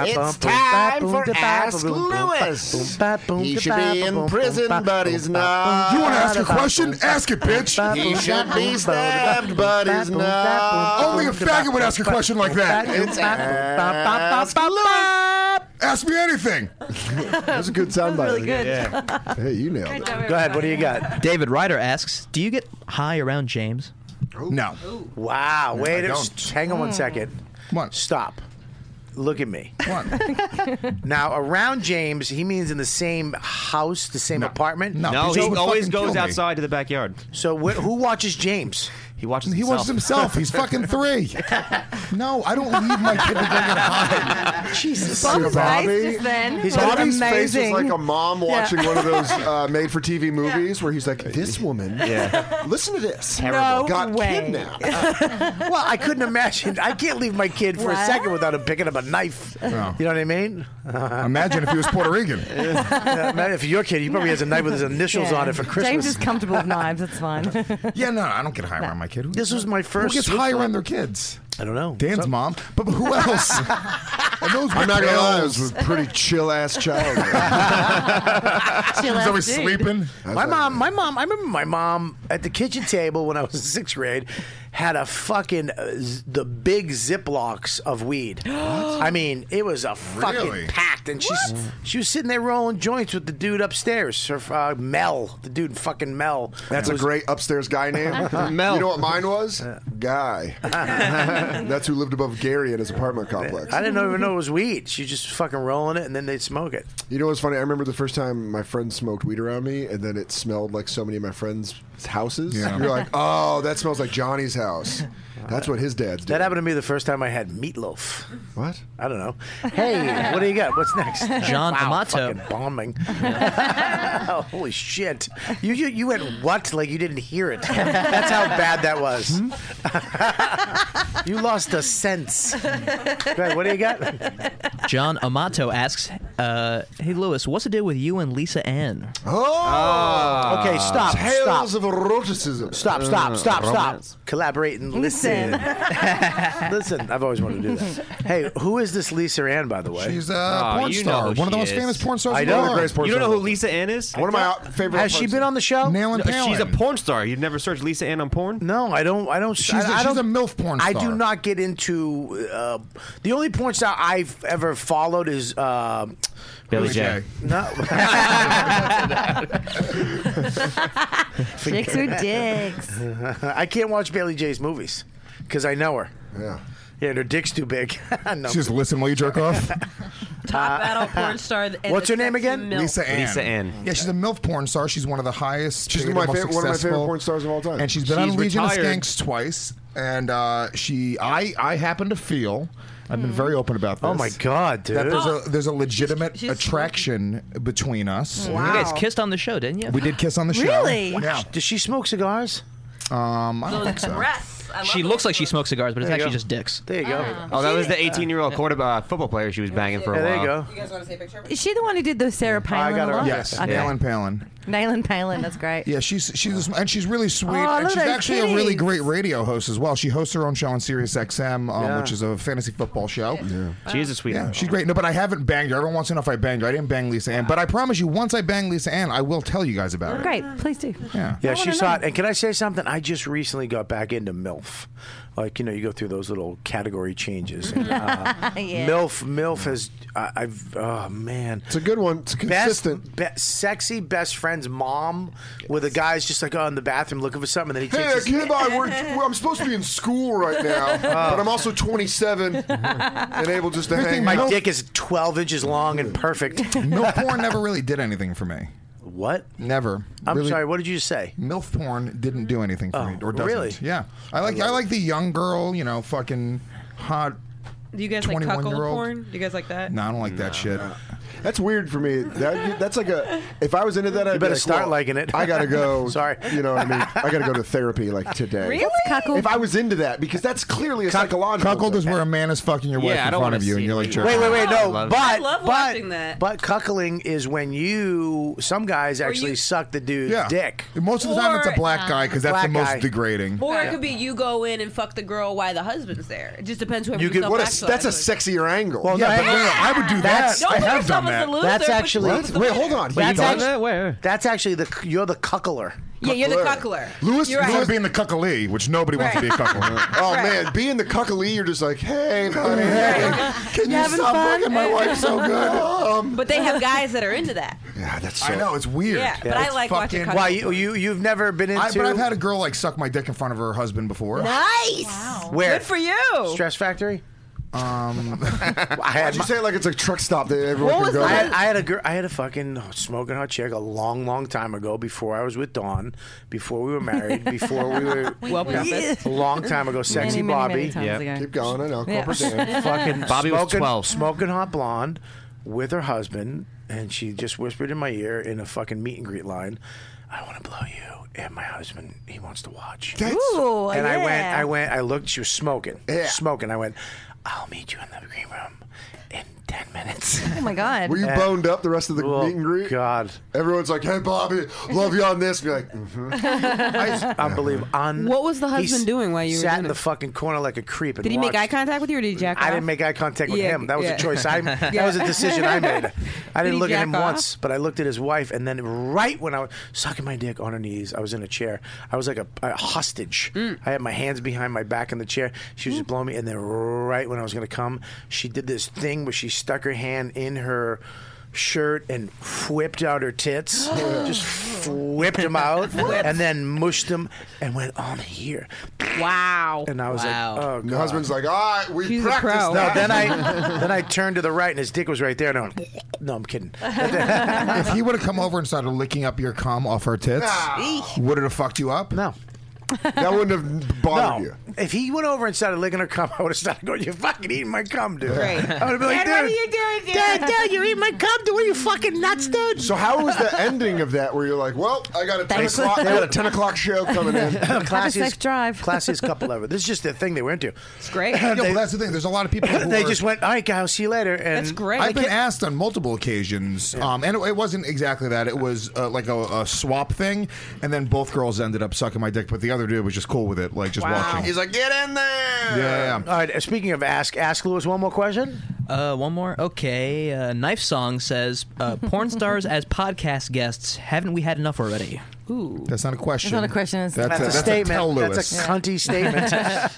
L: It's time for Ask Lewis. He should be in prison, but he's not.
I: You want to ask a question? Ask it, bitch.
L: He should be stabbed, but he's not.
H: Oh,
I: Only a faggot would ask a question like that.
L: It's
I: Ask Lewis. Ask me anything. that was a good soundbite.
L: really good.
I: Yeah. Hey, you nailed it.
O: Go
B: ahead. What do you got?
O: David Ryder asks, "Do you get high around James?"
B: No. Wow.
O: No,
B: Wait.
O: I
B: a
O: don't.
B: s- hang on one
O: Mm.
B: second. What? Stop. Look at me. now, around James, he means in the same house, the same apartment.
J: No, No, he always goes outside to the backyard.
B: So wh- who watches James?
J: He watches.
H: He watches himself. He's fucking three. No, I don't leave my kid to bring it high.
B: Jesus.
H: Bobby.
I: His Bobby's face was like a mom watching one of those uh, made-for-TV movies where he's like, "This
H: [LAUGHS]
I: woman,
J: Yeah.
I: listen to this,
B: Terrible.
I: got kidnapped."
B: well, I couldn't imagine. I can't leave my kid for a second without him picking up a knife. You know what I mean?
H: Imagine if he was Puerto Rican.
B: Yeah, imagine if your kid, he probably has a knife with his initials
K: Yeah.
B: on it for Christmas.
K: James is comfortable with knives. That's fine.
H: Yeah, no, I don't get high around my kid. Who-
B: This was my first.
H: Who gets high around their kids?
B: I don't know.
H: Dan's mom, but
B: [LAUGHS]
H: who else? and those
I: I'm not gonna lie, it
H: bills.
I: was a pretty chill ass child.
H: He's always sleeping.
B: My mom, my mom, I remember my mom at the kitchen table when I was in sixth grade had a fucking uh, z- the big Ziplocs of
I: [GASPS]
B: weed. I mean, it was a fucking
H: Really?
B: packed, and she's she was sitting there rolling joints with the dude upstairs, her, uh, Mel, the dude fucking Mel.
I: That's a
B: Who's-
I: great upstairs guy name.
B: [LAUGHS] Mel.
I: You know what mine was?
B: [LAUGHS]
I: Guy. That's who lived above Gary in his apartment complex.
B: I didn't even know it was weed. She just fucking rolling it, and then they'd smoke it.
I: You know what's funny? I remember the first time my friends smoked weed around me, and then it smelled like so many of my friends' houses.
B: Yeah.
I: You're like, oh, that smells like
B: [LAUGHS]
I: Johnny's house. That's what his dad's did.
B: That happened to me the first time I had meatloaf.
I: What?
B: I don't know. Hey, what do you got? What's next?
O: John
B: wow,
O: Amato.
B: fucking bombing. [LAUGHS] Holy shit! You, you you went what? Like you didn't hear it. That's how bad that was. [LAUGHS] you lost a sense. Go ahead, what do you got?
O: John Amato asks, uh, "Hey Lewis, what's the deal with you and Lisa Ann?"
H: Ah,
I: Oh.
B: Okay, stop,
I: Tales
B: stop.
I: of eroticism. Uh,
B: Stop! Stop! Stop! Stop!
I: romance.
B: Collaborate and listen. [LAUGHS] listen, I've always wanted to do that. Hey, who is this Lisa Ann? By the way,
H: She's a
J: Ah,
H: Oh, porn you know star, who one of the she most is. famous porn stars
B: I
H: in
B: know.
H: the world.
J: you don't know who Lisa Ann is?
I: One of my favorite.
B: Has she been on the show? Nail
J: No, she's a porn star. You've never searched Lisa Ann on porn?
B: No, I don't. I don't.
J: She's
B: I,
J: a-
B: I
J: she's
B: don't,
J: a MILF porn
B: I do
J: star.
B: not get into uh, the only porn star I've ever followed is uh,
J: Billie
B: who's-
J: Jean.
B: No,
K: Chicks with dicks.
B: I can't watch Bailey J's movies because I know her.
I: Yeah,
B: yeah, and her dick's too big. [LAUGHS] no.
H: She just listen while you jerk off. [LAUGHS]
B: Top
H: adult porn
P: star.
H: What's her name again? Lisa Ann.
J: Lisa Ann.
H: Yeah, she's a MILF porn star. She's one of the highest.
I: She's
H: paid,
I: my
H: most
I: favorite- one of my favorite
H: successful-
I: porn stars of all time.
H: And she's been
I: She's
H: on Legion of
I: retired.
H: Skanks twice. And uh, she, I, I happen to feel. I've been very open about this.
B: Oh my God,
H: That
B: dude.
H: there's a there's a legitimate attraction between us.
O: You guys kissed on the show, didn't you?
B: Oh,
H: We did kiss on the show.
O: Really?
H: Yeah.
B: Does she smoke cigars?
H: Um, I don't think so.
P: I love
O: She
P: it.
O: looks like she smokes cigars, but it's
J: There you
O: actually
J: go.
O: just dicks.
B: There you
P: go.
J: Oh, that was the 18-year-old quarterback uh, football player she was banging for a
O: Yeah, there
J: while.
O: you
K: You guys want to see a picture? Is she the one who did the Sarah
B: Oh,
K: Palin? look?
H: Yes,
K: Okay.
H: Nail and Palin.
K: Naylon Palin. That's great.
H: Yeah, she's she's a sm- and she's really sweet,
K: Oh,
H: and
K: look
H: she's
K: at those
H: actually a
K: kitties.
H: really great radio host as well. She hosts her own show on Sirius XM, um,
J: Yeah.
H: which is a fantasy football show. Yeah.
J: She is a sweetheart.
H: she's great. No, but I haven't banged her. Everyone wants to know if I banged her. I didn't bang Lisa Ann, but I promise you, once I bang Lisa Ann, I will tell you guys
E: [LAUGHS]
H: about it.
K: Great. Please do.
H: Yeah,
B: Yeah, she saw it. And can I say something? I just recently got back into MILF. Like, you know, you go through those little category changes. And, uh,
K: Yeah.
B: MILF, MILF has, I I've, oh man. It's
I: a good one. It's
B: consistent. Best, be, sexy best friend's mom, where the guy's just like, oh, in the bathroom looking for something, and then he
I: Hey,
B: takes his-
I: kid, I, we're, well, I'm supposed to be in school right now, but I'm also 27 and able just to hang
B: My
I: out.
B: dick is 12 inches long and
H: [LAUGHS]
B: perfect.
H: MILF porn never really did anything for me.
B: What?
H: Never.
B: I'm
H: Really-
B: sorry, what did you say?
H: MILF porn didn't do anything for me, or doesn't.
B: really?
H: Yeah, I like I like the young girl, you know, fucking hot.
E: Do you guys like
H: 21
E: cuckold
H: year old.
E: porn? Do you guys like that?
H: No, I don't like that shit.
I: That's weird for me. That, that's like a. If I was into that, I'd
B: You
I: be
B: better
I: like,
B: start
I: well,
B: liking it.
I: I gotta go.
B: Sorry.
I: you know what I mean. I gotta go to therapy like today.
K: Really? That's cuckold.
I: If I was into that, because that's clearly a psychological.
H: Cuckold is where a man is fucking your wife
I: Yeah, I
H: in
I: don't
H: front
I: wanna
H: of you, and
I: see
H: you're like,
I: it.
H: jerking
B: Wait, wait, wait,
H: off.
B: no. But
E: I love
B: but,
E: watching that.
B: But cuckolding is when you some guys actually suck the dude's
H: Yeah.
B: dick.
H: Most of the time, it's a
E: Or-
H: black guy because that's the
B: Black
H: most
B: guy.
H: degrading.
E: Or it could be you go in and fuck the girl while the husband's there. It just depends whoever
I: You
E: you
I: could. What a, that's a
E: a.
I: sexier angle.
E: Well, Yeah, no, but
J: [LAUGHS]
E: no, no, no, I would do that.
B: That's-
E: Don't
B: I
E: put
B: have
E: yourself
B: done
E: as
B: that.
E: a loser,
B: That's
E: put
B: actually-
E: yourself as a
I: Wait,
E: winner.
I: hold on.
B: That's
I: You've done
B: actually,
I: that?
B: where? That's actually the you're the cuckler.
E: Yeah, you're the cuckler.
H: Lewis
E: You're
H: is
E: right.
H: being the cuckolee, which nobody wants to be a cuckold.
I: Oh man, being the cuckolee, you're just like, hey, honey, hey, can you,
H: having
I: stop
H: fun?
I: fucking my wife so good? Um,
E: But they have guys that are into that.
I: yeah, that's
H: I know it's weird.
E: Yeah, but I like watching cuckold.
B: Why you, you you've never been into?
H: I, but I've had a girl like suck my dick in front of her husband before.
E: Nice.
B: [LAUGHS] Where?
E: Good for you.
B: Stress Factory.
H: Um,
B: I
I: Why'd
B: had
I: you
B: my-
I: say it like it's a truck stop that everyone
B: I
I: can go
B: had,
I: to?
B: I had a girl. I had a fucking smoking hot chick a long, long time ago. Before I was with Dawn, before we
K: [LAUGHS]
B: were married, before we were
E: Well prefaced.
B: a long time ago. Sexy
K: Many, many,
B: Bobby.
K: many times ago.
I: Keep going. I know.
K: Yeah.
I: Corporate
J: [LAUGHS]
K: [LAUGHS]
I: Dan.
B: fucking
J: Bobby was
B: smoking,
J: 12.
B: smoking hot blonde with her husband, and she just whispered in my ear in a fucking meet and greet line, "I want to blow you," and my husband he wants to watch.
K: Ooh,
B: and I
K: Oh,
B: went,
K: yeah.
B: I went, I looked. She was smoking,
I: Yeah.
B: smoking. I went, "I'll meet you in the green room in ten minutes."
K: Oh my god.
I: Were you boned up the rest of the
B: Oh,
I: meet and
B: [LAUGHS]
I: greet?
B: God,
I: Everyone's like, hey, Bobby, love you on this. Be like, mm-hmm.
B: I, unbelievable. Un-
E: What was the
B: he
E: husband
B: s-
E: doing while you were
B: sat
E: doing
B: in the
E: it?
B: fucking corner like a creep? And
E: Did he make eye
B: watched.
E: contact with you or did he jack off?
B: I didn't make eye contact with
E: Uh-huh. Yeah,
B: him. That was
E: yeah.
B: a choice.
E: [LAUGHS]
B: I that
E: Yeah.
B: was a decision I
E: [LAUGHS]
B: made. I
E: he
B: didn't look at
E: jack
B: him
E: off?
B: once, but I looked at his wife, and then right when I was sucking my dick on her knees, I was in a chair. I was like a, a hostage.
E: Mm.
B: I had my hands behind my back in the chair. She was just blowing me, and then right when I was going to come, she did this thing where she stuck her hand in her. Shirt and whipped out her
E: [GASPS]
B: tits, just whipped them out, and then mushed them and went on here.
E: Wow.
B: And I was like, "Oh,
I: The
B: God.
I: husband's like, all right, we
E: He's a
I: practiced
E: pro.
I: that. [LAUGHS]
B: No, then I then I turned to the right and his dick was right there and I went, No, I'm kidding.
H: if he would have come over and started licking up your cum off her tits, would it have fucked you up?
B: No.
I: that wouldn't have bothered
B: No.
I: you.
B: If he went over and started licking her cum, I would have started going, You're fucking eating my cum, dude.
E: Right.
B: I would have been like,
E: Dad, what are
B: dude,
E: you doing, dude?
B: Dad, Dad, you're eating my cum, dude. What are you fucking nuts, dude?
I: So how was the ending of that where you're like, well, I got a 10
H: Thanks.
I: o'clock, I got a 10 o'clock show coming in.
K: safe drive.
B: classiest couple ever. This is just the thing they were into.
E: It's great.
H: Yeah, but that's the thing. There's a lot of people who
B: They
H: are-
B: just went, All right, guy, I'll see you later. And
E: That's great.
H: I've been asked on multiple occasions, um, and it, it wasn't exactly that. It was uh, like a, a swap thing, and then both girls ended up sucking my dick, but the other dude was just cool with it, like just watching.
I: He's like, get in there.
H: yeah, yeah, yeah.
B: All right, speaking of ask, ask Lewis one more question.
O: Uh, one more. Okay. Uh, Knife Song says, uh, "Porn
K: [LAUGHS]
O: stars as podcast guests. Haven't we had enough already?"
E: Ooh.
H: That's not a question.
K: That's not a question, it's-
H: That's,
B: That's, a
H: that's
B: statement.
H: tell Lewis.
B: That's a cunty
E: [LAUGHS]
B: statement. I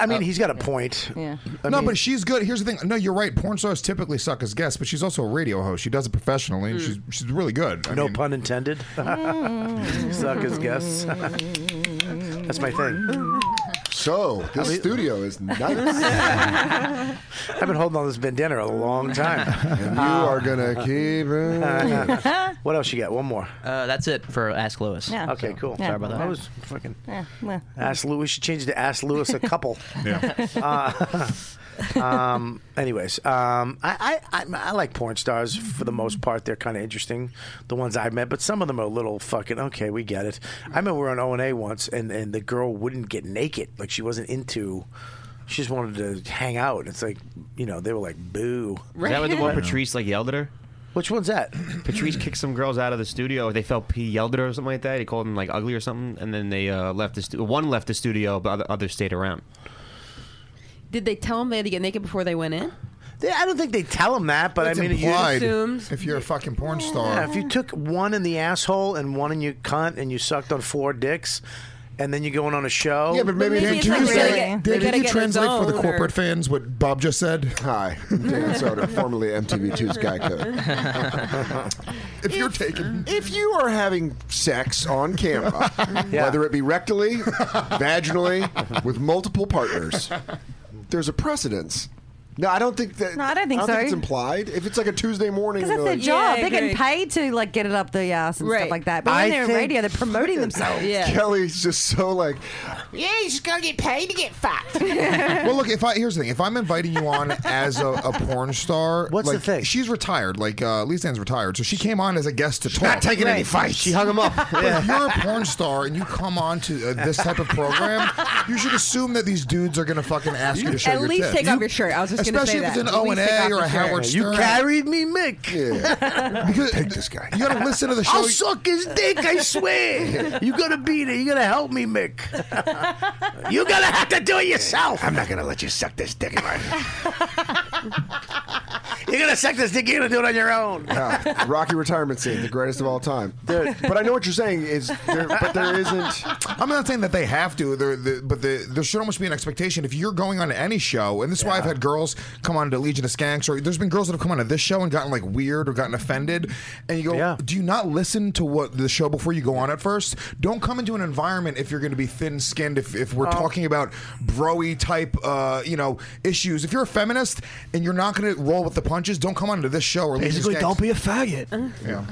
B: I mean,
E: Uh,
B: he's got a point.
K: Yeah.
B: I
H: no,
B: mean-
H: but she's good. Here's the thing. No, you're right. Porn stars typically suck as guests, but she's also a radio host. She does it professionally. and She's she's really good. I
B: No
H: mean,
B: pun [LAUGHS] intended. Suck his [LAUGHS] guess. That's my thing.
I: So, this studio is nice.
B: I've been holding on this bandana a long [LAUGHS] time.
I: and you are going to keep
B: [LAUGHS]
I: it.
B: what else you got? One more.
O: Uh, that's it for Ask Lewis.
K: Yeah.
B: Okay, cool.
K: Yeah.
O: Sorry about that.
B: That was fucking.
K: Yeah, well.
B: Ask Lewis. We should change it to Ask Lewis a couple.
H: Yeah.
B: Uh, [LAUGHS] Um, anyways, um, I, I, I I like porn stars for the most part. They're kind of interesting, the ones I've met, but some of them are a little fucking okay. We get it. I remember we were on O and A once, and and the girl wouldn't get naked. Like she wasn't into. She just wanted to hang out. It's like you know they were like boo.
K: [LAUGHS]
J: Is that what the one Patrice like yelled at her?
B: Which one's that?
J: Patrice kicked some girls out of the studio, or they felt he yelled at her or something like that. He called them like ugly or something, and then they uh, left the stu- one left the studio, but other, others stayed around.
E: Did they tell them they had to get naked before they went in?
B: They, I don't think they tell them that, but
H: It's
B: I mean, you-
H: implied if you're a fucking porn star.
B: Yeah, if
M: Oh.
B: you took one in the asshole and one in your cunt and you sucked on four dicks and then you're going on a show.
H: Yeah, but maybe, Dan, can you, say, Dan, can you translate for the corporate fans what Bob just said?
I: [LAUGHS]
H: Hi,
I: Dan Soder, formerly MTV2's Geico.
H: [LAUGHS] if you're taking,
I: if you are having sex on
H: [LAUGHS]
I: camera, whether it be rectally, vaginally, with multiple partners, there's a precedence. No, I don't think that.
K: No, I don't think so.
I: it's implied. If it's like a Tuesday morning,
K: Because
I: you're
K: that's their
I: like-
K: job. They're getting paid to like get it up the ass and stuff like that. But when
I: I
K: they're in
I: think-
K: radio, they're promoting themselves.
I: Kelly's just so like,
F: Yeah, you just gotta get paid to get fucked.
H: well, look. If I here's the thing, if I'm inviting you on as a, a porn star, what's the thing? She's retired. Like uh, Lisa Ann's retired, so she came on as a guest to talk.
L: not taking any Right. fights. She hung 'em up.
H: But
L: Yeah.
H: If you're a porn star and you come on to uh, this type of program, you should assume that these dudes are gonna fucking ask you to show
E: At
H: your
E: least
H: tits.
E: take off
H: You-
E: your shirt. I was just gonna
H: especially
E: say
H: if
E: that.
H: it's an
E: At
H: O
E: least
H: and
E: take off
H: A
E: your
H: or a
E: shirt.
H: Howard
E: You
H: Stern.
M: carried me, Mick.
H: because take this guy. You gotta listen to the show.
M: I'll suck his dick, I [LAUGHS] swear. you gotta beat it. You gotta help me, [LAUGHS] Mick. you gotta have to do it yourself. I'm not gonna let you suck this dick of
B: [LAUGHS]
M: You're gonna suck this dick. You're gonna do it on your own.
I: Yeah, Rocky retirement scene, the greatest of all time. There- but I know what you're saying is, there, but there isn't.
H: I'm not saying that they have to, there the, but the, there should almost be an expectation. If you're going on to any show, and this is why I've had girls come on to Legion of Skanks, or there's been girls that have come on to this show and gotten like weird or gotten offended, and you go, do you not listen to what the show before you go on at first? Don't come into an environment if you're going to be thin-skinned. If, if we're talking about broy type, uh, you know, issues. If you're a feminist and you're not going to roll with the punches, don't come on to this show or
E: Basically,
H: Legion of Skanks.
E: don't
H: be a faggot. Yeah.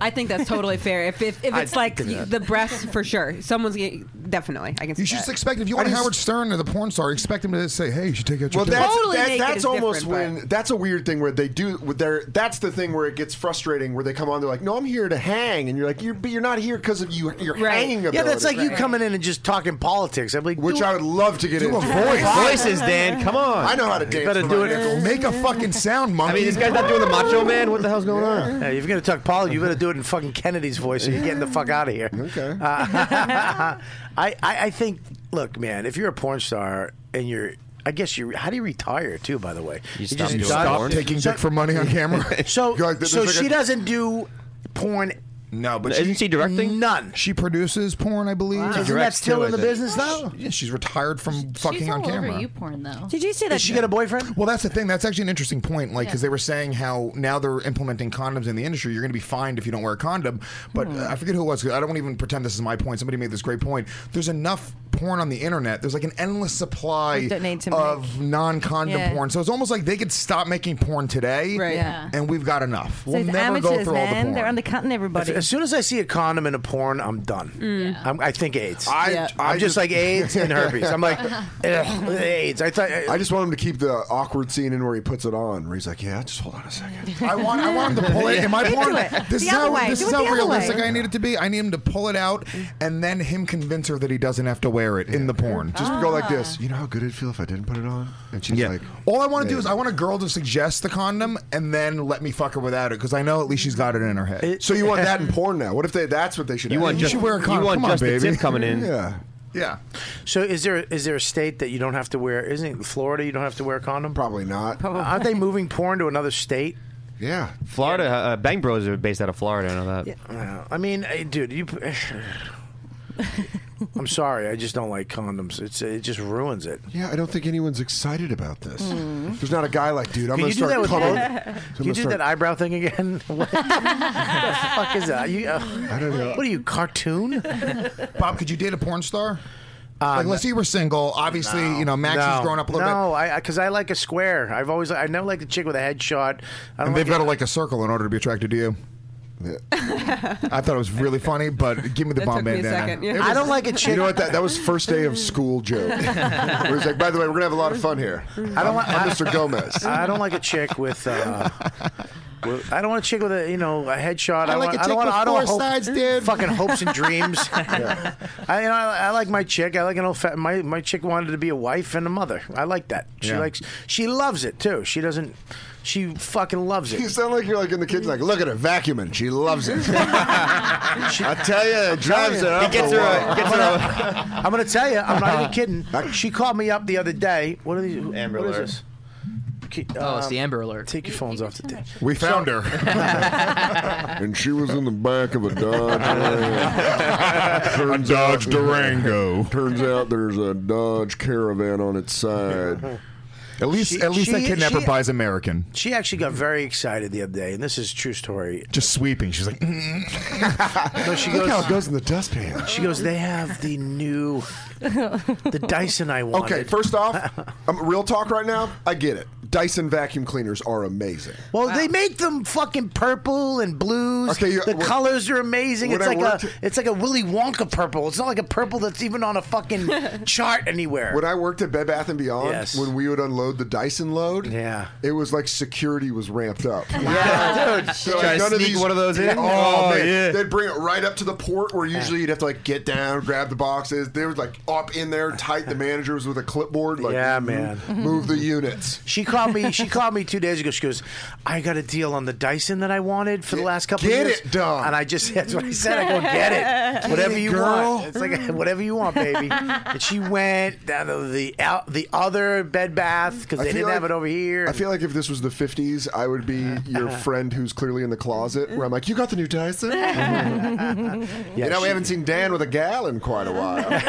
E: I think that's totally fair. If if, if
H: I'd
E: it's like
H: give you that.
E: the breasts for sure, someone's getting, definitely. I can. See
H: You should
E: that.
H: just expect if you want Howard Stern or the porn star, expect him to say, "Hey, you should take out your."
I: Well,
H: tits."
I: that's, that, that's almost when that's a weird thing where they do. They're, that's the thing where it gets frustrating. Where they come on, they're like, "No, I'm here to hang," and you're like, "You're, but you're not here because of you. You're hanging."
B: Yeah, that's like you coming in and just talking politics. I believe,
I: which I would love to get
B: do
I: into.
B: a voice. Voices, Dan, come on.
I: [LAUGHS] I know how to
B: You
I: dance.
B: better
I: with
B: do
I: my
B: it.
I: nipples.
H: Make a fucking sound,
I: I
H: monkey.
I: mean, this guy's not doing the Macho Man? What the hell's going
B: on? if you're gonna talk politics, you better do it in fucking Kennedy's voice, or you're getting the fuck out of here. Okay. [LAUGHS] I, I I think. Look, man, if you're a porn star and you're, I guess you. How do you retire too? By the way, you,
H: stop
B: just
H: doing
B: dodge-
H: porn? Taking dick for money on
B: [LAUGHS]
H: [LAUGHS] camera?
B: so
H: You're like,
B: so
H: there's like
B: she
H: a-
B: doesn't do porn.
H: No, but
B: Isn't she directing?
H: None. She produces porn, I believe.
B: Wow. She Isn't that directs still too, in I the think. business now?
H: Yeah, she's retired from fucking
P: She's
H: on
P: all
H: camera.
P: over you porn though.
K: Did you see
H: Did she get a boyfriend? Well, that's the thing. That's actually an interesting point. Like, because
P: Yeah.
H: they were saying how now they're implementing condoms in the industry. You're going to be fined if you don't wear a condom. But uh, I forget who it was. 'cause I don't even pretend this is my point. Somebody made this great point. There's enough porn on the internet. There's like an endless supply
K: We don't need to
H: of non-condom
K: Yeah.
H: porn. So it's almost like they could stop making porn today,
K: Right. Yeah.
H: and we've got enough.
K: So
H: we'll
K: these
H: never
K: amateurs,
H: go through all the
K: man,
H: porn.
K: they're undercutting everybody.
B: As, as soon as I see a condom in a porn, I'm done. I'm, I think AIDS.
I: I- Yeah. I
B: am just,
I: just-
B: like AIDS and herpes. I'm like "Ugh, AIDS. I thought
I: I just want him to keep the awkward scene in where he puts it on, where he's like, "Yeah, just hold on a second.
H: I want, I want him to pull it. Am I
I: Into
H: porn?
I: it.
H: This
I: The
H: is how,
I: other way.
H: this
I: Do
H: is
I: it
H: how
I: the other
H: realistic
I: way.
H: I need it to be. I need him to pull it out and then him convince her that he doesn't have to wear it in the porn.
I: Just go like
B: Ah.
I: this. You know how good it'd feel if I didn't put it on? And she's like,
H: All I want to do is I want a girl to suggest the condom and then let me fuck her without it because I know at least she's got it in her head.
I: So you want that in porn now? What if they? That's what they should.
H: You
I: have.
H: want You just- should wear a you condom. want Come on, just the baby. tip coming in.
I: "Oh, Yeah.
H: [LAUGHS] Yeah.
B: So is there is there a state that you don't have to wear? Isn't it Florida? You don't have to wear a condom.
I: Probably not.
B: Aren't they moving porn to another state?
I: Yeah,
J: Florida. Uh, Bang Bros are based out of Florida. I know that.
B: Uh, I mean, eh, dude, you. [SIGHS] I'm sorry, I just don't like condoms. It's it just ruins it.
I: Yeah, I don't think anyone's excited about this.
B: Mm-hmm.
I: There's not a guy like, dude, I'm
B: Can
I: going
B: you
I: to
B: do
I: start
B: that with
I: coming.
B: both?
I: [LAUGHS] I'm
B: Can
I: gonna
B: you do
I: start-
B: that eyebrow thing again? [LAUGHS] What the fuck is that? You, uh,
I: I don't know.
B: What are you, cartoon?
H: Bob, could you date a porn star? like, let's say you were single. Obviously, you know, Max
B: no,
H: has grown up a little
B: no, bit. No, because I, like a square. I've always I never liked a chick with a headshot. I
H: bit.
B: don't
H: And they've
B: like
E: [LAUGHS]
H: got to like a circle in order to be attracted to you. I thought it was really funny, but give me the
E: That
H: bomb
E: took me a
H: bandana.
E: second, yeah.
H: It
E: I
H: was-
E: don't like a
H: You
E: chick-
H: know
L: what? That, that was first day of school
E: [LAUGHS]
L: joke. Where he's like, by the way, we're gonna have a lot of fun here.
B: I don't
L: I'm-
B: want
L: I'm
B: [LAUGHS]
L: Mr. Gomez.
B: I don't like a chick with. Uh, with- I don't want a chick with a you know a headshot.
L: I
B: I,
L: like
B: want,
L: a
B: I
L: chick
B: don't want.
L: with
B: I don't
L: four
B: want hope-
L: sides, dude.
B: Fucking hopes
L: [LAUGHS]
B: and dreams. [LAUGHS] I, you know, I, I like my chick. I like an old fat. My my chick wanted to be a wife and a mother. I like that. She
L: Yeah.
B: likes. She loves it too. She doesn't. She fucking loves
L: [LAUGHS]
B: it.
L: You sound like you're like in the kitchen, like, look at her vacuuming. She loves it. I tell you, it drives her up. wall.
B: I'm going to tell you, I'm not even
L: [LAUGHS]
B: kidding. She called me up the other day. What are these?
O: Amber
B: what is
O: Alert.
B: this? Ki-
O: Oh, it's the
B: um,
O: Amber Alert.
B: Take your phones off the dick.
I: We found
B: So-
I: her. and she was in the back of a Dodge Ram. a Dodge Durango. Turns out there's a Dodge Caravan on its side.
H: At least,
B: She-
H: at least that
B: she-
H: kidnapper
B: she-
H: buys American.
B: She actually got very excited the other day, and this is a true story.
H: Just sweeping. She's like, mm. [LAUGHS]
B: No, she
H: Look
B: goes,
H: how it goes in the dustpan.
B: She goes, they have the new, the Dyson I wanted.
L: Okay, first off, I'm real talk right now. I get it. Dyson vacuum cleaners are amazing.
B: Well, they make them fucking purple and blues.
L: Okay, you-
B: the
L: when-
B: colors are amazing.
L: when
B: It's
L: I
B: like
L: worked-
B: a it's like a Willy Wonka purple. It's not like a purple that's even on
L: [LAUGHS]
B: a fucking chart anywhere.
L: When I worked at Bed Bath and Beyond,
B: Yes.
L: when we would unload the Dyson load,
B: yeah,
L: it was like security was ramped up.
I: Yeah, dude.
L: So,
I: Try to
L: none of
I: sneak
L: these-
I: one of those
L: Oh,
I: in? [LAUGHS] Oh,
L: man.
I: yeah.
L: they'd bring it right up to the port where usually you'd have to like get down, grab the boxes. They were like up in there, tight. The manager was with a clipboard, like
B: Yeah,
L: "Move-
B: man.
L: move the units.
B: She called me. She called me two days ago. She goes, "I got a deal on the Dyson that I wanted for the last couple
L: get
B: of years."
L: it, Dom.
B: And I just that's what I said. I go, "Get it,
L: Get
B: whatever
L: it,
B: you
L: girl."
B: want. It's like whatever you want, baby." and she went down to the out, the other Bed Bath because
L: I
B: they
L: feel
B: didn't have
L: like-
B: it over here.
L: I feel like if this was the 50s, I would be
B: [LAUGHS]
L: your friend who's clearly in the closet, where I'm like, You got the new Dyson? you know, we haven't seen Dan with a gal in quite a
B: [LAUGHS]
L: while. [LAUGHS]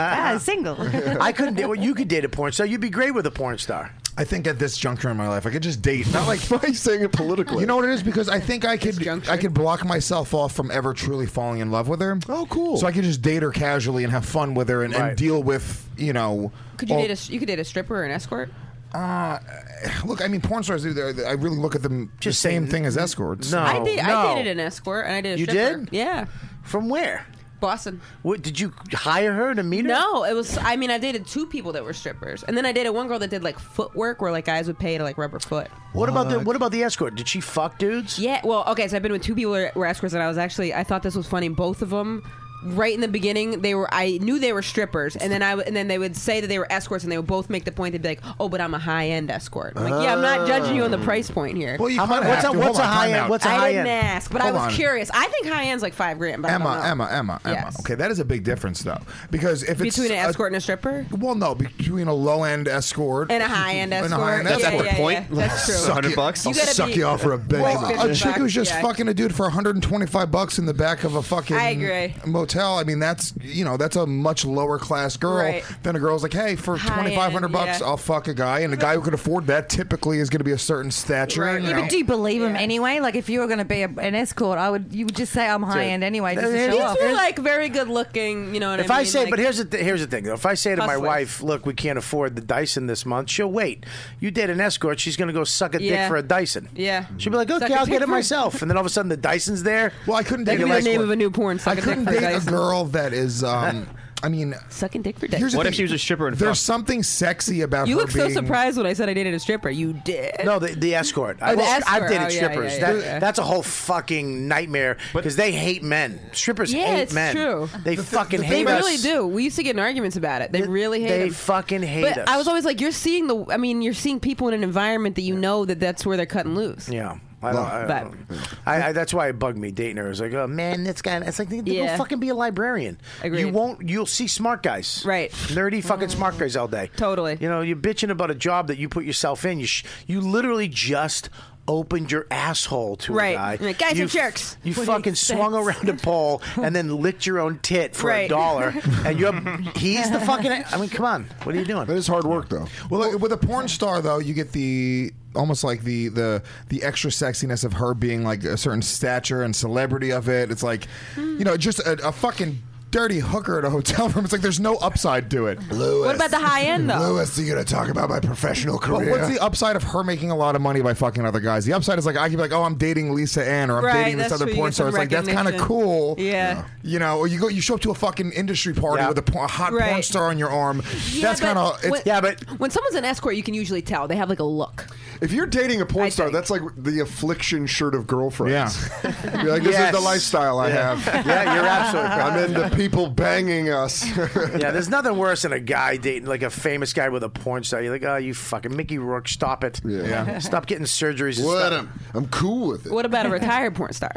J: Ah.
K: single.
J: [LAUGHS]
B: I couldn't. date- Well, you could date a porn star. You'd be great with a porn star.
H: I think at this juncture in my life, I could just date. Not like
L: why are you saying it politically.
H: You know what it is because I think I could I could block myself off from ever truly falling in love with her.
L: Oh, cool.
H: So I could just date her casually and have fun with her and,
E: Right.
H: and deal with you know.
E: Could you
H: all-
E: date a s- you could date a stripper or an escort?
H: Uh, look, I mean, porn stars. do that. I really look at them
E: Just
H: the
E: say
H: same
E: n-
H: thing as escorts.
E: I, did, I dated an escort and I did a
H: Oh, You
E: stripper.
H: did?
E: Yeah.
B: From where?
E: Boston.
B: What did you hire her to meet her?
E: No, it was. I mean, I dated two people that were strippers, and then I dated one girl that did like footwork, where like guys would pay to like rub her foot.
B: What about the What about the escort? Did she fuck dudes?
E: Yeah. Well, okay. So I've been with two people that were escorts, and I was actually I thought this was funny. Both of them, right in the beginning, they were I knew they were strippers, and then I w- and then they would say that they were escorts, and they would both make the point. They'd be like, "Oh, but I'm a high end escort." I'm like, yeah, I'm not judging you on the price point here.
H: Well, you
B: How
H: kinda
B: much- what's
H: have
B: a-
H: to.
B: what's
H: Hold
B: a
H: on, time
B: high end-
H: out.
B: what's a
E: I
B: high
E: didn't
B: end?
E: ask, but I
H: Hold
E: was
H: on.
E: curious. I think high end's like five grand. But I don't
H: Emma,
E: know.
H: Emma, Emma, Emma.
E: Yes.
H: Okay, that is a big difference though, because if it's
E: Between an escort and a stripper.
H: Well, no, between a low end escort
E: And a high-end
H: [LAUGHS] And a
E: escort.
H: high-end
E: Yeah,
H: escort.
E: yeah, Point? yeah. That's true.
H: Suck
I: 100
H: you-
I: bucks? You
H: I'll
I: gotta
H: suck
I: be-
H: you off for a
I: Well,
H: Benjamin.
I: a
H: a chick who's just
I: yeah.
H: fucking a dude for 125 bucks in the back of a fucking
E: I agree.
H: motel. I mean, that's you know that's a much lower class girl
E: Right.
H: than a girl's like, hey, for
E: High-end,
H: 2,500 bucks,
E: yeah.
H: I'll fuck a guy, and a guy who can afford that typically is going to be a certain stature.
K: Yeah,
H: and, you know.
K: but do you believe him anyway? Like, if you were going to be a, an escort, I would. You would just say I'm high end anyway, just to
E: These
K: show off.
E: were like very good looking. You know what
B: If
E: I
B: I,
E: mean?
B: say,
E: Like-
B: but here's the th- here's the thing though. If I say to my
E: Hustlers.
B: wife, "Look, we can't afford the Dyson this month," she'll wait. You date an escort, she's gonna go suck a
E: Yeah.
B: dick for a Dyson.
E: Yeah.
B: She'll be like, "Okay,
E: Suck a
B: I'll
E: dick
B: get it
E: for-
B: myself," and then all of a sudden the Dyson's there.
H: Well, I couldn't
E: That
H: date
E: could
H: an
E: be the
H: escort.
E: name of a new porn. Suck
H: I
E: a dick [LAUGHS]
H: couldn't
E: for a
H: date a
E: Dyson.
H: girl that is.
E: [LAUGHS]
H: Um, I mean,
E: sucking dick for dick.
H: Here's the
J: What if
H: thing.
J: she was a stripper and
H: There's
J: fucked?
H: something sexy about
E: You
H: her
E: look so
H: being-
E: surprised when I said I dated a stripper. You did.
B: No, the, the escort.
E: Oh,
B: I've,
E: the
B: I've
E: escort.
B: dated
E: Oh, yeah,
B: strippers.
E: yeah,
B: That-
E: yeah.
B: That's a whole fucking nightmare because they hate men. Strippers
E: Yeah,
B: hate
E: it's
B: men.
E: true.
B: They fucking
E: they
B: hate us.
E: really do. We used to get in arguments about it. They really hate.
B: they
E: them.
B: fucking hate
E: But
B: us.
E: I was always like, you're seeing the. I mean, you're seeing people in an environment that you know that that's where they're cutting loose.
B: Yeah. I don't, I,
E: But-
B: don't- I, I, that's why it bugged me dating her. It's like, oh man, that's guy. It's like, go
E: Yeah.
B: fucking be a librarian. You won't. You'll see smart guys, right? Nerdy fucking smart guys all day. Totally. You know, you're bitching about a job that you put yourself in. You sh- you literally just opened your asshole to
E: Right.
B: a guy.
E: Like, guys
B: you
E: are jerks.
B: You
E: What do you
B: fucking swung around a pole and then licked your own tit for a
E: Right.
B: dollar, and you're he's the fucking. I mean, come on, what are you doing? That
H: [LAUGHS]
L: is hard work, though.
H: Well, like, with a porn star though, you get the almost like the the the extra sexiness of her being like a certain stature and celebrity of it. It's like, you know, just a, a fucking dirty hooker in a hotel [LAUGHS] room. It's like there's no upside to it. Lewis.
E: What about the high end, though?
H: Lewis,
L: are you going to talk about my professional
H: But
L: career?
H: what's the upside of her making a lot of money by fucking other guys? The upside is like I could be like, oh, I'm dating Lisa Ann, or I'm
E: Right,
H: dating this
E: that's
H: other
E: true. You
H: porn
E: get some
H: star. It's like that's kind of
E: recognition.
H: cool.
E: Yeah.
H: You know, or you go, you show up to a fucking industry party
E: Yeah.
H: with a, por- a hot porn
E: Right.
H: star on your arm. that's kind of
E: [LAUGHS]
H: it's
B: but
E: when someone's an escort, you can usually tell they have like a look.
L: If you're dating a porn star, that's like the affliction shirt of girlfriends. [LAUGHS] Yeah. you're like, this
B: Yes.
L: is the lifestyle I
B: Yeah.
L: have.
B: [LAUGHS] Yeah, you're
H: [LAUGHS]
B: absolutely correct.
L: I'm into people banging
B: [LAUGHS]
L: us.
B: yeah, there's nothing worse than a guy dating like a famous guy with a porn star. You're like, oh, you fucking Mickey Rourke, stop it.
L: Yeah.
B: Stop getting surgeries. And
L: What?
B: stuff.
L: I'm, I'm cool with it.
B: [LAUGHS]
E: What about a retired porn star?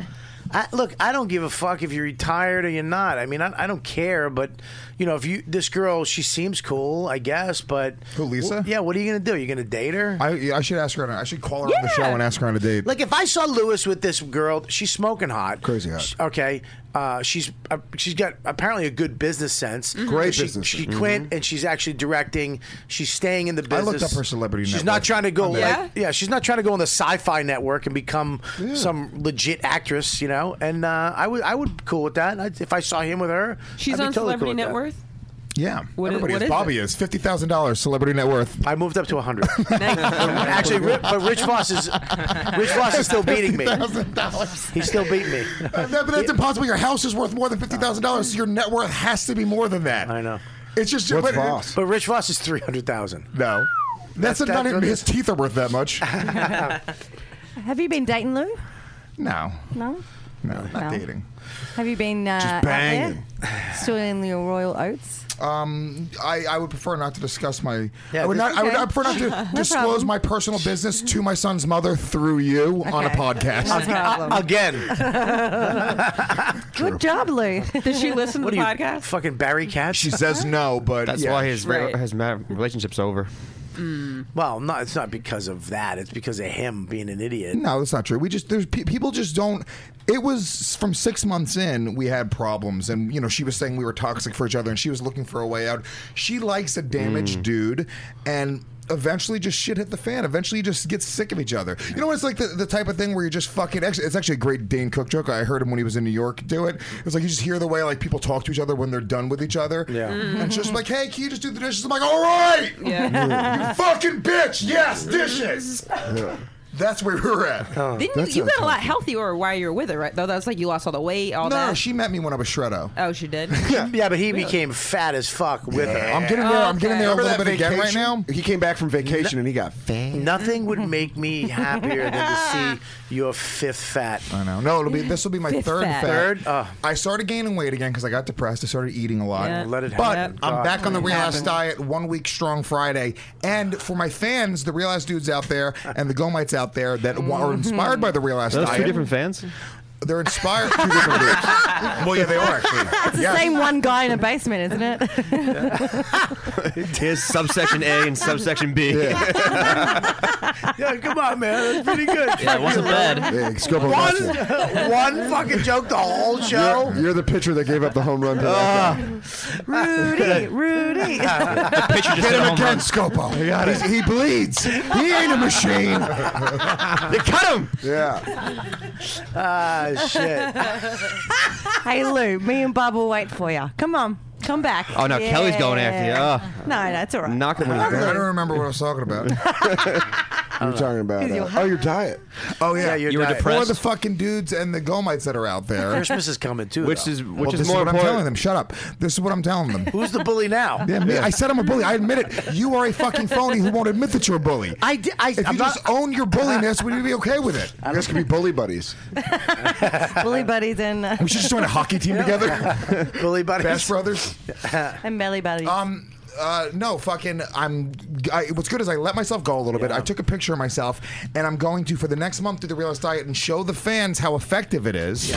B: I, look, I don't give a fuck if you're retired or you're not. I mean, I, I don't care. But you know, if you this girl, she seems cool, I guess. But who,
H: Lisa?
B: yeah, what are you gonna do? You gonna date her?
H: I, yeah, I should ask her. on- I should call her on the show
B: Yeah.
H: and ask her on a date.
B: Like if I saw Lewis with this girl, she's smoking hot, crazy
H: hot.
B: okay, uh, she's uh, she's got apparently a good business sense.
H: Mm-hmm.
L: Great
B: she,
L: business
B: She
L: sense.
B: quit and she's actually directing. She's staying in the
H: I
B: business.
H: looked up her celebrity
B: She's
H: network.
B: not trying to go.
H: Yeah?
B: Like, yeah, she's not trying to go on the Sci-Fi Network and become some legit actress, you know. And uh, I would I would be cool with that. i if I saw him with her,
E: She's
B: I'd be
E: on
B: totally
E: Celebrity
B: cool with
E: Net
B: that.
E: Worth.
H: yeah,
E: What is-
H: everybody
E: what
H: is
E: is
H: Bobby is fifty thousand dollars celebrity net
B: [LAUGHS]
H: worth.
B: I moved up to
E: [LAUGHS]
B: hundred. [LAUGHS] Actually, Ri- but Rich Voss is Rich Voss is still beating
E: [LAUGHS]
B: me.
H: $50,000.
B: He still beat me.
H: Uh, that- but that's impossible. Your house is worth more than fifty thousand dollars. Your net worth has to be more than that. I
B: Uh, know.
H: It's just
B: What's
H: but,
B: Voss? But Rich Voss is three hundred thousand.
H: No,
B: That's-
H: that's, not
B: that's
H: even
B: what it
H: his
B: is.
H: teeth are worth that much.
K: [LAUGHS] Have you been dating Lou?
H: no,
K: No.
H: no, not
K: No.
H: dating.
K: Have you been uh, out
H: banging.
K: there? Still in your royal oats?
H: Um, I, I would prefer not to discuss my.
K: Yeah,
H: I would not. I would
K: okay.
H: I prefer not
K: [LAUGHS]
H: to
K: No
H: disclose
K: problem.
H: my personal business to my son's mother through you on a
K: Okay.
H: podcast
K: No problem.
H: Good
K: job, Lou.
E: Did she listen
B: What
E: to
B: are
E: the
B: you, [LAUGHS]
E: podcast?
B: fucking Barry Katz?
H: She says no, but
J: That's
B: yeah.
J: why his re-
B: Right.
J: his ma- relationship's over.
B: Well, not it's not because of that. It's because of him being an idiot.
H: No, that's not true. We just there's pe- people just don't. It was from six months in we had problems, and you know she was saying we were toxic for each other, and she was looking for a way out. She likes a damaged dude, and eventually just shit hit the fan. Eventually, you just get sick of each other. You know, it's like the, the type of thing where you're just fucking. Actually, it's actually a great Dane Cook joke. I heard him when he was in New York do it. It's like you just hear the way like people talk to each other when they're done with each other. Yeah, and it's just like, hey, can you just do the dishes? I'm like, all right,
F: Yeah.
H: [LAUGHS] you fucking bitch, yes, dishes. That's where we were at.
E: Didn't you, you got a lot healthier while you were with her, right? Though that's like you lost all the weight, all
H: No,
E: that.
H: she met me when I was Shreddo.
E: oh,
B: [LAUGHS]
E: she did.
B: Yeah, but he became fat as fuck with her.
H: I'm getting there. I'm getting there
L: Remember
H: a little
L: that
H: bit again right
L: vacation?
H: now.
L: He came back from vacation and he got fat.
B: Nothing would make me happier than to see your fifth fat.
H: I know. No, it'll be this will be my
B: Fifth
H: third
B: fat.
H: fat.
B: Third? Uh,
H: I started gaining weight again because I got depressed. I started eating a lot.
B: Yeah. Let it
H: but
B: happen.
H: I'm
B: God.
H: back on the
B: Let it
H: Real Ass
B: happen.
H: diet, one week strong Friday. And for my fans, the Real Ass dudes out there and the Gomites out there that wa- are inspired by the Real Ass
J: Those
H: diet.
J: two different fans.
H: They're inspired. two different groups. [LAUGHS] Well, yeah, they are actually.
K: It's the
H: Yeah.
K: same one guy in a basement, isn't
J: [LAUGHS]
K: it?
J: [LAUGHS] Here's subsection A and subsection B.
B: Yeah, come on, man. That's pretty good.
J: Yeah, it wasn't bad.
L: Yeah, scrub on
B: [LAUGHS] One,
L: that
B: one fucking joke the whole show.
H: [LAUGHS]
L: You're, you're the pitcher that gave up the home run. To that guy.
K: Rudy, Rudy.
L: Get him again, Scopo. He's- He bleeds. He ain't a machine.
J: They cut him.
L: Yeah.
B: Ah, shit.
K: [LAUGHS] hey, Lou, me and Bob will wait for you. Come on, come back.
J: Oh no, Kelly's going after you.
K: Yeah.
J: Oh.
K: No, no, it's all right.
J: [LAUGHS] Knock him when
H: I
J: he's
H: don't, I
J: down.
H: don't remember what I was talking about.
L: You're talking about
H: Is your
L: uh, oh your diet.
H: Oh yeah,
B: Yeah, your You were diet.
H: Or
B: depressed?
H: the fucking dudes and the Gomites that are out there.
B: Christmas is coming too.
J: [LAUGHS] Which
B: though.
J: is which
H: Well,
J: is
H: this
J: more
H: is what I'm telling them.
J: important.
H: Shut up. This is what I'm telling them.
B: who's the bully now?
H: Yeah, me, I said I'm a bully. I admit it. You are a fucking phony who won't admit that you're a bully.
B: I, di- I,
H: if you
B: I'm not-
H: just own your bulliness, would you be okay with it?
L: You guys could be bully buddies.
K: Bully buddies and uh,
H: We should just join a hockey team together.
B: bully buddies.
H: Bash Brothers.
K: and belly buddies.
H: Um, uh, no, fucking. I'm. I, what's good is I let myself go a little bit. I took a picture of myself, and I'm going to for the next month do the realist diet and show the fans how effective it is. [LAUGHS]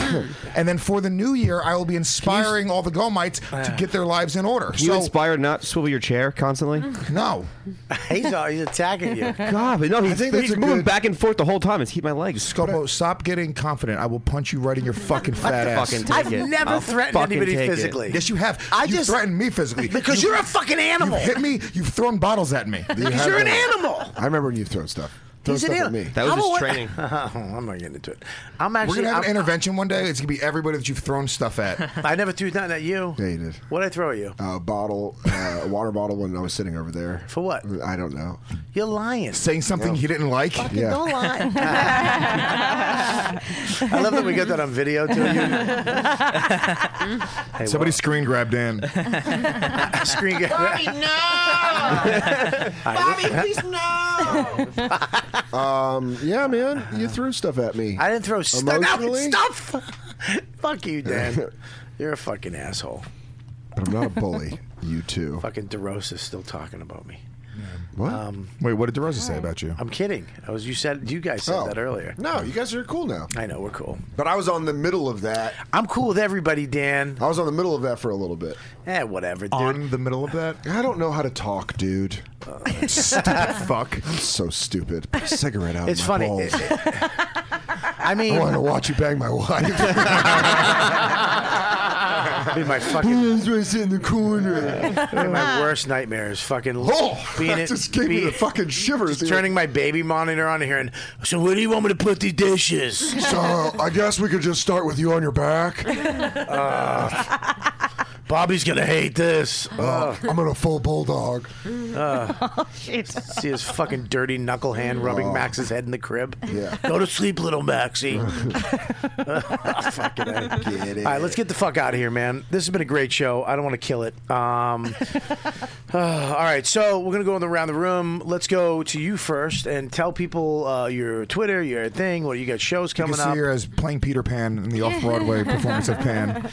H: and then for the new year, I will be inspiring all the Gomites to get their lives in order.
J: You
H: so
J: inspired not swivel your chair constantly.
H: no,
B: [LAUGHS] He's, uh, he's attacking you.
J: God, but no, he's,
H: think that's
J: he's
H: a
J: moving
H: good-
J: back and forth the whole time. It's heat my legs.
H: Scopo, stop getting confident. I will punch you right in
B: [LAUGHS]
H: your fucking fat ass.
J: fucking take
B: I've
J: it.
B: never
J: I'll
B: threatened
J: fucking
B: anybody
J: take it.
B: physically.
H: [LAUGHS] Yes, you have.
B: I
H: you
B: just-
H: threatened me physically
B: Because you, are a fucking animal.
H: You've hit me. You've thrown bottles at me.
L: You
B: [LAUGHS] Because
L: have
B: you're an
L: that.
B: animal.
L: I remember when you've thrown stuff.
I: Don't
B: He's an
I: stop at
B: al-
I: me.
H: That was
B: I'm
H: his
B: a wa-
H: training.
B: [LAUGHS] I'm not getting into it. I'm actually.
H: We're gonna have
B: I'm-
H: an intervention one day. It's gonna be everybody that you've thrown stuff at.
B: [LAUGHS] I never threw nothing at you.
I: Yeah, you did.
B: What'd I throw at you?
I: A uh, bottle, uh, a water bottle when I was sitting over there.
B: For what?
I: I don't know.
B: You're lying. [LAUGHS]
H: Saying something he didn't like?
B: Fucking don't lie.
I: [LAUGHS]
B: I love that we got that on video too.
I: [LAUGHS]
B: You
H: Somebody screen grab
I: [LAUGHS]
H: Dan.
B: screen [LAUGHS] grab.
C: no!
B: Bobby,
C: please no!
I: Um, yeah, man, you threw stuff at me.
B: I didn't throw stuff. No,
I: Emotionally,
B: stuff. [LAUGHS] Fuck you, Dan.
I: [LAUGHS]
B: You're a fucking asshole.
I: but I'm not a bully. [LAUGHS] You too.
B: Fucking DeRosa's still talking about me.
I: What?
H: Wait, what did DeRosa say about you?
B: I'm kidding. I was. You said. You guys said
I: Oh.
B: that earlier.
I: No, you guys are cool now.
B: I know we're cool.
I: But I was on the middle of that.
B: I'm cool with everybody, Dan.
I: I was on the middle of that for a little bit.
B: Eh, whatever, dude.
H: On the middle of that?
I: I don't know how to talk, dude.
H: stupid fuck.
I: I'm so stupid. Put a cigarette out.
B: It's
I: of my
B: funny.
I: Balls.
B: I mean,
I: I want to watch you bang my wife.
B: be my fucking
I: That's why I sit in the corner.
B: be my worst nightmares. Fucking
I: Oh, [LAUGHS]
B: being
I: that
B: it-
I: just gave me
B: being-
I: the fucking shivers.
B: just
I: dude.
B: turning my baby monitor on and hearing. So where do you want me to put the dishes?
I: So I guess we could just start with you on your back.
B: Bobby's gonna hate this.
I: Uh, I'm gonna full bulldog.
B: Uh, See his fucking dirty knuckle hand rubbing Max's head in the crib.
I: Oh. Yeah.
B: Go to sleep, little
I: [LAUGHS]
B: Maxie. fucking A.
I: Get it.
B: All right, let's get the fuck out of here, man. This has been a great show. I don't want to kill it. Um, [LAUGHS] [SIGHS] uh, all right, so we're gonna go around the room. Let's go to you first and tell people uh, your Twitter, your thing. What you got? Shows
H: You can
B: coming
H: see
B: up.
H: her as playing Peter Pan in the off Broadway performance of Pan.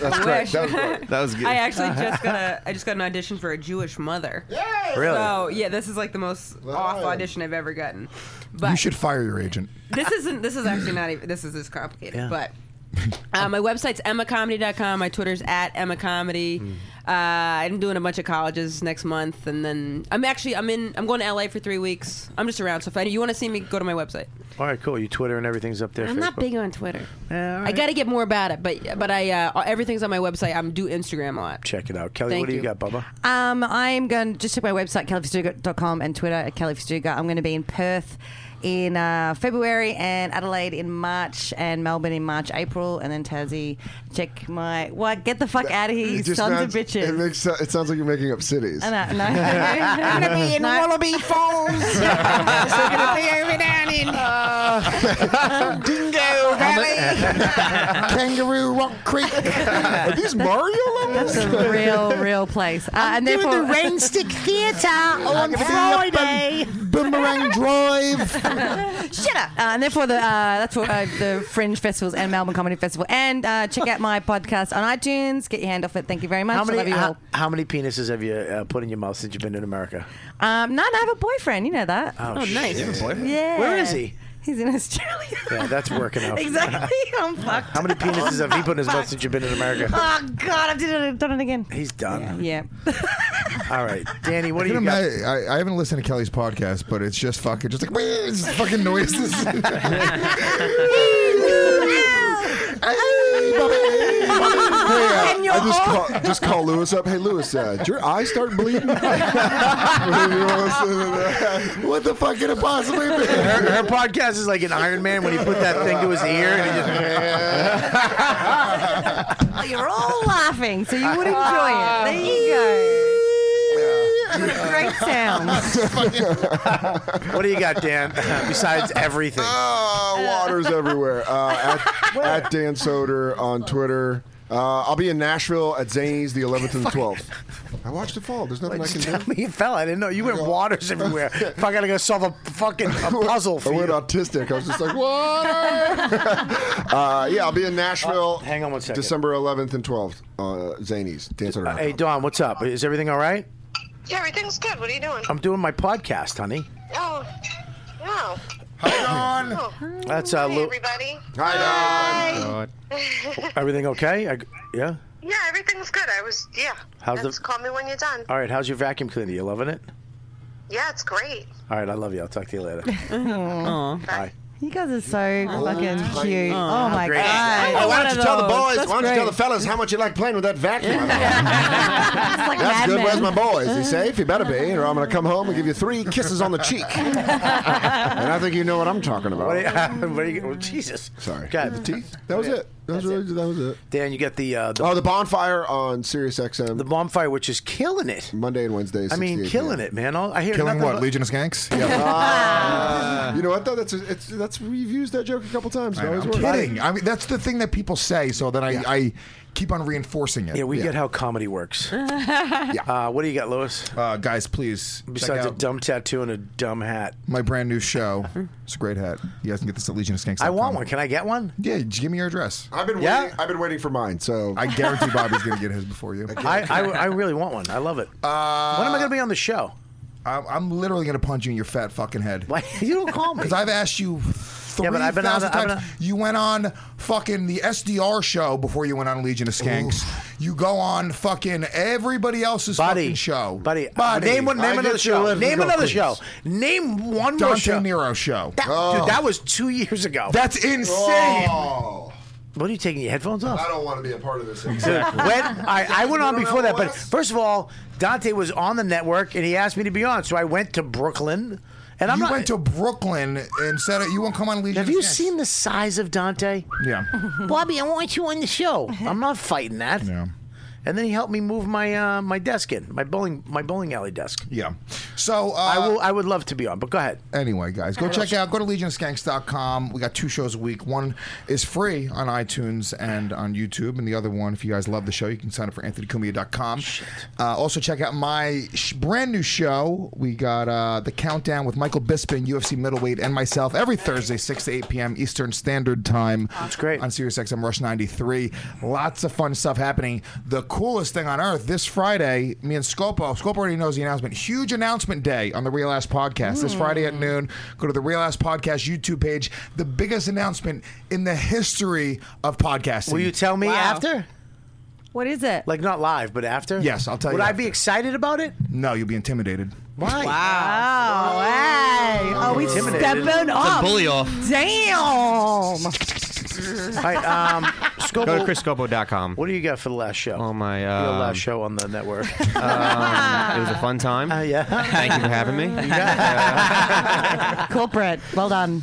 I: That's correct. That was great.
Q: That was
E: I
K: [LAUGHS]
E: actually just got a I just got an audition for a Jewish mother. Yeah.
H: Really?
E: So yeah, this is like the most off audition I've ever gotten. But
H: You should fire your agent.
E: this isn't this is actually not even this is this complicated
H: Yeah.
E: but uh, my website's emmacomedy.com my twitter's at emmacomedy uh, i'm doing a bunch of colleges next month and then i'm actually i'm in i'm going to la for three weeks i'm just around so if any, you want to see me go to my website
B: All right, cool. Your Twitter and everything's up there.
E: i'm not
B: Facebook.
E: big on twitter
B: Yeah, all
E: i
B: right.
E: gotta get more about it but but i uh, everything's on my website i'm do instagram a lot
B: Check it out, Kelly.
E: Thank
B: what do you,
E: you.
B: got, Bubba?
J: Um, I'm going to just check my website, califastuga.com, and Twitter at califastuga. I'm going to be in Perth in uh, February and Adelaide in March and Melbourne in March, April, and then Tassie. Check my. What? Get the fuck out of here, you
I: It just
J: sons of
I: sounds- It,
J: bitches.
I: makes, it sounds like you're making up cities.
J: I know, [LAUGHS] no.
C: I'm gonna be in
J: No. [LAUGHS]
C: Wallaby Falls. I'm gonna be over down in
I: [LAUGHS]
C: uh, Dingo Valley.
H: Kangaroo Rock Creek.
I: Are
B: [LAUGHS]
I: these Mario levels?
J: That's a real, real place. Uh,
C: I'm
J: and
C: doing
J: therefore,
C: the Rainstick
J: [LAUGHS]
C: Theatre on Friday.
H: Boomerang
I: [LAUGHS]
H: Drive.
J: Shut up. Uh, and therefore, the, uh, that's for uh, the Fringe Festivals and Melbourne Comedy Festival. And uh, check out my podcast on iTunes. Get your hand off it. Thank you very much.
B: How
J: I love
B: many
J: you
B: how,
J: all.
B: how many penises have you uh, put in your mouth since you've been in America?
J: Um, no, no, I have a boyfriend. You know that.
B: Oh, Oh, nice. shit. You have a boyfriend?
J: Yeah.
B: Where is he?
J: He's in Australia.
B: [LAUGHS] Yeah, that's working out.
J: [LAUGHS] exactly. I'm fucked. [LAUGHS]
B: How many penises have you put in his mouth since you've been in America?
J: Oh God, I've done it, done it again.
B: He's done.
J: Yeah.
B: All right, Danny, what
H: I,
B: do you
H: can
B: got?
H: imagine- I, I haven't listened to Kelly's podcast, but it's just fucking, just like, [LAUGHS] it's just fucking
J: [LAUGHS]
H: noises. [LAUGHS] uh,
I: I just call, just call Lewis up. Hey, Lewis, uh, did your eye
H: [LAUGHS]
I: start bleeding? what the fuck could it possibly be?
B: Her, her podcast is like an Iron Man when he put that thing to his ear and he just.
H: [LAUGHS]
J: Oh, you're all laughing, so you would enjoy it. There you go. What a great sound.
B: what do you got, Dan? Besides everything.
I: Oh, water's everywhere. Uh,
B: [LAUGHS]
I: at, at Dan Soder on Twitter. Uh, I'll be in Nashville at Zany's the 11th and 12th.
B: [LAUGHS]
I: I watched it fall. There's nothing I
B: Like,
I: can
B: just
I: do. Oh
B: tell me you fell. I didn't know. You went waters everywhere. If I gotta go solve a fucking a puzzle for
I: [LAUGHS] I went
B: you.
I: autistic. I
B: [LAUGHS]
I: was just like, what? uh, yeah, I'll be in Nashville.
B: Oh, hang on one second.
I: December 11th and 12th. Uh, Zanies. Dance
B: Uh, hey, Don, what's up? Is everything all right?
R: Yeah, everything's good. What are you doing?
B: I'm doing my podcast, honey.
R: Oh, no.
H: Hi,
R: Don.
B: That's uh,
R: Hey,
B: Lou.
R: everybody.
K: Ah,
B: Hi, Don. Everything okay? I, yeah.
R: Yeah, everything's good. I was, yeah.
B: How's the-
R: Just call me when you're done.
B: All right. How's your vacuum cleaner? You loving it?
R: Yeah, it's great.
B: All right. I love you. I'll talk to you later.
R: Aw.
B: Bye.
K: You guys are so fucking
L: Old timey.
K: cute. Oh, my
L: Great.
K: god!
L: Hey, why
K: One
L: don't you
K: of
L: tell the
K: those.
L: boys?
K: That's
L: why don't you tell the
K: great.
L: fellas how much you like playing with that
K: [LAUGHS]
L: vacuum?
K: like
L: That's
K: Mad
L: good.
K: Men.
L: Where's my boys? He's safe. You better be, or I'm
K: [LAUGHS]
L: gonna come home and give you three kisses on the cheek. and I think you know what I'm talking about.
B: What do you, [LAUGHS] what do you, oh, Jesus.
L: Sorry.
B: God.
L: The teeth. That was it. That was, really, that was it.
B: Dan, you get the, uh, the
L: oh the bonfire on Sirius XM. The
B: bonfire, which is killing it.
L: Monday and Wednesdays.
B: I mean,
L: 68
B: killing
L: p.m.
B: it, man. All- I hear
H: Killing
B: nothing
H: what?
B: but-
H: Legion of Skanks?
L: Ah. you know what though? That's it's, that's we've used that joke a couple times. It
H: I
L: always
H: am
L: works.
H: kidding. I mean, that's the thing that people say, so then I, I keep on reinforcing it.
B: Yeah, we get how comedy works.
H: Yeah.
B: Uh, what do you got, Lewis?
H: Uh, guys, please.
B: Besides a dumb tattoo and a dumb hat.
H: My brand new show. It's a great hat. You guys can get this at Legion of Skanks.
B: I want one. Can I get one?
H: Yeah, just give me your address.
L: I've been waiting. I've been waiting for mine. So
H: I guarantee Bobby's going to get his before you.
B: I, I,
H: [LAUGHS]
B: I really want one. I love it. Uh, when am I going to be on the show? [LAUGHS]
H: I'm, I'm literally going to punch you in your fat fucking head.
B: Why? You don't call me.
H: Because I've asked you three
B: Yeah, but I've been on the- I've
H: times. You went on fucking the SDR show before you went on Legion of Skanks. You go on fucking everybody else's fucking show. Buddy,
B: uh, Name one. Name another show. Name another show. Name one more
H: Dante
B: show.
H: Nero show. Oh,
B: That, Dude, that was two [LAUGHS] years ago.
H: That's insane.
B: Oh. What are you taking your headphones off?
L: Oh, I don't want to be a part of this.
B: Dude,
J: [LAUGHS]
B: when I, I went on before that, but first of all, Dante was on the network and he asked me to be on, so I went to Brooklyn. And I'm
H: you
B: not.
H: went to Brooklyn and said you won't come on Legion.
B: have
H: of
B: you
H: Skanks.
B: seen the size of
J: [LAUGHS]
B: Dante?
H: Yeah.
B: Bobby, I want you on the show. I'm not fighting that.
H: Yeah.
B: And then he helped me move my uh, my desk in my bowling my bowling alley desk.
H: Yeah. So uh,
B: I will. I would love to be on, but go ahead.
H: Anyway, guys, go check out. Go to legionofskanks.com. We got two shows a week. One is free on iTunes and on YouTube, and the other one, if you guys love the show, you can sign up for anthonycumia.com. Uh, also, check out my sh- brand new show. We got uh, the countdown with Michael Bisping, UFC middleweight, and myself every Thursday, six to eight p.m. Eastern Standard Time. That's
B: great
H: on Sirius XM Rush ninety three. Lots of fun stuff happening. The coolest thing on earth this Friday. Me and Scopo. Scopo already knows the announcement. Huge announcement day on the Real Ass Podcast this
N: Mm.
H: Friday
B: Hmm.
H: at noon. Go to the Real Ass Podcast YouTube page. The biggest announcement in the history of podcasting.
B: Will you tell me after?
K: What is it?
B: Like not live, but after?
H: Yes, I'll tell
B: Would
H: you.
B: I be excited about it?
H: No, you'll be intimidated.
B: Why?
K: Wow. Hey. Oh, we
B: Intimidated.
K: stepping
B: It's a
E: Um,
K: up.
B: bully off.
K: Damn.
B: All right, um, Scopo,
J: [LAUGHS] Go to chriscopo.com.
B: What do you got for the last show?
J: Oh my!
B: Your
J: Uh,
B: last show on the
J: [LAUGHS]
B: network. [LAUGHS]
J: um, it was a fun time.
B: yeah.
J: Thank you for having me.
K: [LAUGHS] Corporate. Well done.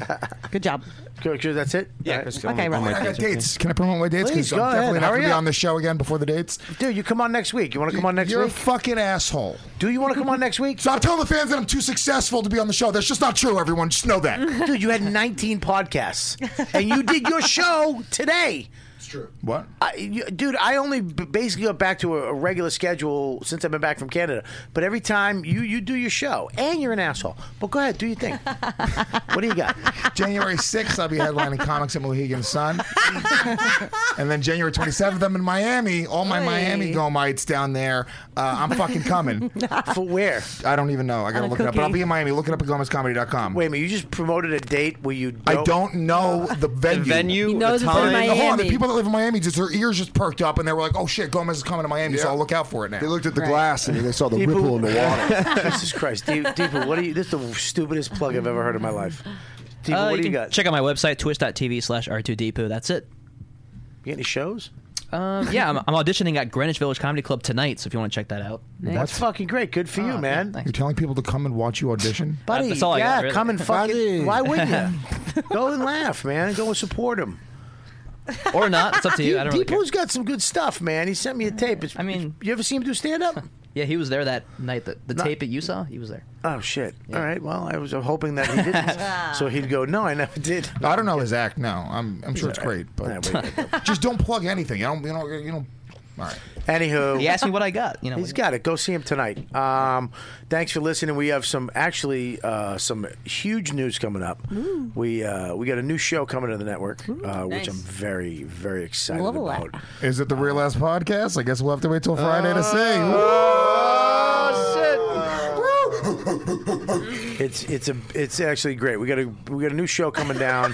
K: Good job.
B: That's it.
J: Yeah.
K: Okay,
J: Oh
H: I
K: right.
H: got dates. Can I promote my dates?
B: Please,
H: Because I'm
B: go ahead.
H: definitely not
B: Hurry
H: going to be
B: up.
H: on the show again before the dates.
B: Dude, you come on next week. You want to come on next
H: You're
B: week?
H: a fucking asshole.
B: Do you want to come on next week?
H: Stop telling the fans that I'm too successful to be on the show. That's just not true, everyone. Just know that.
B: [LAUGHS] Dude, you had 19 podcasts, and you did your show today. It's
L: true.
H: What?
B: I, you, dude, I only b- basically got back to a, a regular schedule since I've been back from Canada. But every time you you do your show, and you're an asshole. But go ahead, do your thing. what do you got?
H: January 6th, I'll be headlining comics at Mohegan Sun. and then January 27th, I'm in Miami. All my
B: Oy.
H: Miami gomites down there. Uh, I'm
B: [LAUGHS]
H: fucking coming.
B: For where?
H: I don't even know. I got to
B: On a
H: look it up. But I'll
B: cookie.
H: be in Miami. Look it up at gomezcomedy.com.
B: Wait a minute, you just promoted a date where you.
H: I don't know the venue.
J: venue, He knows the
H: the
J: it's in time. Uh,
H: Hold on, the
J: Miami.
H: people that live in Miami, just their ears just perked up, and they were like, "Oh shit, Gomez is coming to Miami, so I'll look out for it now."
L: They looked at the glass and they saw the
H: People-
L: ripple in the water.
B: Jesus Christ, Deep- Deepu, what are you? This is the stupidest plug I've ever heard in my life. Deepu,
O: Uh,
B: what do you
O: can
B: got?
O: Check out my website, twitch.tv slash r2dpoo. That's it.
B: You got any shows?
O: Um, yeah, I'm, I'm auditioning at Greenwich Village Comedy Club tonight, so if you want to check that out.
B: That's fucking great. Good for Oh, you, man.
H: You're telling people to come and watch
B: [LAUGHS]
H: you audition,
B: Buddy,
O: That's all I
B: yeah,
O: got, really.
B: come and fucking.
O: Buddy.
B: Why wouldn't you? [LAUGHS] Go and laugh, man. Go and support him.
O: Or not. It's up to you. I don't really care.
B: Deepu's got some good stuff, man. He sent me a tape. It's, I mean, you ever see him do stand up?
O: [LAUGHS] Yeah, he was there that night. The, the tape that you saw, he was there.
B: Oh shit! All right. Well, I was hoping that he [LAUGHS] didn't, so he'd go. No, I never did.
H: I don't know his act. No, I'm I'm sure
B: He's
H: it's
B: all right.
H: great, but
B: Yeah, we-
H: [LAUGHS] just don't plug anything. I don't. You know. You don't. All right.
B: Anywho,
H: He asked me what
O: I got. You know,
B: he's got it. Go see him tonight. Um, thanks for listening. We have some actually uh, some huge news coming up.
M: Ooh.
B: We uh, we got a new show coming to the network, uh, which
M: nice.
B: I'm very very excited
M: Love that.
B: about.
H: Is it the real ass podcast? I guess we'll have to wait till Friday to see.
J: Uh, Oh,
B: It's it's a it's actually great. We got a we got a new show
K: [LAUGHS]
B: coming down. Um,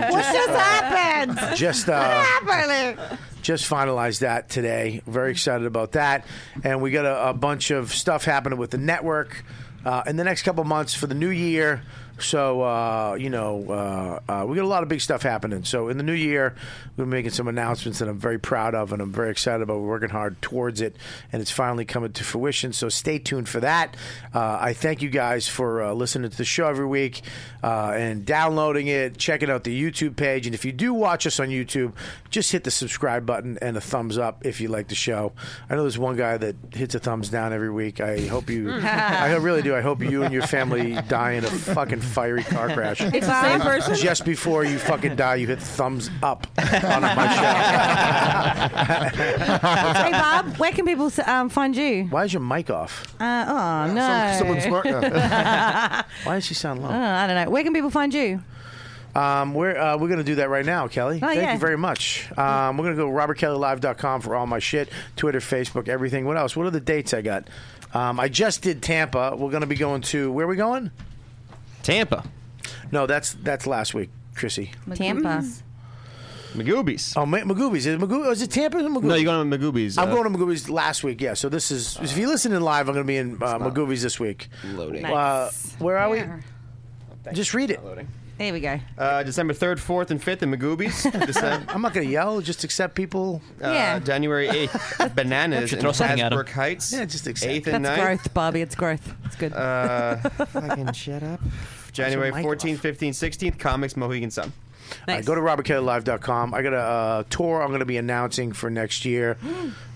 K: What
B: just,
K: just
B: uh,
K: happened?
B: just,
K: what
B: uh,
K: happened?
B: just finalized that today. Very excited about that, and we got a, a bunch of stuff happening with the network uh, in the next couple months for the new year. So uh, you know, uh, uh, we got a lot of big stuff happening. So in the new year, we're making some announcements that I'm very proud of, and I'm very excited about. We're working hard towards it, and it's finally coming to fruition. So stay tuned for that. Uh, I thank you guys for uh, listening to the show every week uh, and downloading it, checking out the YouTube page, and if you do watch us on YouTube, just hit the subscribe button and a thumbs up if you like the show. I know there's one guy that hits a thumbs down every week. I hope you, I really do. I hope you and your family die in a fucking fiery car crash.
E: It's the same person?
B: Just before you fucking die, you hit thumbs up on my show.
K: hey, Bob, where can people um, find you?
B: Why is your mic off?
K: Uh, oh, no.
B: Why does she sound
K: Oh,
B: low?
K: I don't know. Where can people find you?
B: Um, we're uh, we're gonna do that right now, Kelly.
K: Oh,
B: Thank
K: yeah.
B: you very much. Um, we're gonna go robertkellylive.com for all my shit, Twitter, Facebook, everything. What else? What are the dates I got? Um, I just did Tampa. We're gonna be going to where are we going? Tampa. No, that's that's last week, Chrissy.
K: Tampa.
B: Magoobies. Oh, Ma- Magoobies. Is it, Magoo- is it Tampa? Or Magoobies?
J: No, you're going to Magoobies.
B: I'm
J: uh,
B: going to Magoobies last week. Yeah, so this is if you listen in live, I'm going to be in uh, Magoobies this week.
J: Loading.
B: Uh, where are we? Just read it.
K: There we go.
J: Uh, December 3rd, 4th, and 5th in Magoobies.
B: I'm not going to yell. Just accept people.
J: Uh, January 8th, Bananas
O: should
J: in
O: throw something at 'em.
J: Hasbrook Heights. Yeah,
B: just
J: accept 8th
K: That's
J: and 9th.
K: growth, Bobby. It's growth. It's good.
J: Uh, fucking shut up. January
K: mic
J: 14th, 15th, 16th, Comics Mohegan Sun.
B: Uh, go to robertkellylive.com. I got a uh, tour I'm going to be announcing for next year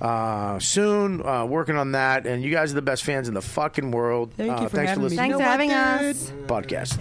B: uh, soon. Uh, working on that, and you guys are the best fans in the fucking world. uh, thanks for listening.
K: Thanks for having us.
B: Podcast.